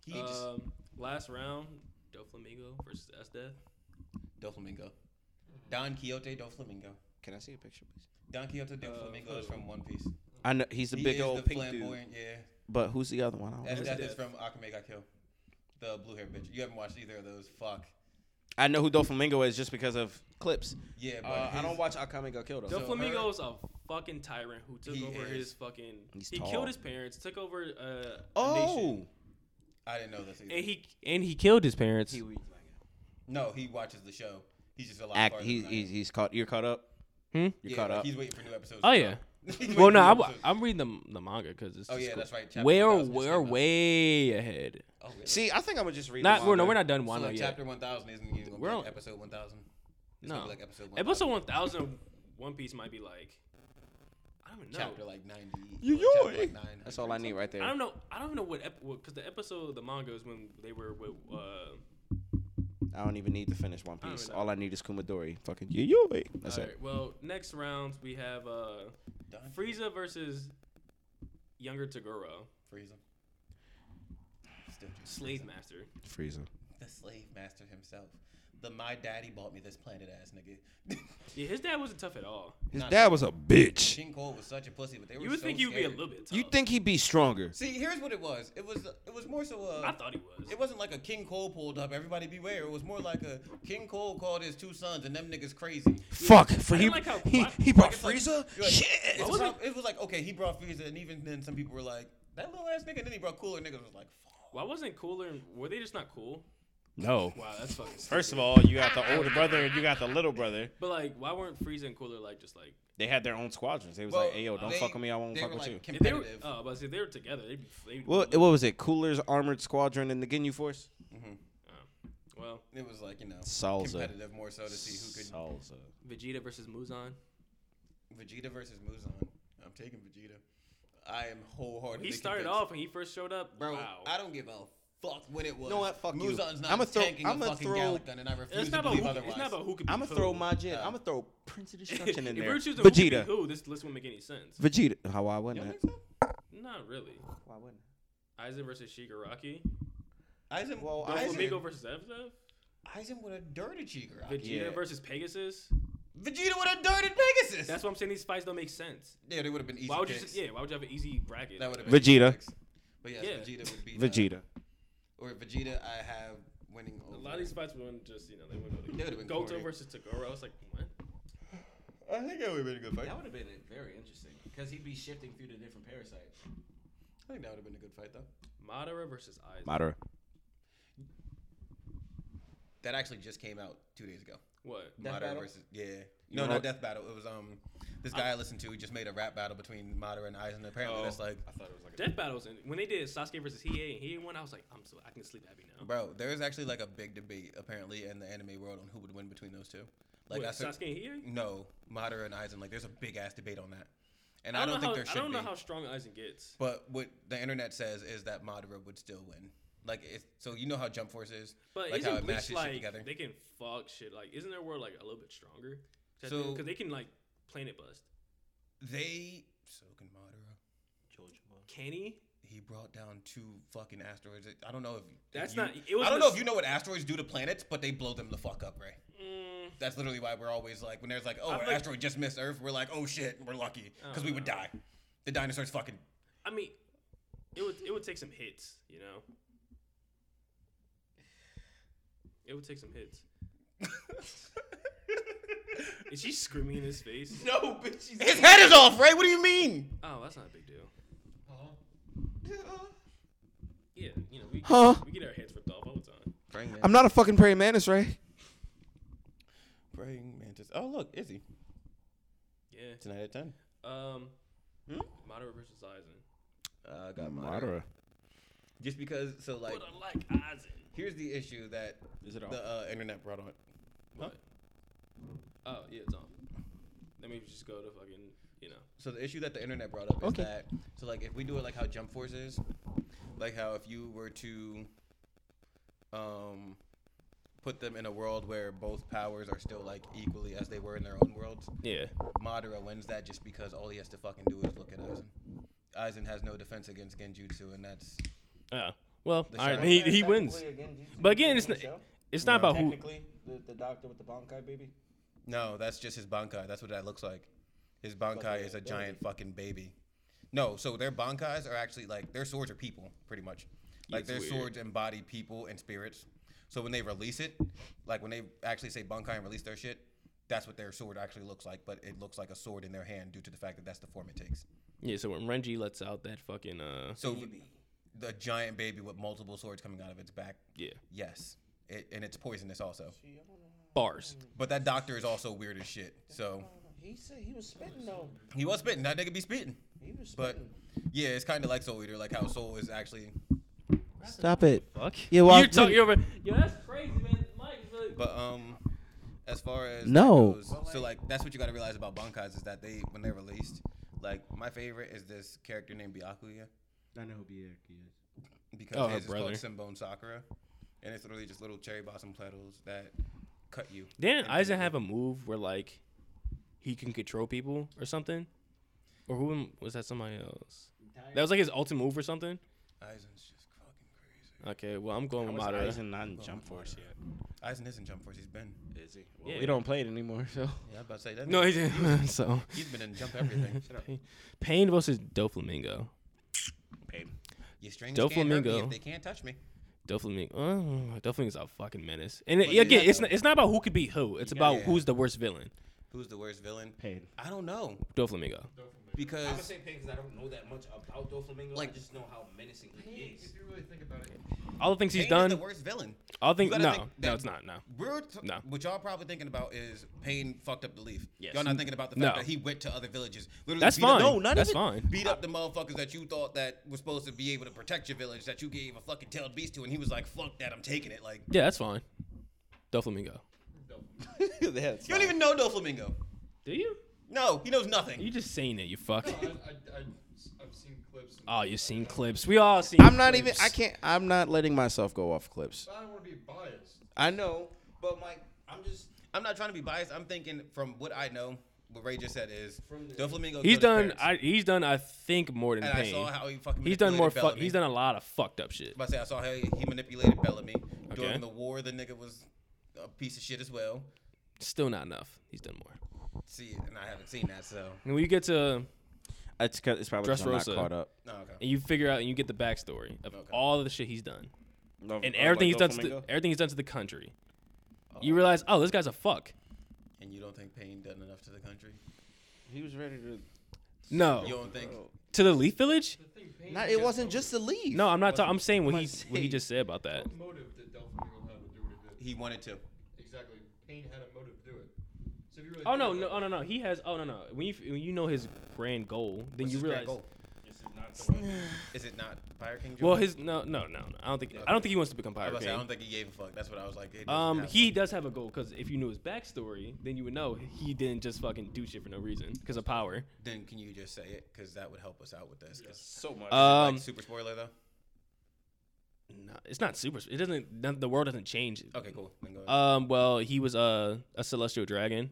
Speaker 2: He just
Speaker 1: Um, last round, Doflamingo versus S Death.
Speaker 2: Doflamingo. Don Quixote Doflamingo.
Speaker 3: Can I see a picture, please?
Speaker 2: Don Quixote
Speaker 1: Uh,
Speaker 2: Doflamingo is from One Piece.
Speaker 3: I know he's the
Speaker 2: He
Speaker 3: big
Speaker 2: is
Speaker 3: old
Speaker 2: the
Speaker 3: pink dude.
Speaker 2: flamboyant, yeah.
Speaker 3: But who's the other one? I, don't
Speaker 2: That's
Speaker 3: know.
Speaker 2: that
Speaker 1: Death.
Speaker 2: is from Akame ga Kill. The blue hair bitch. You haven't watched either of those. Fuck.
Speaker 3: I know who Doflamingo is just because of clips.
Speaker 2: Yeah, but
Speaker 3: Uh, I
Speaker 2: his-
Speaker 3: don't watch Akame ga Kill though.
Speaker 2: So
Speaker 1: Doflamingo's
Speaker 2: her-
Speaker 1: Flamingo is a fucking tyrant who took
Speaker 2: He
Speaker 1: over
Speaker 2: is.
Speaker 1: his fucking.
Speaker 3: He's
Speaker 1: he
Speaker 3: tall.
Speaker 1: killed his parents, took over uh, a
Speaker 3: oh,
Speaker 1: nation,
Speaker 2: I didn't know this either.
Speaker 1: and he and he killed his parents.
Speaker 3: he,
Speaker 2: no, he watches the show. He's just a lot
Speaker 3: act,
Speaker 2: farther
Speaker 3: he's,
Speaker 2: than I am.
Speaker 3: he's he's caught. You're caught up.
Speaker 1: Hmm?
Speaker 3: You're
Speaker 2: yeah,
Speaker 3: caught
Speaker 2: like,
Speaker 3: up.
Speaker 2: He's waiting for new episodes.
Speaker 1: Oh,
Speaker 2: to
Speaker 1: yeah.
Speaker 2: come. He's waiting
Speaker 1: well,
Speaker 2: for
Speaker 1: no,
Speaker 2: new
Speaker 1: I'm,
Speaker 3: Oh,
Speaker 2: episodes.
Speaker 1: I'm reading the, the manga because it's.
Speaker 2: Oh,
Speaker 1: just
Speaker 2: yeah,
Speaker 1: cool.
Speaker 2: that's right, chapter
Speaker 1: We're
Speaker 2: 1000 just
Speaker 1: we're
Speaker 2: came out.
Speaker 1: way ahead.
Speaker 2: Oh, really?
Speaker 3: See, I think I'm gonna just read.
Speaker 1: Not
Speaker 3: the
Speaker 1: we're no
Speaker 3: manga.
Speaker 1: we're not done
Speaker 2: So,
Speaker 1: Wano
Speaker 2: like,
Speaker 1: yet.
Speaker 2: chapter 1000 isn't even going to be
Speaker 1: We're
Speaker 2: like
Speaker 1: on-
Speaker 2: episode 1000. It's
Speaker 1: No.
Speaker 2: gonna be like episode 1000.
Speaker 1: Episode one thousand of One Piece might be like. I don't know.
Speaker 2: Chapter like 90.
Speaker 3: You-
Speaker 2: or chapter,
Speaker 3: you-
Speaker 2: like, 900
Speaker 3: That's all I
Speaker 2: or
Speaker 3: need
Speaker 2: something.
Speaker 3: right there.
Speaker 1: I don't know. I don't know what because the episode of the manga is when they were with. Uh,
Speaker 3: I don't even need to finish One
Speaker 1: I don't
Speaker 3: Piece.
Speaker 1: really know.
Speaker 3: All I need is Kumadori. Fucking yoy. That's
Speaker 1: all
Speaker 3: it.
Speaker 1: right, well, next rounds we have uh,
Speaker 2: Done.
Speaker 1: Frieza versus younger Tagoro,
Speaker 2: Freeze him. Still just
Speaker 1: slave master.
Speaker 3: Frieza.
Speaker 2: The slave master himself. The my daddy bought me this planet ass nigga.
Speaker 1: Yeah, his dad wasn't tough at all.
Speaker 3: His
Speaker 2: Nah,
Speaker 3: dad was a bitch.
Speaker 2: King Cole was such a pussy, but they were
Speaker 1: You would
Speaker 2: so
Speaker 1: think he would be a
Speaker 2: scared.
Speaker 1: little bit tough.
Speaker 3: You think he'd be stronger?
Speaker 2: See, here's what it was. It was it was more so uh
Speaker 1: I thought he was.
Speaker 2: It wasn't like a King Cole pulled up. Everybody beware. It was more like a King Cole called his two sons, and them niggas crazy.
Speaker 3: Fuck. For
Speaker 1: I
Speaker 3: he
Speaker 1: didn't like how-
Speaker 3: he,
Speaker 1: why-
Speaker 3: he brought
Speaker 2: It's like-
Speaker 3: Frieza.
Speaker 2: you're like-
Speaker 3: Shit.
Speaker 2: It's
Speaker 1: was
Speaker 2: prob-
Speaker 1: like-
Speaker 2: it was like okay, he brought Frieza, and even then, some people were like that little ass nigga. And then he brought cooler niggas. Was like, fuck.
Speaker 1: Why wasn't cooler? And, were they just not cool?
Speaker 3: No.
Speaker 1: Wow, that's fucking. Stupid.
Speaker 3: First of all, you got the older brother and you got the little brother.
Speaker 1: but like, why weren't Frieza and Cooler like just like
Speaker 3: They had their own squadrons. They was
Speaker 2: Well,
Speaker 3: like, "Hey yo, don't
Speaker 2: they-
Speaker 3: fuck with me. I won't
Speaker 2: they
Speaker 3: fuck
Speaker 2: were,
Speaker 3: with
Speaker 2: like,
Speaker 3: you."
Speaker 1: if they were?
Speaker 2: competitive.
Speaker 1: Oh, I was about to say if they were together, they'd be. They'd be
Speaker 3: Well,
Speaker 1: losing.
Speaker 3: what was it? Cooler's armored squadron and the Ginyu Force.
Speaker 2: Mm-hmm.
Speaker 1: well,
Speaker 2: It was like you know
Speaker 3: Salsa.
Speaker 2: competitive more so to see who could
Speaker 3: Salsa.
Speaker 1: Vegeta versus Muzan.
Speaker 2: Vegeta versus Muzan. I'm taking Vegeta. I am wholeheartedly.
Speaker 1: He started
Speaker 2: convinced.
Speaker 1: off when he first showed up.
Speaker 2: bro.
Speaker 1: wow.
Speaker 2: I don't give a fuck what it was.
Speaker 3: know what? Fuck you.
Speaker 2: Muzan's not
Speaker 3: I'ma throw-
Speaker 2: tanking
Speaker 3: I'ma
Speaker 2: a fucking
Speaker 3: throw-
Speaker 2: Gallic gun, and I refuse
Speaker 1: it's
Speaker 2: to
Speaker 1: not about
Speaker 2: believe
Speaker 1: who,
Speaker 2: otherwise.
Speaker 1: it's not about who could be
Speaker 3: I'm
Speaker 1: who.
Speaker 3: gonna throw my gen.
Speaker 2: Uh,
Speaker 3: I'm gonna throw Prince of Destruction in
Speaker 1: if
Speaker 3: there.
Speaker 1: we're choosing Who, could
Speaker 3: Vegeta.
Speaker 1: be who this list wouldn't make any sense.
Speaker 3: Vegeta. How why wouldn't
Speaker 2: You
Speaker 3: it?
Speaker 2: don't think so?
Speaker 1: Not really.
Speaker 3: Why wouldn't? it?
Speaker 1: Aizen versus Shigaraki.
Speaker 2: Aizen,
Speaker 3: Well,
Speaker 2: Aizen,
Speaker 1: Doflamingo versus Zevzev.
Speaker 2: Aizen would have dirted Chigra.
Speaker 1: Vegeta
Speaker 3: Yeah.
Speaker 1: versus Pegasus.
Speaker 2: Vegeta would have dirted Pegasus.
Speaker 1: That's why I'm saying these fights don't make sense.
Speaker 2: yeah, they would have been easy.
Speaker 1: Why would you?
Speaker 2: picks.
Speaker 1: Just, yeah. Why would you have an easy bracket?
Speaker 2: That would have
Speaker 3: Vegeta.
Speaker 2: But yes,
Speaker 1: Yeah.
Speaker 2: Vegeta would be
Speaker 3: Vegeta.
Speaker 2: Or Vegeta, I have winning over.
Speaker 1: A lot of these fights wouldn't just, you know, they wouldn't
Speaker 2: They
Speaker 1: really.
Speaker 2: would've been
Speaker 1: Goto
Speaker 2: corny.
Speaker 1: versus Tagoro. I was like, what?
Speaker 2: I think that would have been a good fight.
Speaker 8: That would have been very interesting because he'd be shifting through the different parasites.
Speaker 2: I think that would have been a good fight though.
Speaker 1: Madara versus Aizen.
Speaker 3: Madara.
Speaker 2: That actually just came out two days ago.
Speaker 1: what?
Speaker 8: Death
Speaker 2: Madara
Speaker 8: battle?
Speaker 2: versus yeah. No,
Speaker 3: know
Speaker 2: not
Speaker 3: what?
Speaker 2: death battle. It was um this guy I, listened to. He just made a rap battle between Madara and Aizen. Apparently,
Speaker 1: Oh.
Speaker 2: that's like,
Speaker 4: I thought it was like a
Speaker 1: Death battles. And when they did Sasuke versus Hiei and Hiei won, I was like, I'm so I can sleep happy now.
Speaker 2: bro, there is actually like a big debate apparently in the anime world on who would win between those two. Like
Speaker 1: What,
Speaker 2: I said,
Speaker 1: Sasuke and Hiei.
Speaker 2: no, Madara and Aizen. Like, there's a big ass debate on that, and
Speaker 1: I
Speaker 2: I
Speaker 1: don't, know
Speaker 2: don't, think
Speaker 1: how,
Speaker 2: there should
Speaker 1: I don't
Speaker 2: be.
Speaker 1: know how strong Aizen gets.
Speaker 2: But what the internet says is that Madara would still win. Like, it's, so you know how Jump Force is,
Speaker 1: But
Speaker 2: like
Speaker 1: isn't
Speaker 2: how it
Speaker 1: Bleach
Speaker 2: mashes shit
Speaker 1: like
Speaker 2: together.
Speaker 1: they can fuck shit? Like, isn't their world like a little bit stronger?
Speaker 2: So-
Speaker 1: Because they can like planet bust.
Speaker 2: They so can Madara.
Speaker 1: Can he?
Speaker 2: He brought down two fucking asteroids. I don't know if
Speaker 1: That's
Speaker 2: if you-
Speaker 1: not- it was
Speaker 2: I don't
Speaker 1: mis-
Speaker 2: know if you know what asteroids do to planets, but they blow them the fuck up, Ray.
Speaker 1: Mm,
Speaker 2: That's literally why we're always like, when there's like, oh,
Speaker 1: I
Speaker 2: an
Speaker 1: think-
Speaker 2: asteroid just missed Earth, we're like, oh shit, we're lucky because we would die. The dinosaurs fucking.
Speaker 1: I mean, it would it would take some hits, you know. It would take some hits. Is she screaming in his face?
Speaker 8: No, bitch. She's
Speaker 2: His head is off, Ray. What do you mean?
Speaker 1: Oh, that's not a big deal.
Speaker 5: Huh?
Speaker 1: Yeah, you know, we,
Speaker 3: Huh?
Speaker 1: we get our heads ripped off all the time.
Speaker 3: I'm not a fucking praying mantis, Ray.
Speaker 2: Praying mantis. Oh look, Izzy
Speaker 1: Yeah.
Speaker 2: tonight at ten.
Speaker 1: Um,
Speaker 2: Hmm?
Speaker 1: Madara versus Aizen.
Speaker 2: Uh, got Madara. Just because, so like,
Speaker 1: but I like Aizen.
Speaker 2: here's the issue that
Speaker 3: Is it
Speaker 2: the uh, internet brought on.
Speaker 1: What? Oh yeah, it's on. Let me just go to fucking you know.
Speaker 2: so the issue that the internet brought up is
Speaker 3: Okay.
Speaker 2: that so like if we do it like how jump force is like how if you were to um put them in a world where both powers are still like equally as they were in their own worlds
Speaker 1: Yeah.
Speaker 2: Madara wins that just because all he has to fucking do is look at Aizen Aizen has no defense against Genjutsu and that's
Speaker 1: Yeah. Well,
Speaker 2: The
Speaker 1: all right,
Speaker 2: shadow.
Speaker 1: he he wins. But again, it's not it's not
Speaker 2: No.
Speaker 1: about who.
Speaker 8: Technically, the, the doctor with the Bonkai baby.
Speaker 2: no that's just his Bankai that's what that looks like his Bankai
Speaker 8: Like a
Speaker 2: is a
Speaker 8: baby.
Speaker 2: giant fucking baby no so their Bankais are actually like their swords are people pretty much like
Speaker 1: It's
Speaker 2: their
Speaker 1: weird.
Speaker 2: swords embody people and spirits. So when they release it, like when they actually say Bankai and release their shit, that's what their sword actually looks like. But it looks like a sword in their hand due to the fact that that's the form it takes.
Speaker 1: Yeah. So when Renji lets out that fucking uh.
Speaker 2: So the giant baby with multiple swords coming out of its back.
Speaker 1: Yeah.
Speaker 2: Yes, it, and it's poisonous also.
Speaker 1: Bars.
Speaker 2: But that doctor is also weird as shit. So
Speaker 8: He said he was spitting though.
Speaker 2: he was spitting. That nigga be spitting.
Speaker 8: He was
Speaker 2: But
Speaker 8: spitting.
Speaker 2: yeah, it's kind of like Soul Eater, like how Soul is actually.
Speaker 3: Stop it.
Speaker 1: Fuck.
Speaker 3: Yeah, well,
Speaker 1: You're
Speaker 3: I-
Speaker 1: talking over. Yo, that's crazy, man. Mike is really.
Speaker 2: But um, as far as that
Speaker 3: No.
Speaker 2: goes, so like that's what you got to realize about bankais is that they when they're released, like my favorite is this character named Byakuya
Speaker 6: I know who Bianchi is.
Speaker 2: because
Speaker 1: Oh, her
Speaker 2: his is called
Speaker 1: brother.
Speaker 2: Simbone Sakura, and it's literally just little cherry blossom petals that cut you.
Speaker 1: Didn't
Speaker 2: And
Speaker 1: Aizen have a move where like he can control people or something? Or who was that? Somebody else. That was like his ultimate move or something.
Speaker 2: Aizen's just fucking
Speaker 1: Okay. Well, I'm going with Madara.
Speaker 3: Aizen not in Jump Force yet?
Speaker 2: crazy. Aizen isn't Jump Force. He's been.
Speaker 8: Is he?
Speaker 1: Yeah.
Speaker 3: We don't play it anymore, so.
Speaker 2: Yeah, I'm about to say that.
Speaker 1: No, he
Speaker 2: nigga-
Speaker 1: didn't. so.
Speaker 2: he's been in Jump everything.
Speaker 1: Pain versus Doflamingo.
Speaker 2: Your strings can't hurt me
Speaker 1: Doflamingo.
Speaker 2: if they can't touch me.
Speaker 1: Doflamingo. Oh, Doflamingo's a fucking menace. And it-
Speaker 2: Well, you
Speaker 1: again,
Speaker 2: got
Speaker 1: it's
Speaker 2: the-
Speaker 1: not, it's not about who could beat who. It's about
Speaker 2: yeah.
Speaker 1: who's the worst villain.
Speaker 2: Who's the worst villain?
Speaker 6: Pain.
Speaker 2: I don't know
Speaker 1: Doflamingo.
Speaker 8: I'm gonna
Speaker 2: because
Speaker 8: say pain because I don't know that much about Doflamingo.
Speaker 2: Like-
Speaker 8: I just know how menacing he is.
Speaker 5: If you really think about it,
Speaker 1: All the things he's
Speaker 2: Pain is
Speaker 1: done.
Speaker 2: the worst villain.
Speaker 1: all things.
Speaker 2: gotta
Speaker 1: No,
Speaker 2: think that-
Speaker 1: no, it's not. No.
Speaker 2: We're t-
Speaker 1: No.
Speaker 2: What y'all probably thinking about is Payne fucked up the leaf.
Speaker 1: Yes.
Speaker 2: Y'all not thinking about the fact
Speaker 1: No.
Speaker 2: that he went to other villages. Literally
Speaker 1: That's
Speaker 2: beat
Speaker 1: fine.
Speaker 2: up- no, none
Speaker 1: That's
Speaker 2: of it.
Speaker 1: fine.
Speaker 2: Beat up the motherfuckers that you thought that was supposed to be able to protect your village that you gave a fucking tailed beast to, and he was like, "Fuck that, I'm taking it." Like
Speaker 1: Yeah, that's fine. Doflamingo.
Speaker 3: That's
Speaker 2: you don't even know Doflamingo.
Speaker 1: Do you?
Speaker 2: No, he knows nothing.
Speaker 1: You just saying it. You fuck.
Speaker 5: I, I, I, I've seen clips. and-
Speaker 1: Oh, you've seen clips. We all seen.
Speaker 3: I'm not even.
Speaker 1: clips.
Speaker 3: I can't. I'm not letting myself go off clips.
Speaker 5: I don't want to be biased.
Speaker 3: I know.
Speaker 8: But Mike, I'm just
Speaker 2: I'm not trying to be biased. I'm thinking from what I know, what Ray just said is Doflamingo.
Speaker 1: He's
Speaker 2: killed his
Speaker 1: done.
Speaker 2: parents.
Speaker 1: I, he's done. I think more than
Speaker 2: and I
Speaker 1: pain.
Speaker 2: saw how he fucking.
Speaker 1: he's done more.
Speaker 2: manipulated
Speaker 1: Fuck.
Speaker 2: Bellamy.
Speaker 1: He's done a lot of fucked up shit.
Speaker 2: I'm about to say I saw how he, he manipulated Bellamy
Speaker 1: Okay.
Speaker 2: during the war. The nigga was a piece of shit as well.
Speaker 1: Still not enough. He's done more.
Speaker 2: See, and I haven't seen that, so
Speaker 1: And when you get to
Speaker 3: It's, 'cause- it's probably 'cause I'm not
Speaker 1: Dressrosa.
Speaker 3: caught up.
Speaker 2: no. Okay.
Speaker 1: and you figure out and you get the backstory of
Speaker 2: Okay.
Speaker 1: all of the shit he's done.
Speaker 3: Love-
Speaker 1: and
Speaker 3: uh,
Speaker 1: everything he's
Speaker 3: like
Speaker 1: done
Speaker 3: Doflamingo?
Speaker 1: to the, everything he's done to the country. You realize, oh, this guy's a fuck.
Speaker 2: And you don't think Payne done enough to the country?
Speaker 3: he was ready to.
Speaker 1: No,
Speaker 2: You don't think?
Speaker 1: to the Leaf Village.
Speaker 3: Not, it wasn't just the leave.
Speaker 1: No, I'm not. Ta- I'm saying what
Speaker 3: I'm
Speaker 1: he
Speaker 3: saying-
Speaker 1: what he just said about that.
Speaker 5: What motive did Delphine have to do what it did?
Speaker 2: He wanted to.
Speaker 5: Exactly. Payne had a motive to do it. So if you really
Speaker 1: Oh
Speaker 5: think
Speaker 1: no,
Speaker 5: about
Speaker 1: no,
Speaker 5: it,
Speaker 1: oh, no, no. He has. Oh no, no. When you when you know his grand goal, then you
Speaker 2: his grand
Speaker 1: realize.
Speaker 2: goal? Is it not Fire King?
Speaker 1: Well,
Speaker 2: Jordan?
Speaker 1: his no, no, no, no. I don't think. I don't think he wants to become
Speaker 2: I, was
Speaker 1: Pirate
Speaker 2: about to say, I
Speaker 1: King.
Speaker 2: don't think he gave a fuck. That's what I was like. it doesn't
Speaker 1: Um,
Speaker 2: have
Speaker 1: he
Speaker 2: one.
Speaker 1: does have a goal because if you knew his backstory, then you would know he didn't just fucking do shit for no reason because of power.
Speaker 2: Then can you just say it? Because that would help us out with this. 'Cause-
Speaker 3: so much.
Speaker 1: Um,
Speaker 2: like, super spoiler though.
Speaker 1: no, it's not super. It doesn't. none- The world doesn't change.
Speaker 2: Okay, cool. Then go ahead.
Speaker 1: Um, well, he was a a celestial dragon.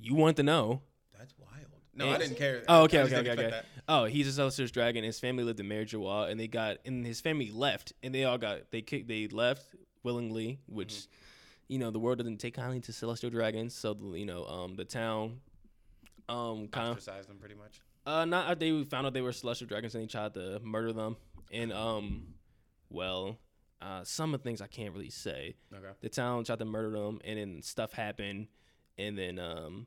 Speaker 1: You want to know?
Speaker 2: That's wild. No, I
Speaker 1: and-
Speaker 2: didn't care.
Speaker 1: uh, Oh,
Speaker 2: I-
Speaker 1: okay,
Speaker 2: I just
Speaker 1: okay, okay,
Speaker 2: didn't
Speaker 1: okay.
Speaker 2: expect
Speaker 1: Oh, he's a Celestial dragon. His family lived in Marjawa, and they got and his family left, and they all got they kicked they left willingly, which you know the world doesn't take kindly to Celestial dragons. So you know um the town um
Speaker 2: that.
Speaker 1: kind of
Speaker 2: Ostracized them pretty much.
Speaker 1: uh not they found out they were Celestial dragons and they tried to murder them, and um well uh some of the things I can't really say
Speaker 2: Okay.
Speaker 1: the town tried to murder them and then stuff happened and then um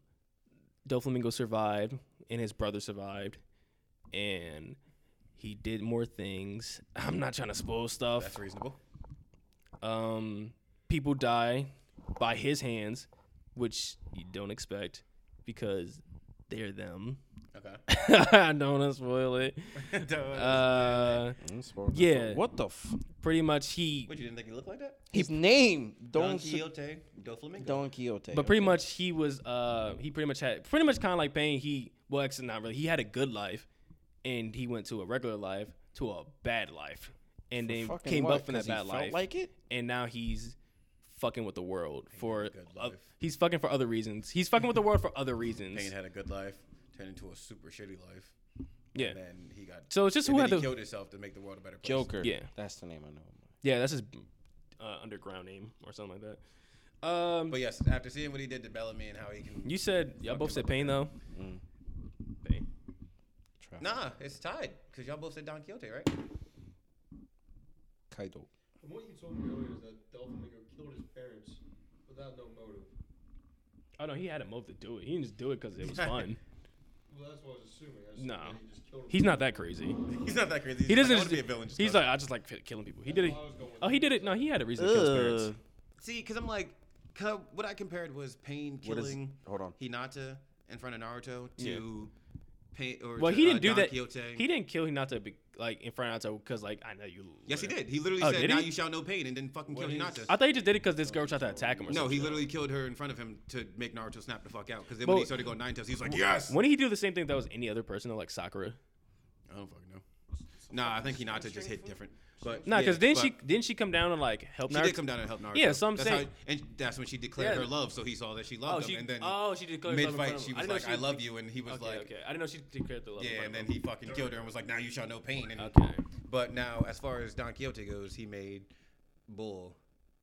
Speaker 1: Doflamingo survived and his brother survived and he did more things. I'm not trying to spoil stuff.
Speaker 2: That's reasonable.
Speaker 1: Um people die by his hands, which you don't expect because they're them.
Speaker 2: Okay.
Speaker 1: I don't want to spoil it. Uh, yeah.
Speaker 3: What the? F-
Speaker 1: pretty much he
Speaker 2: What you didn't think he looked like that?
Speaker 3: His name
Speaker 2: Don
Speaker 3: Don
Speaker 2: Quixote, Do Flamingo.
Speaker 3: Don Quixote.
Speaker 1: But pretty much he was uh he pretty much had pretty much kind of like Payne. He well actually not really. He had a good life, and he went to a regular life to a bad life, and then
Speaker 3: Fucking
Speaker 1: came
Speaker 3: what?
Speaker 1: up from that
Speaker 3: 'Cause he
Speaker 1: bad
Speaker 3: felt
Speaker 1: life.
Speaker 3: Like it.
Speaker 1: and now he's fucking with the world for
Speaker 2: had a good
Speaker 1: uh,
Speaker 2: life.
Speaker 1: he's fucking for other reasons. He's fucking with the world for other reasons.
Speaker 2: Payne had a good life, turned into a super shitty life,
Speaker 1: Yeah.
Speaker 2: and then he got.
Speaker 1: So it's just
Speaker 2: and
Speaker 1: who
Speaker 2: then
Speaker 1: had
Speaker 2: he
Speaker 1: the
Speaker 2: killed himself to make the world a better place.
Speaker 3: Joker.
Speaker 1: Yeah.
Speaker 3: That's the name I know.
Speaker 1: yeah. That's his uh, underground name or something like that. Um,
Speaker 2: But yes, after seeing what he did to Bellamy and how he can.
Speaker 1: you said y'all both said Payne though.
Speaker 3: Mm.
Speaker 1: Payne.
Speaker 2: Nah, it's tied because y'all both said Don Quixote, right?
Speaker 3: Kaido.
Speaker 5: From what you told me earlier is that Delphine killed his parents without no motive.
Speaker 1: Oh no, he had a motive to do it. He didn't just do it because it was fun.
Speaker 5: Well, that's what I was assuming. I
Speaker 1: No.
Speaker 5: assumed that he just killed him.
Speaker 1: He's not that crazy.
Speaker 2: He's not that crazy.
Speaker 1: He
Speaker 2: He's
Speaker 1: doesn't
Speaker 2: like, I
Speaker 1: just
Speaker 2: wanna be a villain. Just
Speaker 1: He's
Speaker 2: cause-
Speaker 1: like, I just like fi- killing people. He did
Speaker 5: That's
Speaker 1: it.
Speaker 5: why I was going with
Speaker 1: Oh, he
Speaker 5: that.
Speaker 1: did it. No, he had a reason to kill his parents.
Speaker 3: Ugh.
Speaker 2: See, because I'm like, 'cause I- what I compared was Pain
Speaker 3: What is-
Speaker 2: killing
Speaker 3: hold on.
Speaker 2: Hinata in front of Naruto
Speaker 1: Yeah.
Speaker 2: to Pain or
Speaker 1: Well,
Speaker 2: to,
Speaker 1: he
Speaker 2: uh,
Speaker 1: didn't do
Speaker 2: Don
Speaker 1: that.
Speaker 2: Quixote.
Speaker 1: He didn't kill Hinata be, like in front of Hinata because like I know you.
Speaker 2: yes, he did. He literally
Speaker 1: Oh,
Speaker 2: said,
Speaker 1: did
Speaker 2: "Now
Speaker 1: he?
Speaker 2: you shall know pain," and then fucking killed Hinata.
Speaker 1: I thought he just did it because this girl tried to attack him. or
Speaker 2: no,
Speaker 1: something.
Speaker 2: he literally killed her in front of him to make Naruto snap the fuck out. Because then
Speaker 1: But-
Speaker 2: when he started going nine tails, he was like, "Yes."
Speaker 1: When did he do the same thing that was any other person though, like Sakura?
Speaker 2: I don't fucking know. Nah, I think Hinata just hit different. But
Speaker 1: Nah,
Speaker 2: yeah,
Speaker 1: because then
Speaker 2: but
Speaker 1: she didn't she come down and like help
Speaker 2: she
Speaker 1: Naruto.
Speaker 2: did come down and help Naruto.
Speaker 1: Yeah, so I'm
Speaker 2: that's
Speaker 1: saying-
Speaker 2: how- and that's when she declared
Speaker 1: Yeah.
Speaker 2: her love. So he saw that she
Speaker 1: oh,
Speaker 2: loved
Speaker 1: she,
Speaker 2: him, and then
Speaker 1: oh, she declared herself
Speaker 2: mid
Speaker 1: in front
Speaker 2: fight
Speaker 1: of
Speaker 2: she
Speaker 1: him.
Speaker 2: was
Speaker 1: didn't know
Speaker 2: like,
Speaker 1: she
Speaker 2: "I love you," and he was
Speaker 1: Okay,
Speaker 2: like,
Speaker 1: okay. I didn't know she declared the love. in
Speaker 2: Yeah,
Speaker 1: front
Speaker 2: and
Speaker 1: of
Speaker 2: then
Speaker 1: him.
Speaker 2: he fucking killed her and was like, "Now you shall know pain." And
Speaker 1: Okay.
Speaker 2: but now, as far as Don Quixote goes, he made Bull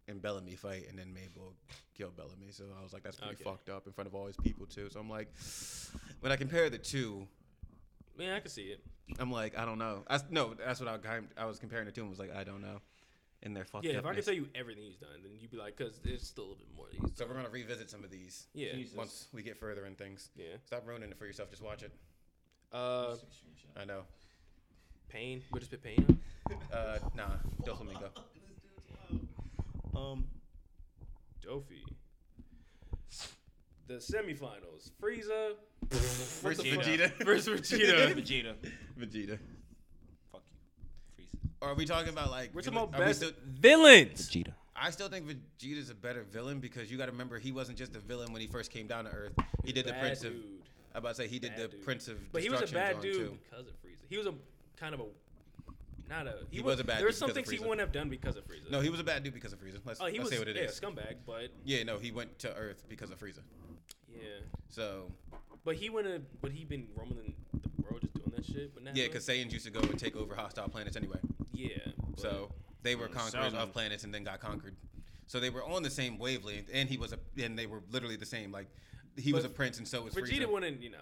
Speaker 2: and Bellamy fight, and then made Bull kill Bellamy. So I was like, "That's pretty
Speaker 1: Okay.
Speaker 2: fucked up in front of all his people too." So I'm like, when I compare the two,
Speaker 1: Man, I can see it.
Speaker 2: I'm like, I don't know. I s no, that's what I, kind- I was comparing it to. And was like, I don't know. And they're fucked
Speaker 1: Yeah,
Speaker 2: up.
Speaker 1: if I could tell you everything he's done, then you'd be like, because there's still a little bit more. That he's
Speaker 2: so we're gonna revisit some of these
Speaker 1: Yeah.
Speaker 2: once we get further in things.
Speaker 1: Yeah.
Speaker 2: Stop ruining it for yourself. Just watch it.
Speaker 1: Uh,
Speaker 2: I know.
Speaker 1: pain. We'll just put pain. on?
Speaker 2: Uh, nah, Doflamingo.
Speaker 3: Um.
Speaker 1: Dofi. The semifinals. Frieza
Speaker 2: First
Speaker 3: Vegeta.
Speaker 2: Vegeta.
Speaker 1: versus Vegeta.
Speaker 3: Vegeta.
Speaker 2: Vegeta.
Speaker 3: Fuck you.
Speaker 2: Or are we talking about like?
Speaker 1: We're
Speaker 2: villain-
Speaker 1: talking about
Speaker 2: are we
Speaker 1: best
Speaker 2: still-
Speaker 1: villains.
Speaker 3: Vegeta.
Speaker 2: I still think Vegeta's a better villain because you got to remember he wasn't just a villain when he first came down to Earth. He did the
Speaker 1: Bad
Speaker 2: Prince of.
Speaker 1: dude.
Speaker 2: I about to say he did
Speaker 1: Bad
Speaker 2: the
Speaker 1: dude.
Speaker 2: Prince of.
Speaker 1: But he was a
Speaker 2: Destruction
Speaker 1: bad
Speaker 2: to him,
Speaker 1: dude
Speaker 2: too.
Speaker 1: because of Frieza. He was a kind of a not a.
Speaker 2: He
Speaker 1: wa-
Speaker 2: was a bad
Speaker 1: There were
Speaker 2: dude
Speaker 1: some
Speaker 2: because of
Speaker 1: things he
Speaker 2: Frieza.
Speaker 1: wouldn't have done because of Frieza.
Speaker 2: No, he was a bad dude because of Frieza. Let's,
Speaker 1: Oh, he
Speaker 2: let's
Speaker 1: was
Speaker 2: say what it
Speaker 1: yeah,
Speaker 2: is.
Speaker 1: scumbag, but
Speaker 2: Yeah, no, he went to Earth because of Frieza.
Speaker 1: yeah.
Speaker 2: So
Speaker 1: But he wouldn't. Have, but he been roaming the, the world just doing that shit. But now
Speaker 2: yeah, because Saiyans used to go and take over hostile planets anyway.
Speaker 1: yeah. but-
Speaker 2: So they were conquerors
Speaker 3: Southern.
Speaker 2: of planets and then got conquered. So they were on the same wavelength, and he was a, and they were literally the same. Like he was a
Speaker 1: But
Speaker 2: prince, and so was
Speaker 1: Vegeta
Speaker 2: Frieza.
Speaker 1: wouldn't you know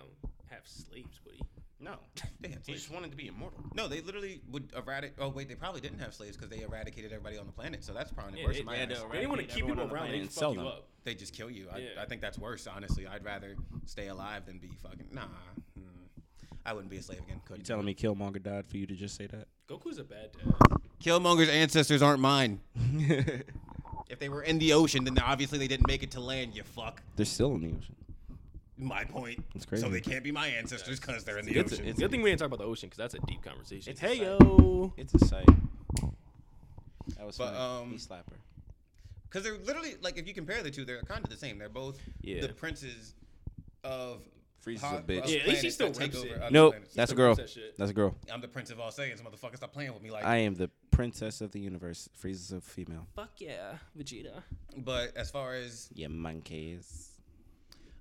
Speaker 1: have slaves, would he?
Speaker 3: No,
Speaker 2: They had
Speaker 3: he
Speaker 2: slaves.
Speaker 3: just wanted to be immortal.
Speaker 2: No, they literally would eradicate. Oh wait, they probably didn't have slaves because they eradicated everybody on the planet. So that's probably
Speaker 1: Yeah,
Speaker 2: worse.
Speaker 1: they,
Speaker 2: in my
Speaker 1: they,
Speaker 2: eyes.
Speaker 1: they didn't want to keep
Speaker 3: everyone
Speaker 1: people
Speaker 3: on the
Speaker 1: around.
Speaker 3: planet
Speaker 1: They
Speaker 3: and
Speaker 1: just
Speaker 3: sell
Speaker 1: fuck you
Speaker 3: them.
Speaker 1: up.
Speaker 2: They just kill you. I,
Speaker 1: Yeah.
Speaker 2: I think that's worse. Honestly, I'd rather stay alive than be fucking. Nah, mm. I wouldn't be a slave again. Couldn't.
Speaker 3: You telling me Killmonger died for you to just say
Speaker 1: Goku's a bad dad.
Speaker 2: Killmonger's ancestors aren't mine.
Speaker 3: that?
Speaker 2: If they were in the ocean, then obviously they didn't make it to land. You fuck.
Speaker 3: They're still in the ocean.
Speaker 2: My point.
Speaker 3: That's crazy.
Speaker 2: So they can't be my ancestors because they're in the
Speaker 3: It's-
Speaker 2: ocean.
Speaker 3: it's-
Speaker 1: Good thing we didn't talk about the ocean because that's a deep conversation.
Speaker 3: It's a
Speaker 1: hey
Speaker 3: sight.
Speaker 1: yo,
Speaker 3: It's a sight. That was
Speaker 2: But,
Speaker 3: funny.
Speaker 2: um,
Speaker 3: He slapper.
Speaker 2: Because they're literally like, if you compare the two, they're kind of the same. They're both
Speaker 1: Yeah.
Speaker 2: the princes of.
Speaker 3: Freeze is
Speaker 2: ho-
Speaker 3: a bitch.
Speaker 1: Yeah, at
Speaker 2: of
Speaker 1: least he
Speaker 2: planets
Speaker 1: still
Speaker 2: that take
Speaker 1: reps
Speaker 2: over
Speaker 1: it.
Speaker 2: other
Speaker 3: Nope,
Speaker 2: planets.
Speaker 3: that's a
Speaker 1: the
Speaker 3: girl.
Speaker 1: princess shit.
Speaker 3: That's a girl.
Speaker 2: I'm the prince of all Saiyans. Motherfucker, stop playing with me like.
Speaker 3: I am the princess of the universe. Freeze is a female.
Speaker 1: fuck yeah, Vegeta.
Speaker 2: But as far as
Speaker 3: Yeah, monkeys.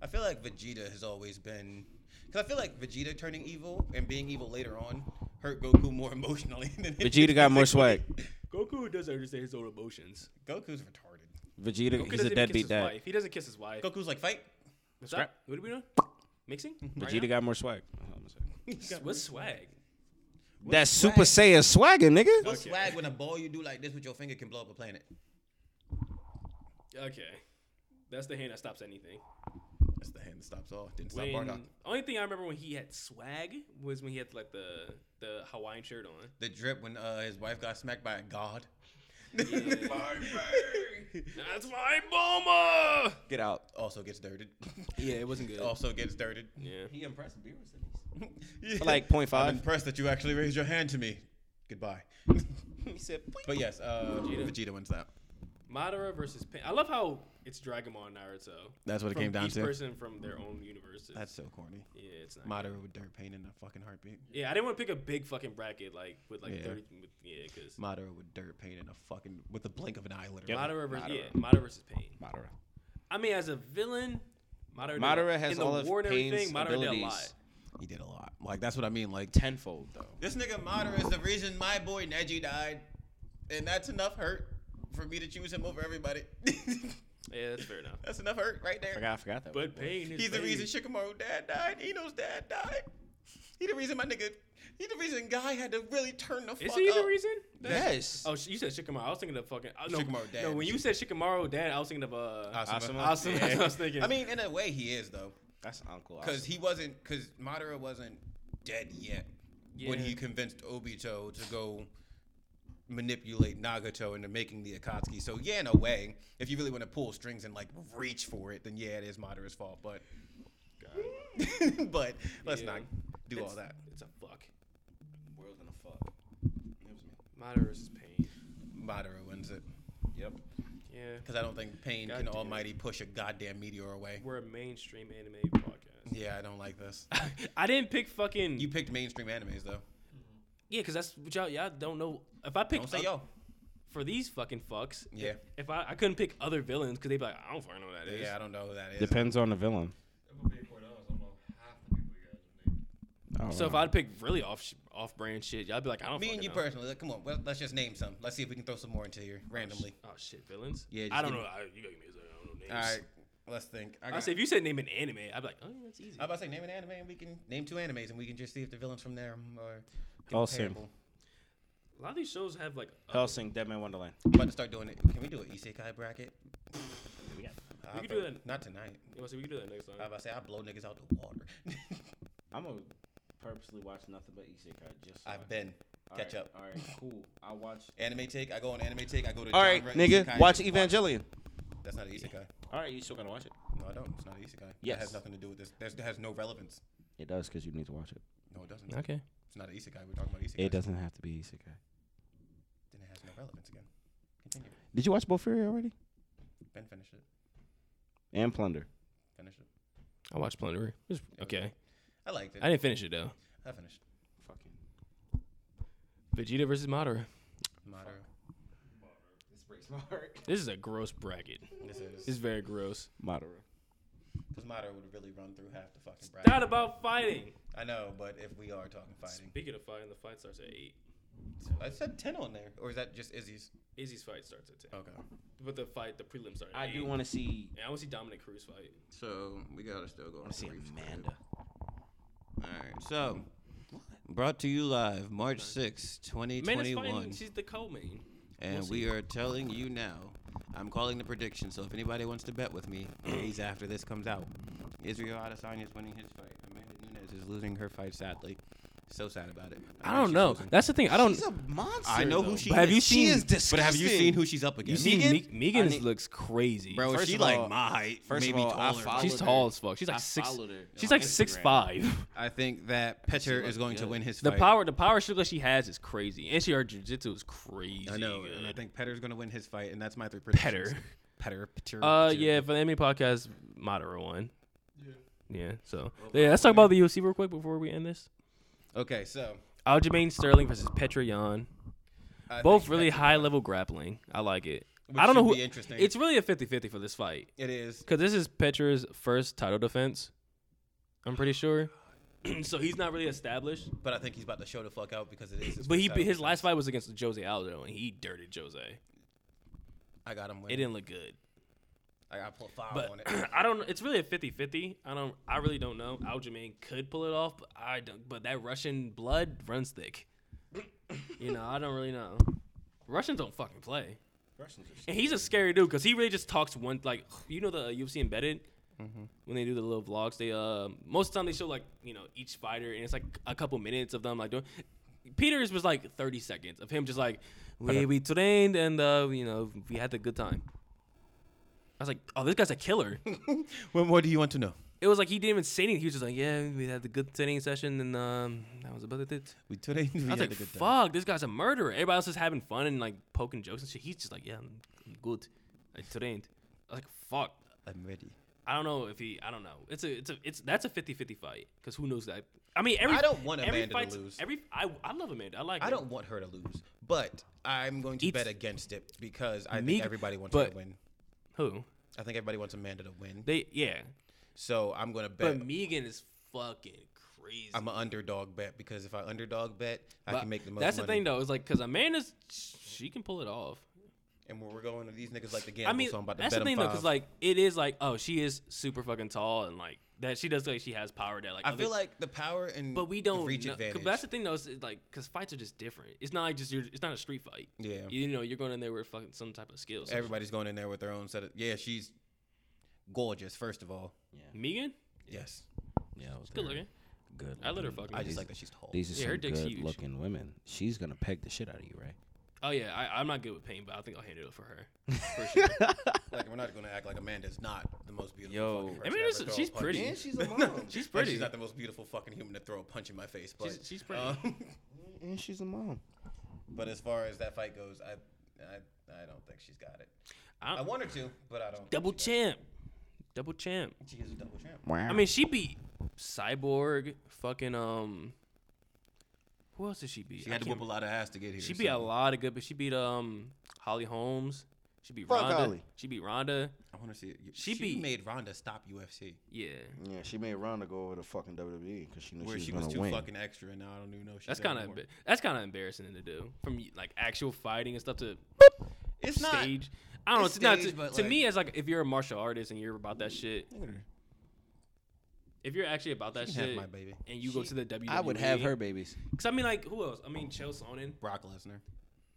Speaker 2: I feel like Vegeta has always been, because I feel like Vegeta turning evil and being evil later on hurt Goku more emotionally than he
Speaker 3: Vegeta
Speaker 2: did
Speaker 3: got more
Speaker 2: physically.
Speaker 3: swag.
Speaker 1: Goku doesn't understand his own emotions.
Speaker 2: Goku's retarded.
Speaker 1: Goku
Speaker 3: Vegeta, he's
Speaker 1: doesn't
Speaker 3: a
Speaker 1: even kiss
Speaker 3: deadbeat
Speaker 1: his
Speaker 3: dad.
Speaker 1: Wife. He doesn't kiss his wife.
Speaker 2: Goku's like fight.
Speaker 1: What's
Speaker 3: Scrap.
Speaker 1: up? What are we doing? Mixing?
Speaker 3: Vegeta got more swag. Hold on a second.
Speaker 1: What's swag?
Speaker 3: That
Speaker 2: swag?
Speaker 3: Super Saiyan swagger, nigga.
Speaker 2: What's swag when a ball you do like this with your finger can blow up a planet?
Speaker 1: Okay, that's the hand that stops anything.
Speaker 2: That's the hand that stops all. Didn't stop
Speaker 1: When,
Speaker 2: Bardock.
Speaker 1: only thing I remember when he had swag was when he had like the the Hawaiian shirt on.
Speaker 2: The drip when uh, his wife got smacked by a god.
Speaker 1: That's my mama.
Speaker 3: Get out.
Speaker 2: also gets dirted.
Speaker 1: Yeah, it wasn't good.
Speaker 2: also gets dirted.
Speaker 1: Yeah.
Speaker 8: He impressed Beerus in these.
Speaker 3: Like point
Speaker 2: I'm
Speaker 3: five.
Speaker 2: impressed that you actually raised your hand to me. Goodbye.
Speaker 3: He said, "Boing."
Speaker 2: But yes, uh, Vegeta.
Speaker 1: Vegeta.
Speaker 2: wins that.
Speaker 1: Madara versus Pain. I love how it's Dragamon and Naruto.
Speaker 2: That's what it
Speaker 1: From
Speaker 2: came down
Speaker 1: each
Speaker 2: to.
Speaker 1: person from their own universes.
Speaker 2: That's so corny.
Speaker 1: yeah, it's not.
Speaker 2: Madara with dirt pain in the fucking heartbeat.
Speaker 1: yeah, I didn't want to pick a big fucking bracket like with like
Speaker 2: Yeah.
Speaker 1: thirty. With, yeah, because
Speaker 2: Madara with dirt pain in a fucking with the blink of an eye. Literally.
Speaker 1: Madara versus
Speaker 3: Madara.
Speaker 1: yeah, Madara versus Pain.
Speaker 3: Madara.
Speaker 1: I mean, as a villain, Madara. did-
Speaker 3: Madara has
Speaker 1: in the
Speaker 3: all of
Speaker 1: war and
Speaker 3: Pain's
Speaker 1: everything, Madara did a lot.
Speaker 3: abilities
Speaker 2: He did a lot. Like that's what I mean. Like
Speaker 3: tenfold, though.
Speaker 2: this nigga Madara is the reason my boy Neji died, and that's enough hurt for me to choose him over everybody.
Speaker 1: Yeah, that's fair enough.
Speaker 2: that's enough hurt right there.
Speaker 3: Forgot, I forgot that. one.
Speaker 1: But Pain is
Speaker 2: He's the
Speaker 1: Pain.
Speaker 2: reason Shikamaru dad died. Ino's dad died. He the reason my nigga. He the reason guy had to really turn the
Speaker 1: Is
Speaker 2: fuck
Speaker 1: he
Speaker 2: up.
Speaker 1: the reason?
Speaker 3: Yes.
Speaker 1: Oh, sh- you said Shikamaru. I was thinking of fucking. Uh, no,
Speaker 2: Shikamaru dad.
Speaker 1: No, when you said Shikamaru dad, I was thinking of uh. Asuma.
Speaker 2: Asuma.
Speaker 1: That's what I was thinking.
Speaker 2: I mean, in a way, he is though,
Speaker 3: That's Uncle.
Speaker 2: because he wasn't, because Madara wasn't dead yet when
Speaker 1: Yeah.
Speaker 2: he convinced Obito to go manipulate Nagato into making the Akatsuki. So yeah, in a way, if you really want to pull strings and like reach for it, then yeah, it is Madara's fault. But, but let's
Speaker 1: Yeah.
Speaker 2: not do
Speaker 1: it's,
Speaker 2: all that.
Speaker 1: It's a fuck.
Speaker 3: World in a fuck.
Speaker 1: Madara versus Pain.
Speaker 2: Madara wins it
Speaker 3: Yep.
Speaker 1: Yeah.
Speaker 2: because I don't think Pain
Speaker 1: God
Speaker 2: can
Speaker 1: damn it.
Speaker 2: Almighty push a goddamn meteor away.
Speaker 1: We're a mainstream anime podcast.
Speaker 2: Yeah, I don't like this.
Speaker 1: I didn't pick fucking.
Speaker 2: You picked mainstream animes though.
Speaker 1: yeah, because that's what y'all, y'all don't know. If I pick
Speaker 2: Don't say
Speaker 1: oth-
Speaker 2: yo.
Speaker 1: for these fucking fucks,
Speaker 2: Yeah.
Speaker 1: if I, I couldn't pick other villains because they'd be like, I don't fucking know what that is.
Speaker 2: Yeah, I don't know who that is.
Speaker 3: Depends on the villain.
Speaker 5: If I'm being quite honest, I don't know half the people you guys have named.
Speaker 3: Oh,
Speaker 1: So if
Speaker 3: wow.
Speaker 1: I'd pick really off off brand shit, y'all be like, I don't.
Speaker 2: Me
Speaker 1: fucking
Speaker 2: and you
Speaker 1: know.
Speaker 2: personally, like, come on, well, let's just name some. Let's see if we can throw some more into here randomly.
Speaker 1: Oh shit, villains.
Speaker 2: Yeah,
Speaker 1: I
Speaker 2: just
Speaker 1: don't
Speaker 2: give
Speaker 1: know. I, you gotta give me a second. I don't know names.
Speaker 2: All right, let's think. I
Speaker 1: I say if you said name an anime, I'd be like, oh, yeah, that's easy.
Speaker 2: I was about to say name an anime, and we can name two animes, and we can just see if the villains from there are
Speaker 3: Awesome.
Speaker 2: comparable.
Speaker 1: A lot of these shows have like. other-
Speaker 3: Helsing, Dead Man Wonderland.
Speaker 2: I'm about to start doing it. Can we do an isekai bracket?
Speaker 1: we got.
Speaker 2: I'll
Speaker 1: can
Speaker 2: throw-
Speaker 1: do that.
Speaker 2: Not tonight.
Speaker 1: Yeah, so we can do that next
Speaker 2: I was
Speaker 1: time.
Speaker 2: about to say I blow niggas out the water.
Speaker 3: I'm gonna purposely watch nothing but Isekai just. So
Speaker 2: I've been
Speaker 3: I-
Speaker 2: catch up.
Speaker 3: All right, cool. I watch.
Speaker 2: Anime take. I go on anime take. I go to.
Speaker 3: All right,
Speaker 2: genre,
Speaker 3: nigga,
Speaker 2: isekai,
Speaker 3: watch
Speaker 2: and-
Speaker 3: Evangelion.
Speaker 2: That's not an isekai.
Speaker 3: All right, you still gonna watch it?
Speaker 2: No, I don't. It's not an isekai. It
Speaker 3: Yes.
Speaker 2: has nothing to do with this. There's, it has no relevance.
Speaker 3: It does because you need to watch it.
Speaker 2: No, it doesn't.
Speaker 1: Okay.
Speaker 2: It's not an isekai. We're talking about isekai.
Speaker 3: It doesn't have to be Isekai.
Speaker 2: Then it has no relevance again. Continue.
Speaker 3: Did you watch Bull Fury already?
Speaker 2: Ben, finish it.
Speaker 3: And Plunder.
Speaker 2: Finish it.
Speaker 1: I watched Plunderer. It was okay.
Speaker 2: I liked it.
Speaker 1: I didn't finish it though.
Speaker 2: I finished.
Speaker 3: Fucking.
Speaker 1: Vegeta versus Madara.
Speaker 2: Madara.
Speaker 8: This breaks my heart.
Speaker 1: This is a gross bracket.
Speaker 2: This
Speaker 1: This is
Speaker 2: is
Speaker 1: very gross.
Speaker 3: Madara.
Speaker 2: because Madara would really run through half the fucking bracket.
Speaker 1: Not about fighting.
Speaker 2: I know, but if we are talking fighting,
Speaker 1: Speaking of fighting, the fight starts at eight.
Speaker 2: I said ten on there, or is that just Izzy's?
Speaker 1: Izzy's fight starts at ten,
Speaker 2: Okay.
Speaker 1: but the fight, the prelims start. At
Speaker 3: I
Speaker 1: eight.
Speaker 3: do want to see.
Speaker 1: And I want to see Dominic Cruz fight.
Speaker 2: So we gotta still go.
Speaker 3: I want to see Amanda.
Speaker 2: All right. So Brought to you live March 6,
Speaker 1: Man is fighting.
Speaker 2: 2021.
Speaker 1: She's the co-main.
Speaker 2: And
Speaker 1: We'll
Speaker 2: we are telling you now. I'm calling the prediction, so if anybody wants to bet with me, days after this comes out, Israel Adesanya is winning his fight. Amanda Nunes is losing her fight, sadly. So sad about
Speaker 1: I
Speaker 2: it. think
Speaker 1: don't
Speaker 2: she's
Speaker 1: know.
Speaker 2: losing.
Speaker 1: That's the thing. I don't.
Speaker 3: She's a monster.
Speaker 2: I know
Speaker 3: though.
Speaker 2: who she
Speaker 1: But have
Speaker 2: is.
Speaker 1: you
Speaker 3: She is
Speaker 1: seen-
Speaker 2: but
Speaker 3: disgusting.
Speaker 2: have you seen who she's up
Speaker 1: You
Speaker 2: against?
Speaker 1: see,
Speaker 3: Megan?
Speaker 1: Megan? Megan's
Speaker 3: I need-
Speaker 1: looks crazy.
Speaker 2: Bro,
Speaker 3: First
Speaker 2: is she
Speaker 3: of all-
Speaker 2: like my height?
Speaker 3: first of
Speaker 2: maybe
Speaker 3: all, I
Speaker 2: taller.
Speaker 3: follow-
Speaker 1: she's
Speaker 3: followed
Speaker 1: tall
Speaker 3: her.
Speaker 1: as fuck. She's
Speaker 3: I
Speaker 1: like six.
Speaker 3: followed her
Speaker 1: She's
Speaker 3: on
Speaker 1: like six
Speaker 3: Instagram.
Speaker 1: five.
Speaker 2: I think that Petter
Speaker 3: looked
Speaker 2: is going to
Speaker 3: good.
Speaker 2: win his
Speaker 1: The
Speaker 2: fight.
Speaker 1: power, the power sugar she has is crazy, and she her jujitsu is crazy.
Speaker 2: I know, and I
Speaker 1: good.
Speaker 2: think Petter's going to win his fight, and that's my three predictions.
Speaker 1: Petter.
Speaker 2: Petter. Petter.
Speaker 1: Uh,
Speaker 2: Petter.
Speaker 1: yeah, for the MMA podcast, Madara won.
Speaker 5: Yeah.
Speaker 1: Yeah, so yeah, let's talk about the UFC real quick before we end this.
Speaker 2: Okay, so
Speaker 1: Aljamain Sterling versus Petra Yan.
Speaker 2: I
Speaker 1: Both
Speaker 2: think
Speaker 1: really
Speaker 2: Petter-
Speaker 1: high level grappling. I like it.
Speaker 2: Which
Speaker 1: I don't know
Speaker 2: should
Speaker 1: who.
Speaker 2: be interesting.
Speaker 1: It's really a 50-50 for this fight
Speaker 2: It is.
Speaker 1: because this is Petra's first title defense. I'm pretty sure. so he's not really established.
Speaker 2: But I think he's about to show the fuck out because it is. His
Speaker 1: But he
Speaker 2: first
Speaker 1: his
Speaker 2: time.
Speaker 1: last fight was against Jose Aldo, and he dirted Jose.
Speaker 2: I got him.
Speaker 1: It
Speaker 2: Winning.
Speaker 1: didn't look good.
Speaker 2: I got put five
Speaker 1: But
Speaker 2: on it.
Speaker 1: I don't. It's really a 50-50. I don't. I really don't know. Aljamain could pull it off, but I don't. But that Russian blood runs thick. you know, I don't really know. Russians don't fucking play.
Speaker 3: Russians are
Speaker 1: And he's a scary dude because he really just talks one like you know the uh, UFC embedded when they do the little vlogs. They uh most of the time they show like you know each fighter and it's like a couple minutes of them like doing. Peters was like thirty seconds of him just like we we trained and uh you know we had a good time. I was like, oh, this guy's a killer.
Speaker 2: what more do you want to know?
Speaker 1: it was like he didn't even say anything. He was just like, yeah, we had the good training session and um that was about it.
Speaker 2: We today. We
Speaker 1: I was
Speaker 2: had
Speaker 1: like,
Speaker 2: a good time.
Speaker 1: fuck, this guy's a murderer. Everybody else is having fun and like poking jokes and shit. He's just like, yeah, I'm I'm good. I trained. I was like, fuck.
Speaker 2: I'm ready.
Speaker 1: I don't know if he. I don't know. It's a. It's a. It's that's a 50-50 fight because who knows that? I mean, every.
Speaker 2: I don't want
Speaker 1: every
Speaker 2: Amanda to
Speaker 1: fight's-
Speaker 2: lose.
Speaker 1: Every. I. I love Amanda. I like.
Speaker 2: I
Speaker 1: her.
Speaker 2: don't want her to lose, but I'm going to
Speaker 1: It's-
Speaker 2: bet against it because I
Speaker 1: Meek-
Speaker 2: think everybody wants her
Speaker 1: but-
Speaker 2: to win.
Speaker 1: Who
Speaker 2: I think everybody wants Amanda to win.
Speaker 1: they? Yeah.
Speaker 2: So I'm going to
Speaker 1: But
Speaker 2: bet.
Speaker 1: Megan is fucking crazy.
Speaker 2: I'm an underdog bet because if I underdog bet, I
Speaker 1: But
Speaker 2: can make the most.
Speaker 1: That's
Speaker 2: money.
Speaker 1: the thing though. It's like because Amanda's. She can pull it off.
Speaker 2: And where we're going, these niggas like the gamble.
Speaker 1: I mean,
Speaker 2: so I'm about to
Speaker 1: that's
Speaker 2: bet
Speaker 1: the thing
Speaker 2: them
Speaker 1: though, because
Speaker 2: five.
Speaker 1: like it is like oh she is super fucking tall and like that she does like she has power that like
Speaker 2: I
Speaker 1: other-
Speaker 2: feel like the power and
Speaker 1: But we
Speaker 2: the
Speaker 1: don't.
Speaker 2: reach
Speaker 1: know- 'cause
Speaker 2: advantage.
Speaker 1: That's the thing, though. Is it's like because fights are just different. It's not like just your. It's not a street fight.
Speaker 2: Yeah.
Speaker 1: You know, you're going in there with fucking some type of skills.
Speaker 2: Everybody's going in there with their own set of. Yeah, she's gorgeous. First of all,
Speaker 1: Megan,
Speaker 2: yes,
Speaker 3: Yeah, with
Speaker 1: good
Speaker 3: her
Speaker 1: looking.
Speaker 3: Good.
Speaker 1: I let her
Speaker 3: looking-
Speaker 1: fucking.
Speaker 2: I just like that she's tall.
Speaker 3: These are
Speaker 1: Yeah,
Speaker 3: some
Speaker 1: her dick's huge.
Speaker 3: good-looking women. She's gonna peg the shit out of you, right?
Speaker 1: Oh yeah, I, I'm not good with pain, but I think I'll handle it for her. For sure.
Speaker 2: Like we're not going to act like Amanda's not the most beautiful.
Speaker 3: Yo.
Speaker 2: fucking
Speaker 3: I
Speaker 2: person
Speaker 1: mean,
Speaker 2: ever
Speaker 1: it's-
Speaker 2: throw a
Speaker 1: she's
Speaker 2: punch.
Speaker 1: pretty. And
Speaker 3: she's a mom.
Speaker 1: she's
Speaker 2: Like,
Speaker 1: pretty.
Speaker 2: she's not the most beautiful fucking human to throw a punch in my face, but um,
Speaker 1: She's- she's pretty.
Speaker 3: and she's a mom.
Speaker 2: but as far as that fight goes, I, I, I don't think she's got it.
Speaker 1: I
Speaker 2: I
Speaker 1: don't-
Speaker 2: want her to, but I don't.
Speaker 1: double champ, double champ.
Speaker 2: She is a double champ.
Speaker 1: I mean, she beat Cyborg. Fucking um. Who else did she beat?
Speaker 2: She
Speaker 1: I
Speaker 2: had to
Speaker 1: can't
Speaker 2: whoop a lot of ass to get here.
Speaker 1: She beat a
Speaker 2: so-
Speaker 1: lot of good, but she beat um Holly Holmes. She beat
Speaker 3: Fuck
Speaker 1: Ronda.
Speaker 3: Holly.
Speaker 1: She beat Ronda.
Speaker 2: I want to see it.
Speaker 1: She
Speaker 2: She,
Speaker 1: beat-
Speaker 2: made Ronda stop UFC.
Speaker 1: Yeah,
Speaker 3: Yeah, she made Ronda go over to fucking WWE because she knew
Speaker 2: Where
Speaker 3: she was
Speaker 2: she
Speaker 3: gonna
Speaker 2: was too
Speaker 3: win.
Speaker 2: fucking extra, and now I don't even know. if She's
Speaker 1: that's
Speaker 2: there
Speaker 1: kind of
Speaker 2: anymore.
Speaker 1: that's kind of embarrassing to do from like actual fighting and stuff to
Speaker 2: It's not.
Speaker 1: stage. I don't know.
Speaker 2: it's
Speaker 1: It's not to,
Speaker 2: staged, but,
Speaker 1: to
Speaker 2: like-
Speaker 1: me as like if you're a martial artist and you're about that shit. If you're actually about that
Speaker 2: She can have
Speaker 1: shit
Speaker 2: my baby.
Speaker 1: and you go to the WWE,
Speaker 3: I would have her babies.
Speaker 1: Cause I mean, like who else? I mean, Chael Sonnen.
Speaker 2: Brock Lesnar.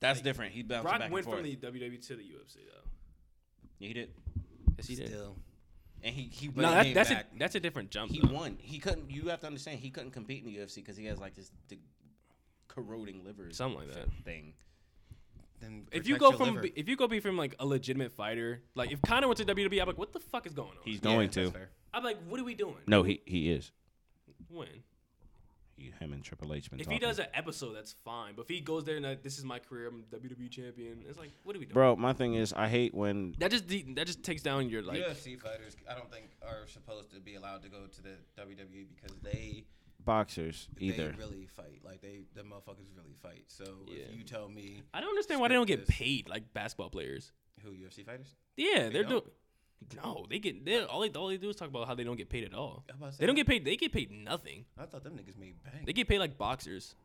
Speaker 3: That's different. He bounced
Speaker 1: Brock went from the WWE to the UFC though.
Speaker 3: he did,
Speaker 1: Yes, he did.
Speaker 2: Still.
Speaker 3: and he he
Speaker 1: No,
Speaker 2: he
Speaker 1: that,
Speaker 2: came
Speaker 1: that's a,
Speaker 2: back.
Speaker 1: that's a different jump.
Speaker 3: he
Speaker 1: though.
Speaker 3: won. He couldn't. You have to understand. He couldn't compete in the UFC because he has like this de- corroding liver,
Speaker 1: Something like
Speaker 3: fi-
Speaker 1: that.
Speaker 3: thing.
Speaker 2: Then
Speaker 1: If you
Speaker 2: protect
Speaker 1: go
Speaker 2: your
Speaker 1: from
Speaker 2: liver.
Speaker 1: be- if you go be from like a legitimate fighter, like if Conor went to WWE, I'm like, what the fuck is going on?
Speaker 3: He's
Speaker 2: Yeah,
Speaker 3: going
Speaker 2: that's
Speaker 3: to.
Speaker 2: fair.
Speaker 1: I'm like, what are we doing?
Speaker 3: No, he he is.
Speaker 1: When
Speaker 3: He, him and Triple H been
Speaker 1: if he
Speaker 3: talking.
Speaker 1: does an episode, that's fine. But if he goes there and like, this is my career, I'm WWE champion. It's like, what are we doing?
Speaker 3: Bro, my thing is, I hate when
Speaker 1: That just de- that just takes down your like.
Speaker 2: UFC fighters, I don't think are supposed to be allowed to go to the WWE because they
Speaker 3: boxers either.
Speaker 2: they really fight. Like they the motherfuckers really fight. So
Speaker 1: Yeah.
Speaker 2: if you tell me
Speaker 1: I don't understand why they don't get
Speaker 2: Skip this.
Speaker 1: paid like basketball players.
Speaker 2: who UFC fighters,
Speaker 1: Yeah, they are doing.
Speaker 2: don't?
Speaker 1: No, they get they all they all they do is talk about how they don't get paid at all.
Speaker 2: I'm about to
Speaker 1: They don't
Speaker 2: say-
Speaker 1: get paid. They get paid nothing.
Speaker 2: I thought them niggas made bank.
Speaker 1: They get paid like boxers.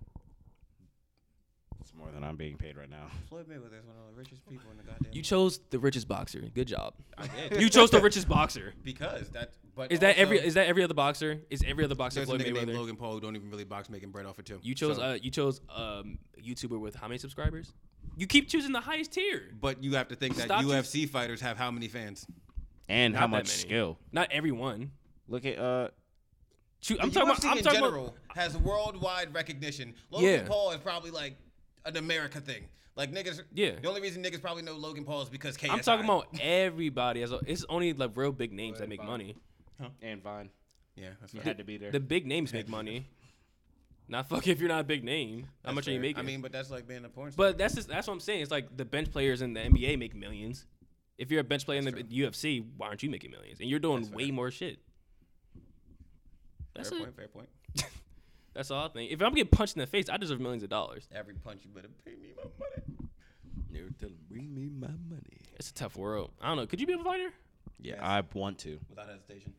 Speaker 3: It's more than I'm being paid right now.
Speaker 2: Floyd Mayweather is one of the richest people in the goddamn.
Speaker 1: You chose the richest boxer. Good job.
Speaker 2: world. I did.
Speaker 1: You chose the richest boxer.
Speaker 2: because that But
Speaker 1: Is that every
Speaker 2: also,
Speaker 1: is that every other boxer? Is every other boxer
Speaker 2: there's a
Speaker 1: Floyd
Speaker 2: nigga named
Speaker 1: Mayweather?
Speaker 2: Logan Paul who don't even really box making bread off of Tim.
Speaker 1: You chose
Speaker 2: So-
Speaker 1: uh, you chose um YouTuber with how many subscribers? You keep choosing the highest tier.
Speaker 2: but you have to think that
Speaker 1: Stop just-
Speaker 2: UFC fighters have how many fans?
Speaker 3: and
Speaker 1: Not
Speaker 3: how
Speaker 1: that
Speaker 3: much
Speaker 1: many.
Speaker 3: skill.
Speaker 1: Not everyone.
Speaker 3: Look at uh,
Speaker 1: Choo- I'm
Speaker 2: The
Speaker 1: talking
Speaker 2: UFC
Speaker 1: about. I'm
Speaker 2: in
Speaker 1: talking
Speaker 2: general
Speaker 1: about.
Speaker 2: has worldwide recognition. Logan
Speaker 1: Yeah.
Speaker 2: Paul is probably like an America thing. Like niggas.
Speaker 1: Yeah.
Speaker 2: The only reason niggas probably know Logan Paul is because KSI.
Speaker 1: I'm talking about everybody. As a, it's only like real big names that make money.
Speaker 3: and Vine.
Speaker 2: Yeah, that's
Speaker 3: You
Speaker 2: right.
Speaker 3: had to be there.
Speaker 1: The big names make money. Not fuck if you're not a big name. How
Speaker 2: That's
Speaker 1: much are you
Speaker 2: fair.
Speaker 1: making?
Speaker 2: I mean, but that's like being a porn star.
Speaker 1: but that's just that's what I'm saying. It's like the bench players in the NBA make millions. If you're a bench player in the UFC, why aren't you making millions? And you're doing way more shit. That's
Speaker 2: fair
Speaker 1: it.
Speaker 2: point. Fair point.
Speaker 1: That's all I think. If I'm getting punched in the face, I deserve millions of dollars.
Speaker 2: Every punch you better pay me my money.
Speaker 3: Never tell him, bring me my money.
Speaker 1: It's a tough world. I don't know. Could you be a fighter?
Speaker 2: Yeah.
Speaker 3: I want to.
Speaker 2: Without hesitation.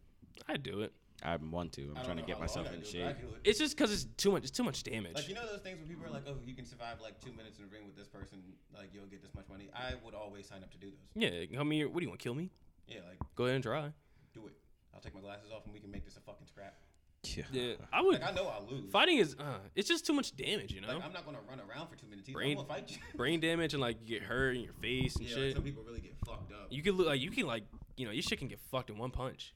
Speaker 1: I'd do it.
Speaker 3: I want to. I'm trying to get myself in shape.
Speaker 1: It's just because it's too much. It's too much damage.
Speaker 2: Like you know those things where people are like, "Oh, you can survive like two minutes in the ring with this person, like you'll get this much money." I would always sign up to do those.
Speaker 1: yeah. I mean, what do you want? Kill me?
Speaker 2: Yeah, like
Speaker 1: Go ahead and try.
Speaker 2: do it. I'll take my glasses off and we can make this a fucking scrap.
Speaker 1: Yeah. I would.
Speaker 2: Like I know I'll lose.
Speaker 1: Fighting is. Uh, it's just too much damage. You know,
Speaker 2: Like I'm not gonna run around for two minutes. Either.
Speaker 1: Brain-
Speaker 2: I'm gonna fight you.
Speaker 1: brain damage and like you get hurt in your face and
Speaker 2: yeah, like,
Speaker 1: shit.
Speaker 2: some people really get fucked up.
Speaker 1: you can look like you can like you know your shit can get fucked in one punch.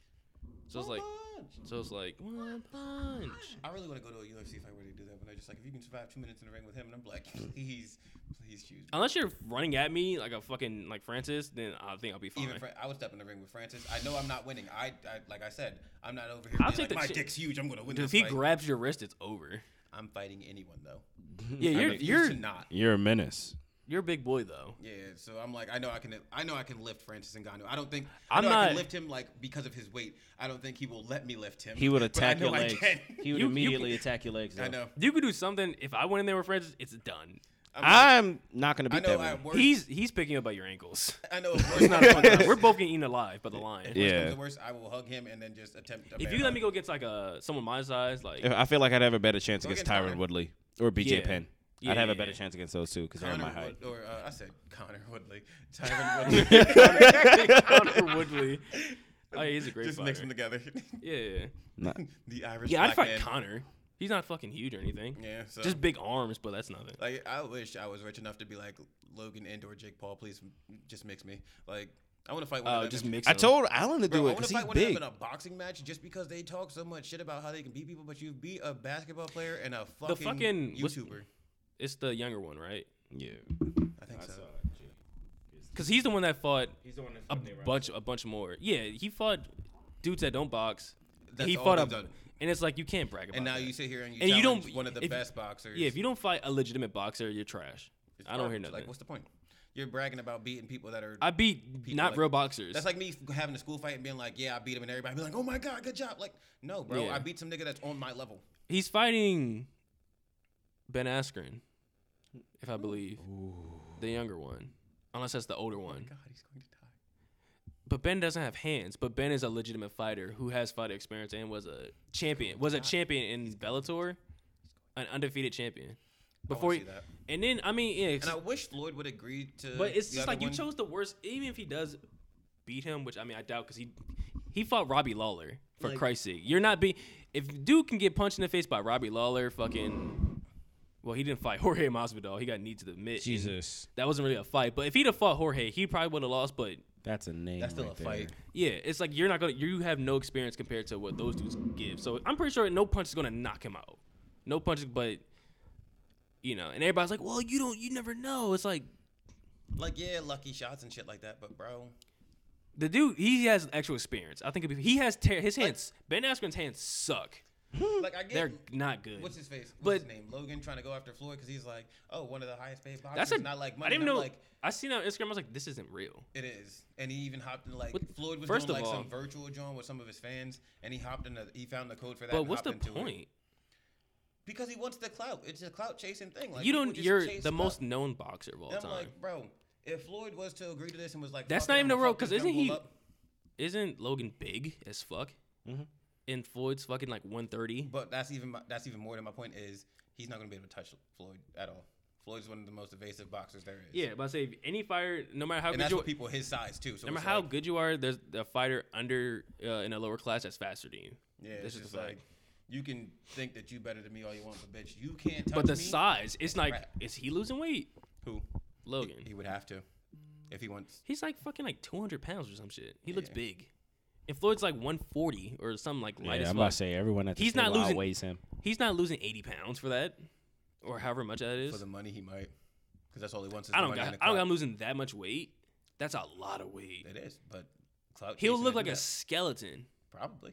Speaker 1: So it's like
Speaker 2: Punch.
Speaker 1: so it's like one punch.
Speaker 2: Oh, I really want to go to a UFC fight where they do that, but they're just like, if you can survive two minutes in the ring with him, and I'm like, please, please choose. Me.
Speaker 1: Unless you're running at me like a fucking like Francis, then I think I'll be fine.
Speaker 2: Even Fran- I would step in the ring with Francis. I know I'm not winning. I, I like I said, I'm not over here.
Speaker 1: I'll
Speaker 2: being
Speaker 1: take
Speaker 2: like,
Speaker 1: the
Speaker 2: my
Speaker 1: chi-
Speaker 2: dick's huge. I'm gonna win
Speaker 1: Dude, if
Speaker 2: this
Speaker 1: he
Speaker 2: fight.
Speaker 1: grabs your wrist, it's over.
Speaker 2: I'm fighting anyone though.
Speaker 1: Yeah,
Speaker 2: I
Speaker 1: you're
Speaker 2: refuse
Speaker 1: you're
Speaker 2: to not.
Speaker 3: You're a menace.
Speaker 1: you're a big boy though.
Speaker 2: Yeah, so I'm like, I know I can, I know I can lift Francis Ngannou. I don't think I
Speaker 1: I'm
Speaker 2: know I
Speaker 1: not-
Speaker 2: can lift him like because of his weight. I don't think he will let me lift him.
Speaker 3: He would
Speaker 2: but I
Speaker 3: attack
Speaker 2: know
Speaker 3: your
Speaker 2: I
Speaker 3: legs.
Speaker 2: can.
Speaker 3: He
Speaker 1: You-
Speaker 3: would
Speaker 1: you-
Speaker 3: immediately attack your legs. Though.
Speaker 2: I know.
Speaker 1: You could do something. If I went in there with Francis, it's done.
Speaker 3: I'm not gonna
Speaker 2: I
Speaker 3: beat
Speaker 2: know.
Speaker 3: that
Speaker 2: I
Speaker 3: man.
Speaker 2: work.
Speaker 1: He's he's picking up by your ankles.
Speaker 2: I know. It's not
Speaker 1: We're both getting eaten alive by the lion.
Speaker 3: Yeah.
Speaker 2: The worst, I will hug him and then just attempt. A
Speaker 1: If you let me go against like a someone my size, like
Speaker 3: I feel like I'd have a better chance
Speaker 2: Don't
Speaker 3: against
Speaker 2: get
Speaker 3: Tyron
Speaker 2: Tyron.
Speaker 3: Woodley or BJ
Speaker 1: Yeah.
Speaker 3: Penn.
Speaker 1: Yeah,
Speaker 3: I'd have
Speaker 1: yeah,
Speaker 3: a better
Speaker 1: yeah.
Speaker 3: chance against those two because they're my height.
Speaker 2: Wood, or uh, I said Connor Woodley, Tyron Woodley,
Speaker 1: Connor Woodley. Oh, yeah, he's a great
Speaker 2: just mix
Speaker 1: fighter.
Speaker 2: them together.
Speaker 1: yeah, yeah,
Speaker 3: Not-
Speaker 2: the Irish.
Speaker 1: yeah. I'd
Speaker 2: black
Speaker 1: fight
Speaker 2: man.
Speaker 1: Connor. He's not fucking huge or anything.
Speaker 2: Yeah. So
Speaker 1: Just big arms, but that's nothing.
Speaker 2: Like I wish I was rich enough to be like Logan and or Jake Paul. Please m- just mix me. Like Uh, I want to fight. one of
Speaker 1: Oh,
Speaker 2: them
Speaker 1: just
Speaker 2: in-
Speaker 1: mix.
Speaker 3: I
Speaker 1: them.
Speaker 3: told Alan to
Speaker 2: Bro,
Speaker 3: do
Speaker 2: I
Speaker 3: it
Speaker 2: want
Speaker 3: because
Speaker 2: to
Speaker 3: he's
Speaker 2: fight one of
Speaker 3: big.
Speaker 2: them in a boxing match just because they talk so much shit about how they can beat people, but you beat a basketball player and a fucking,
Speaker 1: fucking- what's-
Speaker 2: YouTuber.
Speaker 1: It's the younger one, right?
Speaker 3: Yeah.
Speaker 2: I think so.
Speaker 1: Because he's the one that fought
Speaker 7: He's the one that's
Speaker 1: a bunch, a bunch more. Yeah, he fought dudes that don't box.
Speaker 2: That's
Speaker 1: he
Speaker 2: all
Speaker 1: fought
Speaker 2: they've
Speaker 1: a,
Speaker 2: done.
Speaker 1: and it's like you can't brag about.
Speaker 2: And now
Speaker 1: that.
Speaker 2: you sit here and you,
Speaker 1: And you don't-
Speaker 2: challenge one of the
Speaker 1: if-
Speaker 2: best boxers.
Speaker 1: Yeah, if you don't fight a legitimate boxer, you're trash.
Speaker 2: It's
Speaker 1: I don't hear
Speaker 2: garbage.
Speaker 1: nothing.
Speaker 2: Like, what's the point? You're bragging about beating people that are.
Speaker 1: I beat
Speaker 2: People
Speaker 1: not
Speaker 2: like-
Speaker 1: real boxers.
Speaker 2: that's like me having a school fight and being like, "Yeah, I beat him," and everybody be like, "Oh my god, good job!" Like, no, bro,
Speaker 1: Yeah.
Speaker 2: I beat some nigga that's on my level.
Speaker 1: He's fighting Ben Askren, if I believe. The younger one. Unless that's the older one.
Speaker 2: God, he's going to die.
Speaker 1: But Ben doesn't have hands, but Ben is a legitimate fighter who has fight experience and was a champion. Was a champion in Bellator. An undefeated champion. Before
Speaker 2: see
Speaker 1: he-
Speaker 2: that.
Speaker 1: And then I mean, yeah,
Speaker 2: And I wish Floyd would agree to.
Speaker 1: but it's
Speaker 2: the
Speaker 1: just
Speaker 2: other
Speaker 1: like you
Speaker 2: one.
Speaker 1: chose the worst even if he does beat him, which I mean I doubt cuz he he fought Robbie Lawler for Christ's sake. You're not be if dude can get punched in the face by Robbie Lawler, fucking well, he didn't fight Jorge Masvidal. He got knee to the mid. and
Speaker 3: Jesus,
Speaker 1: That wasn't really a fight. But if he'd have fought Jorge, he probably would have lost. But
Speaker 3: that's a name.
Speaker 2: That's still
Speaker 3: right
Speaker 2: a fight.
Speaker 3: there.
Speaker 1: yeah, it's like you're not gonna you have no experience compared to what those dudes give. So I'm pretty sure no punch is gonna knock him out. No punches, but you know, and everybody's like, Well, you don't you never know. It's like
Speaker 2: Like, yeah, lucky shots and shit like that, but bro,
Speaker 1: The dude, he has actual experience. I think it'd be- he has ter- his hands. Ben Askren's hands suck.
Speaker 2: like I get.
Speaker 1: They're not good.
Speaker 2: What's his face? What's
Speaker 1: But-
Speaker 2: his name? Logan trying to go after Floyd because he's like, oh, one of the highest paid boxers.
Speaker 1: That's a.
Speaker 2: not like money.
Speaker 1: I didn't
Speaker 2: And I'm
Speaker 1: know.
Speaker 2: Like
Speaker 1: I seen it on Instagram. I was like, this isn't real.
Speaker 2: it is, and he even hopped in like
Speaker 1: What-
Speaker 2: Floyd was
Speaker 1: first
Speaker 2: doing
Speaker 1: of
Speaker 2: like
Speaker 1: all-
Speaker 2: some virtual joint with some of his fans, and he hopped in. The, he found the code for that.
Speaker 1: But
Speaker 2: and
Speaker 1: what's the
Speaker 2: hopped into it.
Speaker 1: point?
Speaker 2: Because he wants the clout. It's a clout chasing thing. Like
Speaker 1: you
Speaker 2: people
Speaker 1: don't.
Speaker 2: just
Speaker 1: You're
Speaker 2: chase
Speaker 1: the
Speaker 2: clout.
Speaker 1: most known boxer of all
Speaker 2: And I'm
Speaker 1: time.
Speaker 2: like, bro, if Floyd was to agree to this and was like,
Speaker 1: That's
Speaker 2: fuck
Speaker 1: not
Speaker 2: it,
Speaker 1: even
Speaker 2: I'ma
Speaker 1: the rule,
Speaker 2: fuck this
Speaker 1: 'cause isn't
Speaker 2: jungle
Speaker 1: he-
Speaker 2: up,
Speaker 1: Isn't Logan big as fuck?
Speaker 2: Mm-hmm.
Speaker 1: And Floyd's fucking like 130.
Speaker 2: But that's even my, that's even more than my point is he's not gonna be able to touch Floyd at all. Floyd's one of the most evasive boxers there is.
Speaker 1: Yeah, but I say any fighter, no matter how
Speaker 2: and
Speaker 1: good
Speaker 2: that's
Speaker 1: you
Speaker 2: what people his size too. So
Speaker 1: no matter
Speaker 2: it's
Speaker 1: how
Speaker 2: like-
Speaker 1: good you are, there's a fighter under uh, in a lower class that's faster than you.
Speaker 2: yeah,
Speaker 1: that's
Speaker 2: it's
Speaker 1: just
Speaker 2: just
Speaker 1: a fact.
Speaker 2: like you can think that you better than me all you want, but bitch, you can't touch
Speaker 1: But the
Speaker 2: me.
Speaker 1: size, it's like,
Speaker 2: Right.
Speaker 1: is he losing weight,
Speaker 2: Who
Speaker 1: Logan?
Speaker 2: he would have to if he wants.
Speaker 1: He's like fucking like 200 pounds or some shit. He looks
Speaker 2: Yeah.
Speaker 1: big. And Floyd's like 140 or something like
Speaker 9: Yeah,
Speaker 1: light as
Speaker 9: I'm
Speaker 1: fuck.
Speaker 9: about to say everyone at the
Speaker 1: He's not losing-
Speaker 9: outweighs him.
Speaker 1: He's not losing 80 pounds for that, or however much that
Speaker 2: For
Speaker 1: is.
Speaker 2: the money, he might, because that's all he wants. Is
Speaker 1: I don't
Speaker 2: the money
Speaker 1: got.
Speaker 2: and the
Speaker 1: I don't got
Speaker 2: clout.
Speaker 1: him losing that much weight. That's a lot of weight.
Speaker 2: It is, but clout
Speaker 1: He'll
Speaker 2: chasing
Speaker 1: look
Speaker 2: to
Speaker 1: like
Speaker 2: do
Speaker 1: a
Speaker 2: that.
Speaker 1: skeleton.
Speaker 2: probably.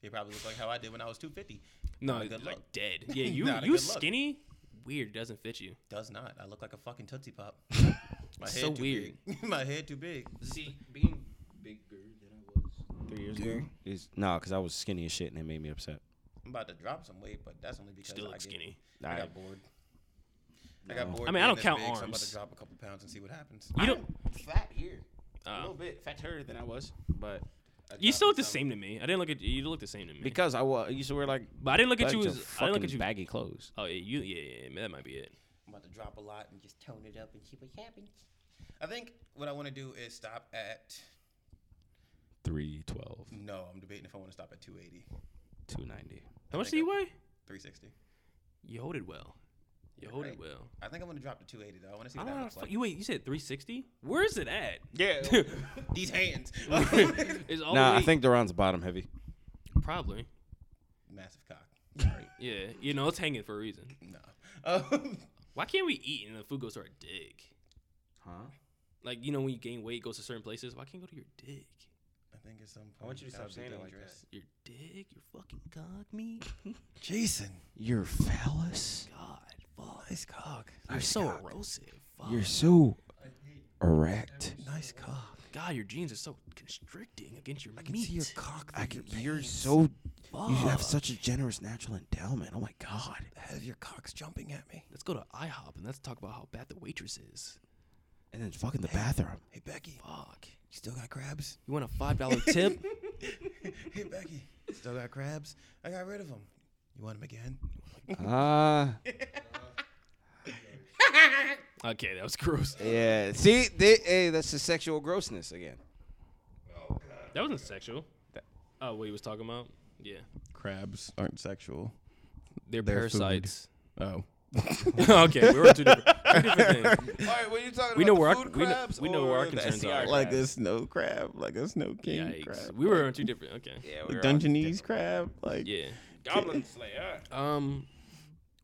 Speaker 2: He probably looked like how I did when I was two fifty.
Speaker 1: No,
Speaker 2: Not a
Speaker 1: like
Speaker 2: good look.
Speaker 1: dead. Yeah, you
Speaker 2: Not a
Speaker 1: you
Speaker 2: good look.
Speaker 1: skinny. Weird doesn't fit you.
Speaker 2: Does not. I look like a fucking tootsie pop. My
Speaker 1: So
Speaker 2: too
Speaker 1: weird.
Speaker 2: big. My head too big.
Speaker 8: See, being bigger than I was.
Speaker 9: Three years ago. Is nah, cause I was skinny as shit and it made me upset.
Speaker 2: I'm about to drop some weight, but that's only because
Speaker 1: Still
Speaker 2: I
Speaker 1: look
Speaker 2: get-
Speaker 1: skinny.
Speaker 2: I
Speaker 9: Alright.
Speaker 2: got bored. I got bored.
Speaker 1: I mean, I
Speaker 2: being
Speaker 1: don't
Speaker 2: this
Speaker 1: count
Speaker 2: big, So I'm about
Speaker 1: arms.
Speaker 2: to drop a couple pounds and see what happens.
Speaker 1: You don't.
Speaker 3: Fat here, a
Speaker 1: Uh,
Speaker 3: little bit fatter than I was, but
Speaker 1: you still look the same to me. I didn't look at you. You look the same to me.
Speaker 9: because I was I used to wear like
Speaker 1: but I didn't look at
Speaker 9: bunch
Speaker 1: you
Speaker 9: of
Speaker 1: as. I didn't look
Speaker 9: fucking
Speaker 1: at you.
Speaker 9: baggy clothes.
Speaker 1: Oh yeah, you. Yeah, yeah, yeah, that might be it.
Speaker 2: I'm about to drop a lot and just tone it up and see what happens. I think what I want to do is stop at.
Speaker 9: Three twelve,
Speaker 2: No, I'm debating if I want to stop at 280,
Speaker 9: two ninety.
Speaker 1: How much do
Speaker 2: think
Speaker 1: you weigh?
Speaker 2: 360.
Speaker 1: You hold it well. You
Speaker 2: Yeah,
Speaker 1: hold it
Speaker 2: right.
Speaker 1: well.
Speaker 2: I think I want to drop to 280 though. I want to see
Speaker 1: I
Speaker 2: what
Speaker 1: don't
Speaker 2: that
Speaker 1: know.
Speaker 2: looks
Speaker 1: fuck-
Speaker 2: like.
Speaker 1: You wait. You said 360. Where is it at?
Speaker 3: yeah,
Speaker 2: These hands.
Speaker 1: Is
Speaker 2: Oh,
Speaker 1: all
Speaker 9: Nah,
Speaker 1: the
Speaker 9: I
Speaker 1: way-
Speaker 9: think Duran's bottom heavy.
Speaker 1: probably.
Speaker 2: Massive cock.
Speaker 1: Yeah, you know it's hanging for a reason.
Speaker 2: No. Um,
Speaker 1: Why can't we eat and the food goes to our dick?
Speaker 9: Huh?
Speaker 1: Like you know when you gain weight, it goes to certain places. Why can't it go to your dick?
Speaker 2: I think it's some. Point,
Speaker 3: I want you to
Speaker 2: that would
Speaker 3: stop
Speaker 2: be
Speaker 3: saying it like
Speaker 2: dangerous.
Speaker 1: Your dick, your fucking cock, me.
Speaker 2: Jason.
Speaker 9: Your phallus.
Speaker 1: God, fuck.
Speaker 2: Nice cock.
Speaker 1: You're so erosive. Fuck.
Speaker 9: You're so erect.
Speaker 2: Nice cock.
Speaker 1: God, your jeans are so constricting against your meat.
Speaker 9: cock. I can, you're so. You have such a generous natural endowment. Oh my god.
Speaker 2: Have your cocks jumping at me.
Speaker 1: Let's go to IHOP and let's talk about how bad the waitress is.
Speaker 9: And then fucking the bathroom.
Speaker 2: Hey Becky,
Speaker 1: Fuck.
Speaker 2: you still got crabs?
Speaker 1: You want a five dollar tip?
Speaker 2: hey Becky, still got crabs? I got rid of them. You want them again?
Speaker 9: Ah.
Speaker 1: okay, that was gross.
Speaker 9: yeah. See, they, hey, that's the sexual grossness again.
Speaker 1: That wasn't sexual. Oh, what he was talking about? Yeah,
Speaker 2: Crabs aren't sexual.
Speaker 1: they're,
Speaker 2: They're food.
Speaker 1: parasites.
Speaker 2: Oh.
Speaker 1: okay, we were on two different, two different things.
Speaker 3: All right, what are you talking
Speaker 1: We know
Speaker 3: about?
Speaker 1: where
Speaker 3: the
Speaker 1: our-
Speaker 3: food
Speaker 1: we know-
Speaker 3: crabs
Speaker 1: we know where our
Speaker 3: or the
Speaker 1: concerns
Speaker 3: SCR
Speaker 1: are.
Speaker 2: Like
Speaker 3: crabs?
Speaker 2: a snow crab, like a snow king
Speaker 1: Yikes.
Speaker 2: crab.
Speaker 1: We were on two different. Okay.
Speaker 3: yeah,
Speaker 2: The
Speaker 3: we're on
Speaker 2: Dungeness crab, like
Speaker 1: Yeah.
Speaker 3: Goblin Slayer.
Speaker 1: Um.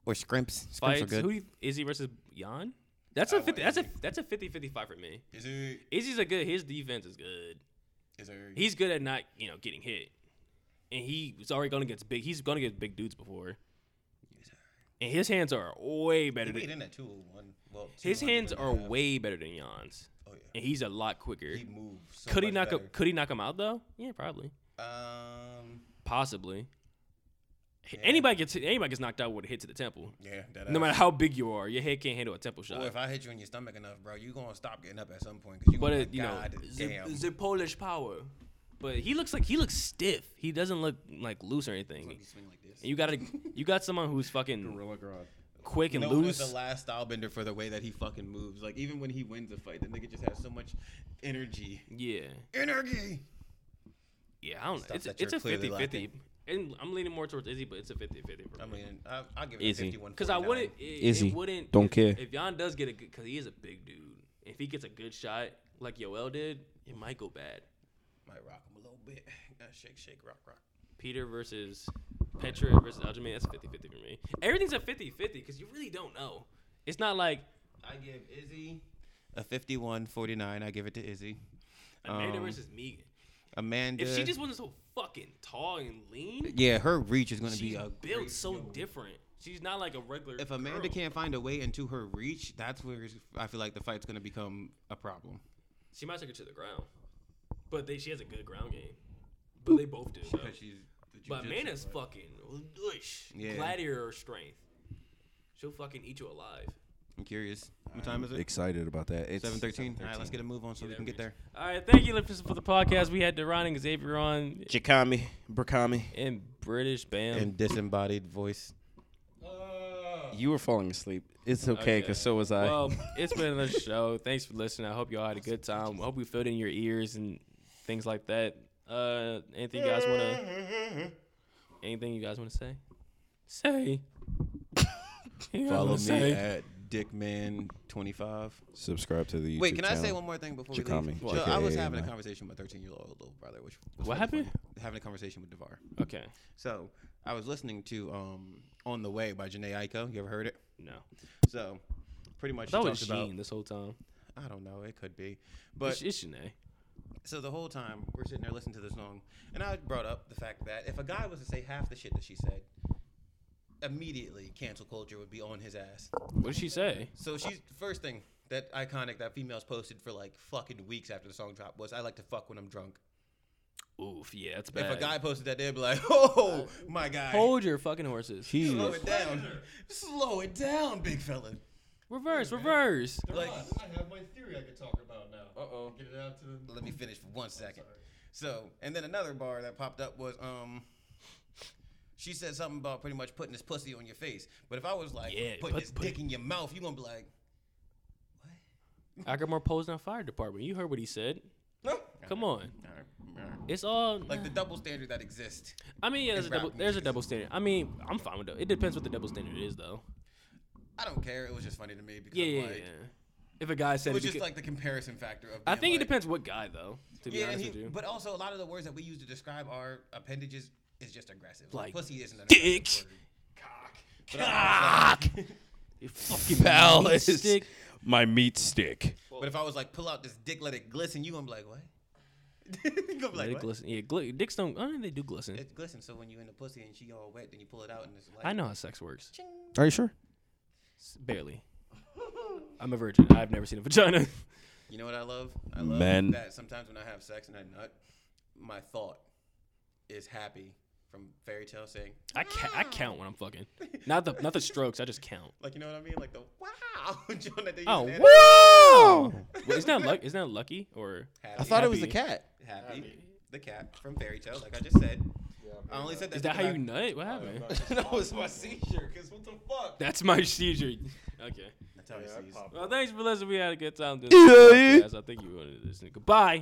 Speaker 2: or scrimps. Scrimps are
Speaker 1: Fights.
Speaker 2: good.
Speaker 1: Who you- Izzy versus Jan? That's
Speaker 2: I
Speaker 1: a
Speaker 2: want
Speaker 1: 50, that's a
Speaker 2: Izzy.
Speaker 1: that's a 50-50 fight for me.
Speaker 2: Is there?
Speaker 1: Izzy's a good. His defense is good.
Speaker 2: Is there?
Speaker 1: He's good at not you know getting hit, and he was already going against big. He's going against big dudes before, and his hands are way better.
Speaker 2: He weighed
Speaker 1: Than,
Speaker 2: in at 201. Well,
Speaker 1: his
Speaker 2: 200
Speaker 1: hands
Speaker 2: and a
Speaker 1: are
Speaker 2: half.
Speaker 1: way better than Jan's,
Speaker 2: Oh yeah.
Speaker 1: and he's a lot quicker.
Speaker 2: He moves. So
Speaker 1: could he
Speaker 2: much
Speaker 1: knock a,
Speaker 2: better.
Speaker 1: Could he knock him out though? Yeah, probably,
Speaker 2: Um.
Speaker 1: possibly. H-
Speaker 2: Yeah.
Speaker 1: Anybody gets anybody gets knocked out with a hit to the temple.
Speaker 2: Yeah. That
Speaker 1: No matter how big you are, your head can't handle a temple shot.
Speaker 2: Or if I hit you in your stomach enough, bro, you gonna stop getting up at some point. Cause you
Speaker 1: But
Speaker 2: gonna
Speaker 1: it,
Speaker 2: be
Speaker 1: you know,
Speaker 2: like, God
Speaker 1: the,
Speaker 2: damn.
Speaker 1: the Polish power. But he looks like he looks stiff. He doesn't look like loose or anything.
Speaker 2: You swing like this.
Speaker 1: And you got to you got someone who's fucking
Speaker 6: Gorilla Grodd.
Speaker 1: quick and
Speaker 2: No,
Speaker 1: loose.
Speaker 2: the last style bender for the way that he fucking moves. Like even when he wins a fight, the nigga just has so much energy.
Speaker 1: Yeah,
Speaker 2: Energy.
Speaker 1: yeah. I don't know.
Speaker 2: Stuff
Speaker 1: It's a,
Speaker 2: that you're
Speaker 1: it's a
Speaker 2: clearly
Speaker 1: 50-50. And I'm leaning more towards Izzy, but it's a 50-50
Speaker 2: I
Speaker 1: for me.
Speaker 2: mean, I, I'll give it
Speaker 9: Easy.
Speaker 2: a 51.
Speaker 1: Because I wouldn't. It,
Speaker 9: Izzy,
Speaker 1: it wouldn't.
Speaker 9: don't
Speaker 1: if,
Speaker 9: care.
Speaker 1: If Jan does get a good, because he is a big dude. If he gets a good shot like Yoel did, it might go bad.
Speaker 2: Might rock him a little bit. Gotta shake, shake, rock, rock. Peter.
Speaker 1: Peter versus Petra versus Aljamain. That's a 50 50 for me. Everything's a 50 50 because you really don't know. It's not like
Speaker 2: I give Izzy a 51 49. I give it to Izzy.
Speaker 1: Amanda
Speaker 2: Um,
Speaker 1: versus Megan.
Speaker 2: Amanda.
Speaker 1: If she just wasn't so fucking tall and lean,
Speaker 2: Yeah, her reach is going to
Speaker 1: she's
Speaker 2: be a
Speaker 1: built so different. She's not like a regular.
Speaker 2: if Amanda
Speaker 1: girl.
Speaker 2: can't find a way into her reach, that's where it's- I feel like the fight's gonna become a problem.
Speaker 1: she might take her to the ground. But they, she has a good ground game. But they both do. though.
Speaker 2: Because she's the
Speaker 1: But
Speaker 2: jujitsu
Speaker 1: Amanda's
Speaker 2: fighter.
Speaker 1: fucking whoosh,
Speaker 2: Yeah.
Speaker 1: gladiator strength. She'll fucking eat you alive.
Speaker 2: I'm curious. What time is it?
Speaker 9: Excited about that. It's
Speaker 2: Seven thirteen. All right, let's get a move on so we can get there.
Speaker 1: All right, thank you listeners for the podcast. We had Deron and Xavier on
Speaker 3: Chikami, Brakami.
Speaker 1: in British Bam.
Speaker 2: disembodied voice.
Speaker 5: Uh,
Speaker 3: You were falling asleep.
Speaker 9: Oh,
Speaker 3: It's okay,
Speaker 1: Okay.
Speaker 3: because so was I.
Speaker 1: Well, it's been another show. Thanks for listening. I hope y'all had a good time. I hope we filled in your ears and things like that. Uh, anything you guys wanna? Anything you guys wanna say? Say. You guys
Speaker 2: Follow
Speaker 1: wanna
Speaker 2: me
Speaker 1: say?
Speaker 2: at Dickman25.
Speaker 9: Subscribe to the.
Speaker 2: Wait, can I say one more thing before we leave?
Speaker 9: Chikami,
Speaker 2: Joe, I was
Speaker 9: aka
Speaker 2: having a
Speaker 9: Matt.
Speaker 2: conversation with my 13 year old little brother, which was
Speaker 1: What
Speaker 2: really
Speaker 1: happened?
Speaker 2: funny. Having a conversation with Devar.
Speaker 1: Okay.
Speaker 2: So I was listening to um, "On the Way" by Janae Aiko. You ever heard it?
Speaker 1: No.
Speaker 2: So pretty much she
Speaker 1: That was
Speaker 2: talks
Speaker 1: Sheen
Speaker 2: about.
Speaker 1: this whole time.
Speaker 2: I don't know. It could be,
Speaker 1: But
Speaker 2: but
Speaker 1: it's Shanae.
Speaker 2: so the whole time we're sitting there listening to the song, and I brought up the fact that if a guy was to say half the shit that she said, immediately cancel culture would be on his ass.
Speaker 1: What did she say?
Speaker 2: So she's first thing that iconic that females posted for like fucking weeks after the song dropped was "I like to fuck when I'm drunk."
Speaker 1: Oof. Yeah, that's
Speaker 2: If
Speaker 1: bad.
Speaker 2: a guy posted that, they'd be like, "Oh my god."
Speaker 1: Hold your fucking horses.
Speaker 2: Slow it down. Slow it down, big fella.
Speaker 1: Reverse, reverse.
Speaker 2: Like,
Speaker 5: I have my theory I could talk about now. Uh oh. Get it out to the.
Speaker 2: let me finish for one second. So, and then another bar that popped up was, um, she said something about pretty much putting this pussy on your face. But if I was like,
Speaker 1: Yeah,
Speaker 2: putting
Speaker 1: put-
Speaker 2: this
Speaker 1: put
Speaker 2: dick in your mouth, you gonna be like,
Speaker 1: I got more posed on fire department. You heard what he said.
Speaker 2: no.
Speaker 1: Come on. It's all
Speaker 2: Like the double standard that exists.
Speaker 1: I mean, yeah, there's a
Speaker 2: It's rap
Speaker 1: double, there's a
Speaker 2: music.
Speaker 1: double standard. I mean, I'm fine with it. It depends what the double standard is, though.
Speaker 2: I don't care. It was just funny to me because
Speaker 1: Yeah,
Speaker 2: I'm
Speaker 1: yeah,
Speaker 2: like,
Speaker 1: yeah. If a guy
Speaker 2: it
Speaker 1: said,
Speaker 2: was
Speaker 1: it,
Speaker 2: just
Speaker 1: beca-
Speaker 2: like the comparison factor of.
Speaker 1: I
Speaker 2: being
Speaker 1: think it
Speaker 2: like-
Speaker 1: depends what guy, though. To be
Speaker 2: Yeah, and
Speaker 1: honest
Speaker 2: he,
Speaker 1: with you,
Speaker 2: but also a lot of the words that we use to describe our appendages is just aggressive.
Speaker 1: Like
Speaker 2: Like, pussy isn't an
Speaker 1: dick.
Speaker 2: aggressive word. But I was like-
Speaker 1: You fucking meat stick.
Speaker 9: My meat stick.
Speaker 2: But if I was like, pull out this dick, let it glisten, you gonna be like, what? you gonna be
Speaker 1: Let
Speaker 2: like,
Speaker 1: it
Speaker 2: what?
Speaker 1: glisten. Yeah, gl- dicks don't. I mean, they do glisten.
Speaker 2: It glistens, so when you in the pussy and she all wet, then you pull it out and it's like.
Speaker 1: I know how sex works.
Speaker 9: Are you sure?
Speaker 1: S- Barely. I'm a virgin. I've never seen a vagina.
Speaker 2: You know what I love? I love
Speaker 9: Men.
Speaker 2: that sometimes when I have sex and I nut, my thought is happy from fairy tale saying,
Speaker 1: I ca- I count when I'm fucking. Not the not the strokes. I just count.
Speaker 2: like you know what I mean, like the wow. John, that they
Speaker 1: Oh,
Speaker 2: use in
Speaker 9: Wow!
Speaker 1: Wait, Isn't that luck? Isn't that lucky or?
Speaker 2: anime.
Speaker 3: I thought it was the
Speaker 1: Happy.
Speaker 3: cat.
Speaker 2: happy,
Speaker 4: Happy.
Speaker 2: the cat from fairy tale, like I just said. I only said that.
Speaker 1: Is that how
Speaker 2: because
Speaker 1: you
Speaker 2: I-
Speaker 1: nut? What happened?
Speaker 3: that was my
Speaker 2: seizure? Cause what the fuck?
Speaker 1: That's my seizure. Okay.
Speaker 2: That's how you seize.
Speaker 1: Well, thanks for listening. We had a good time doing this podcast. I think you wanted to listen. Goodbye.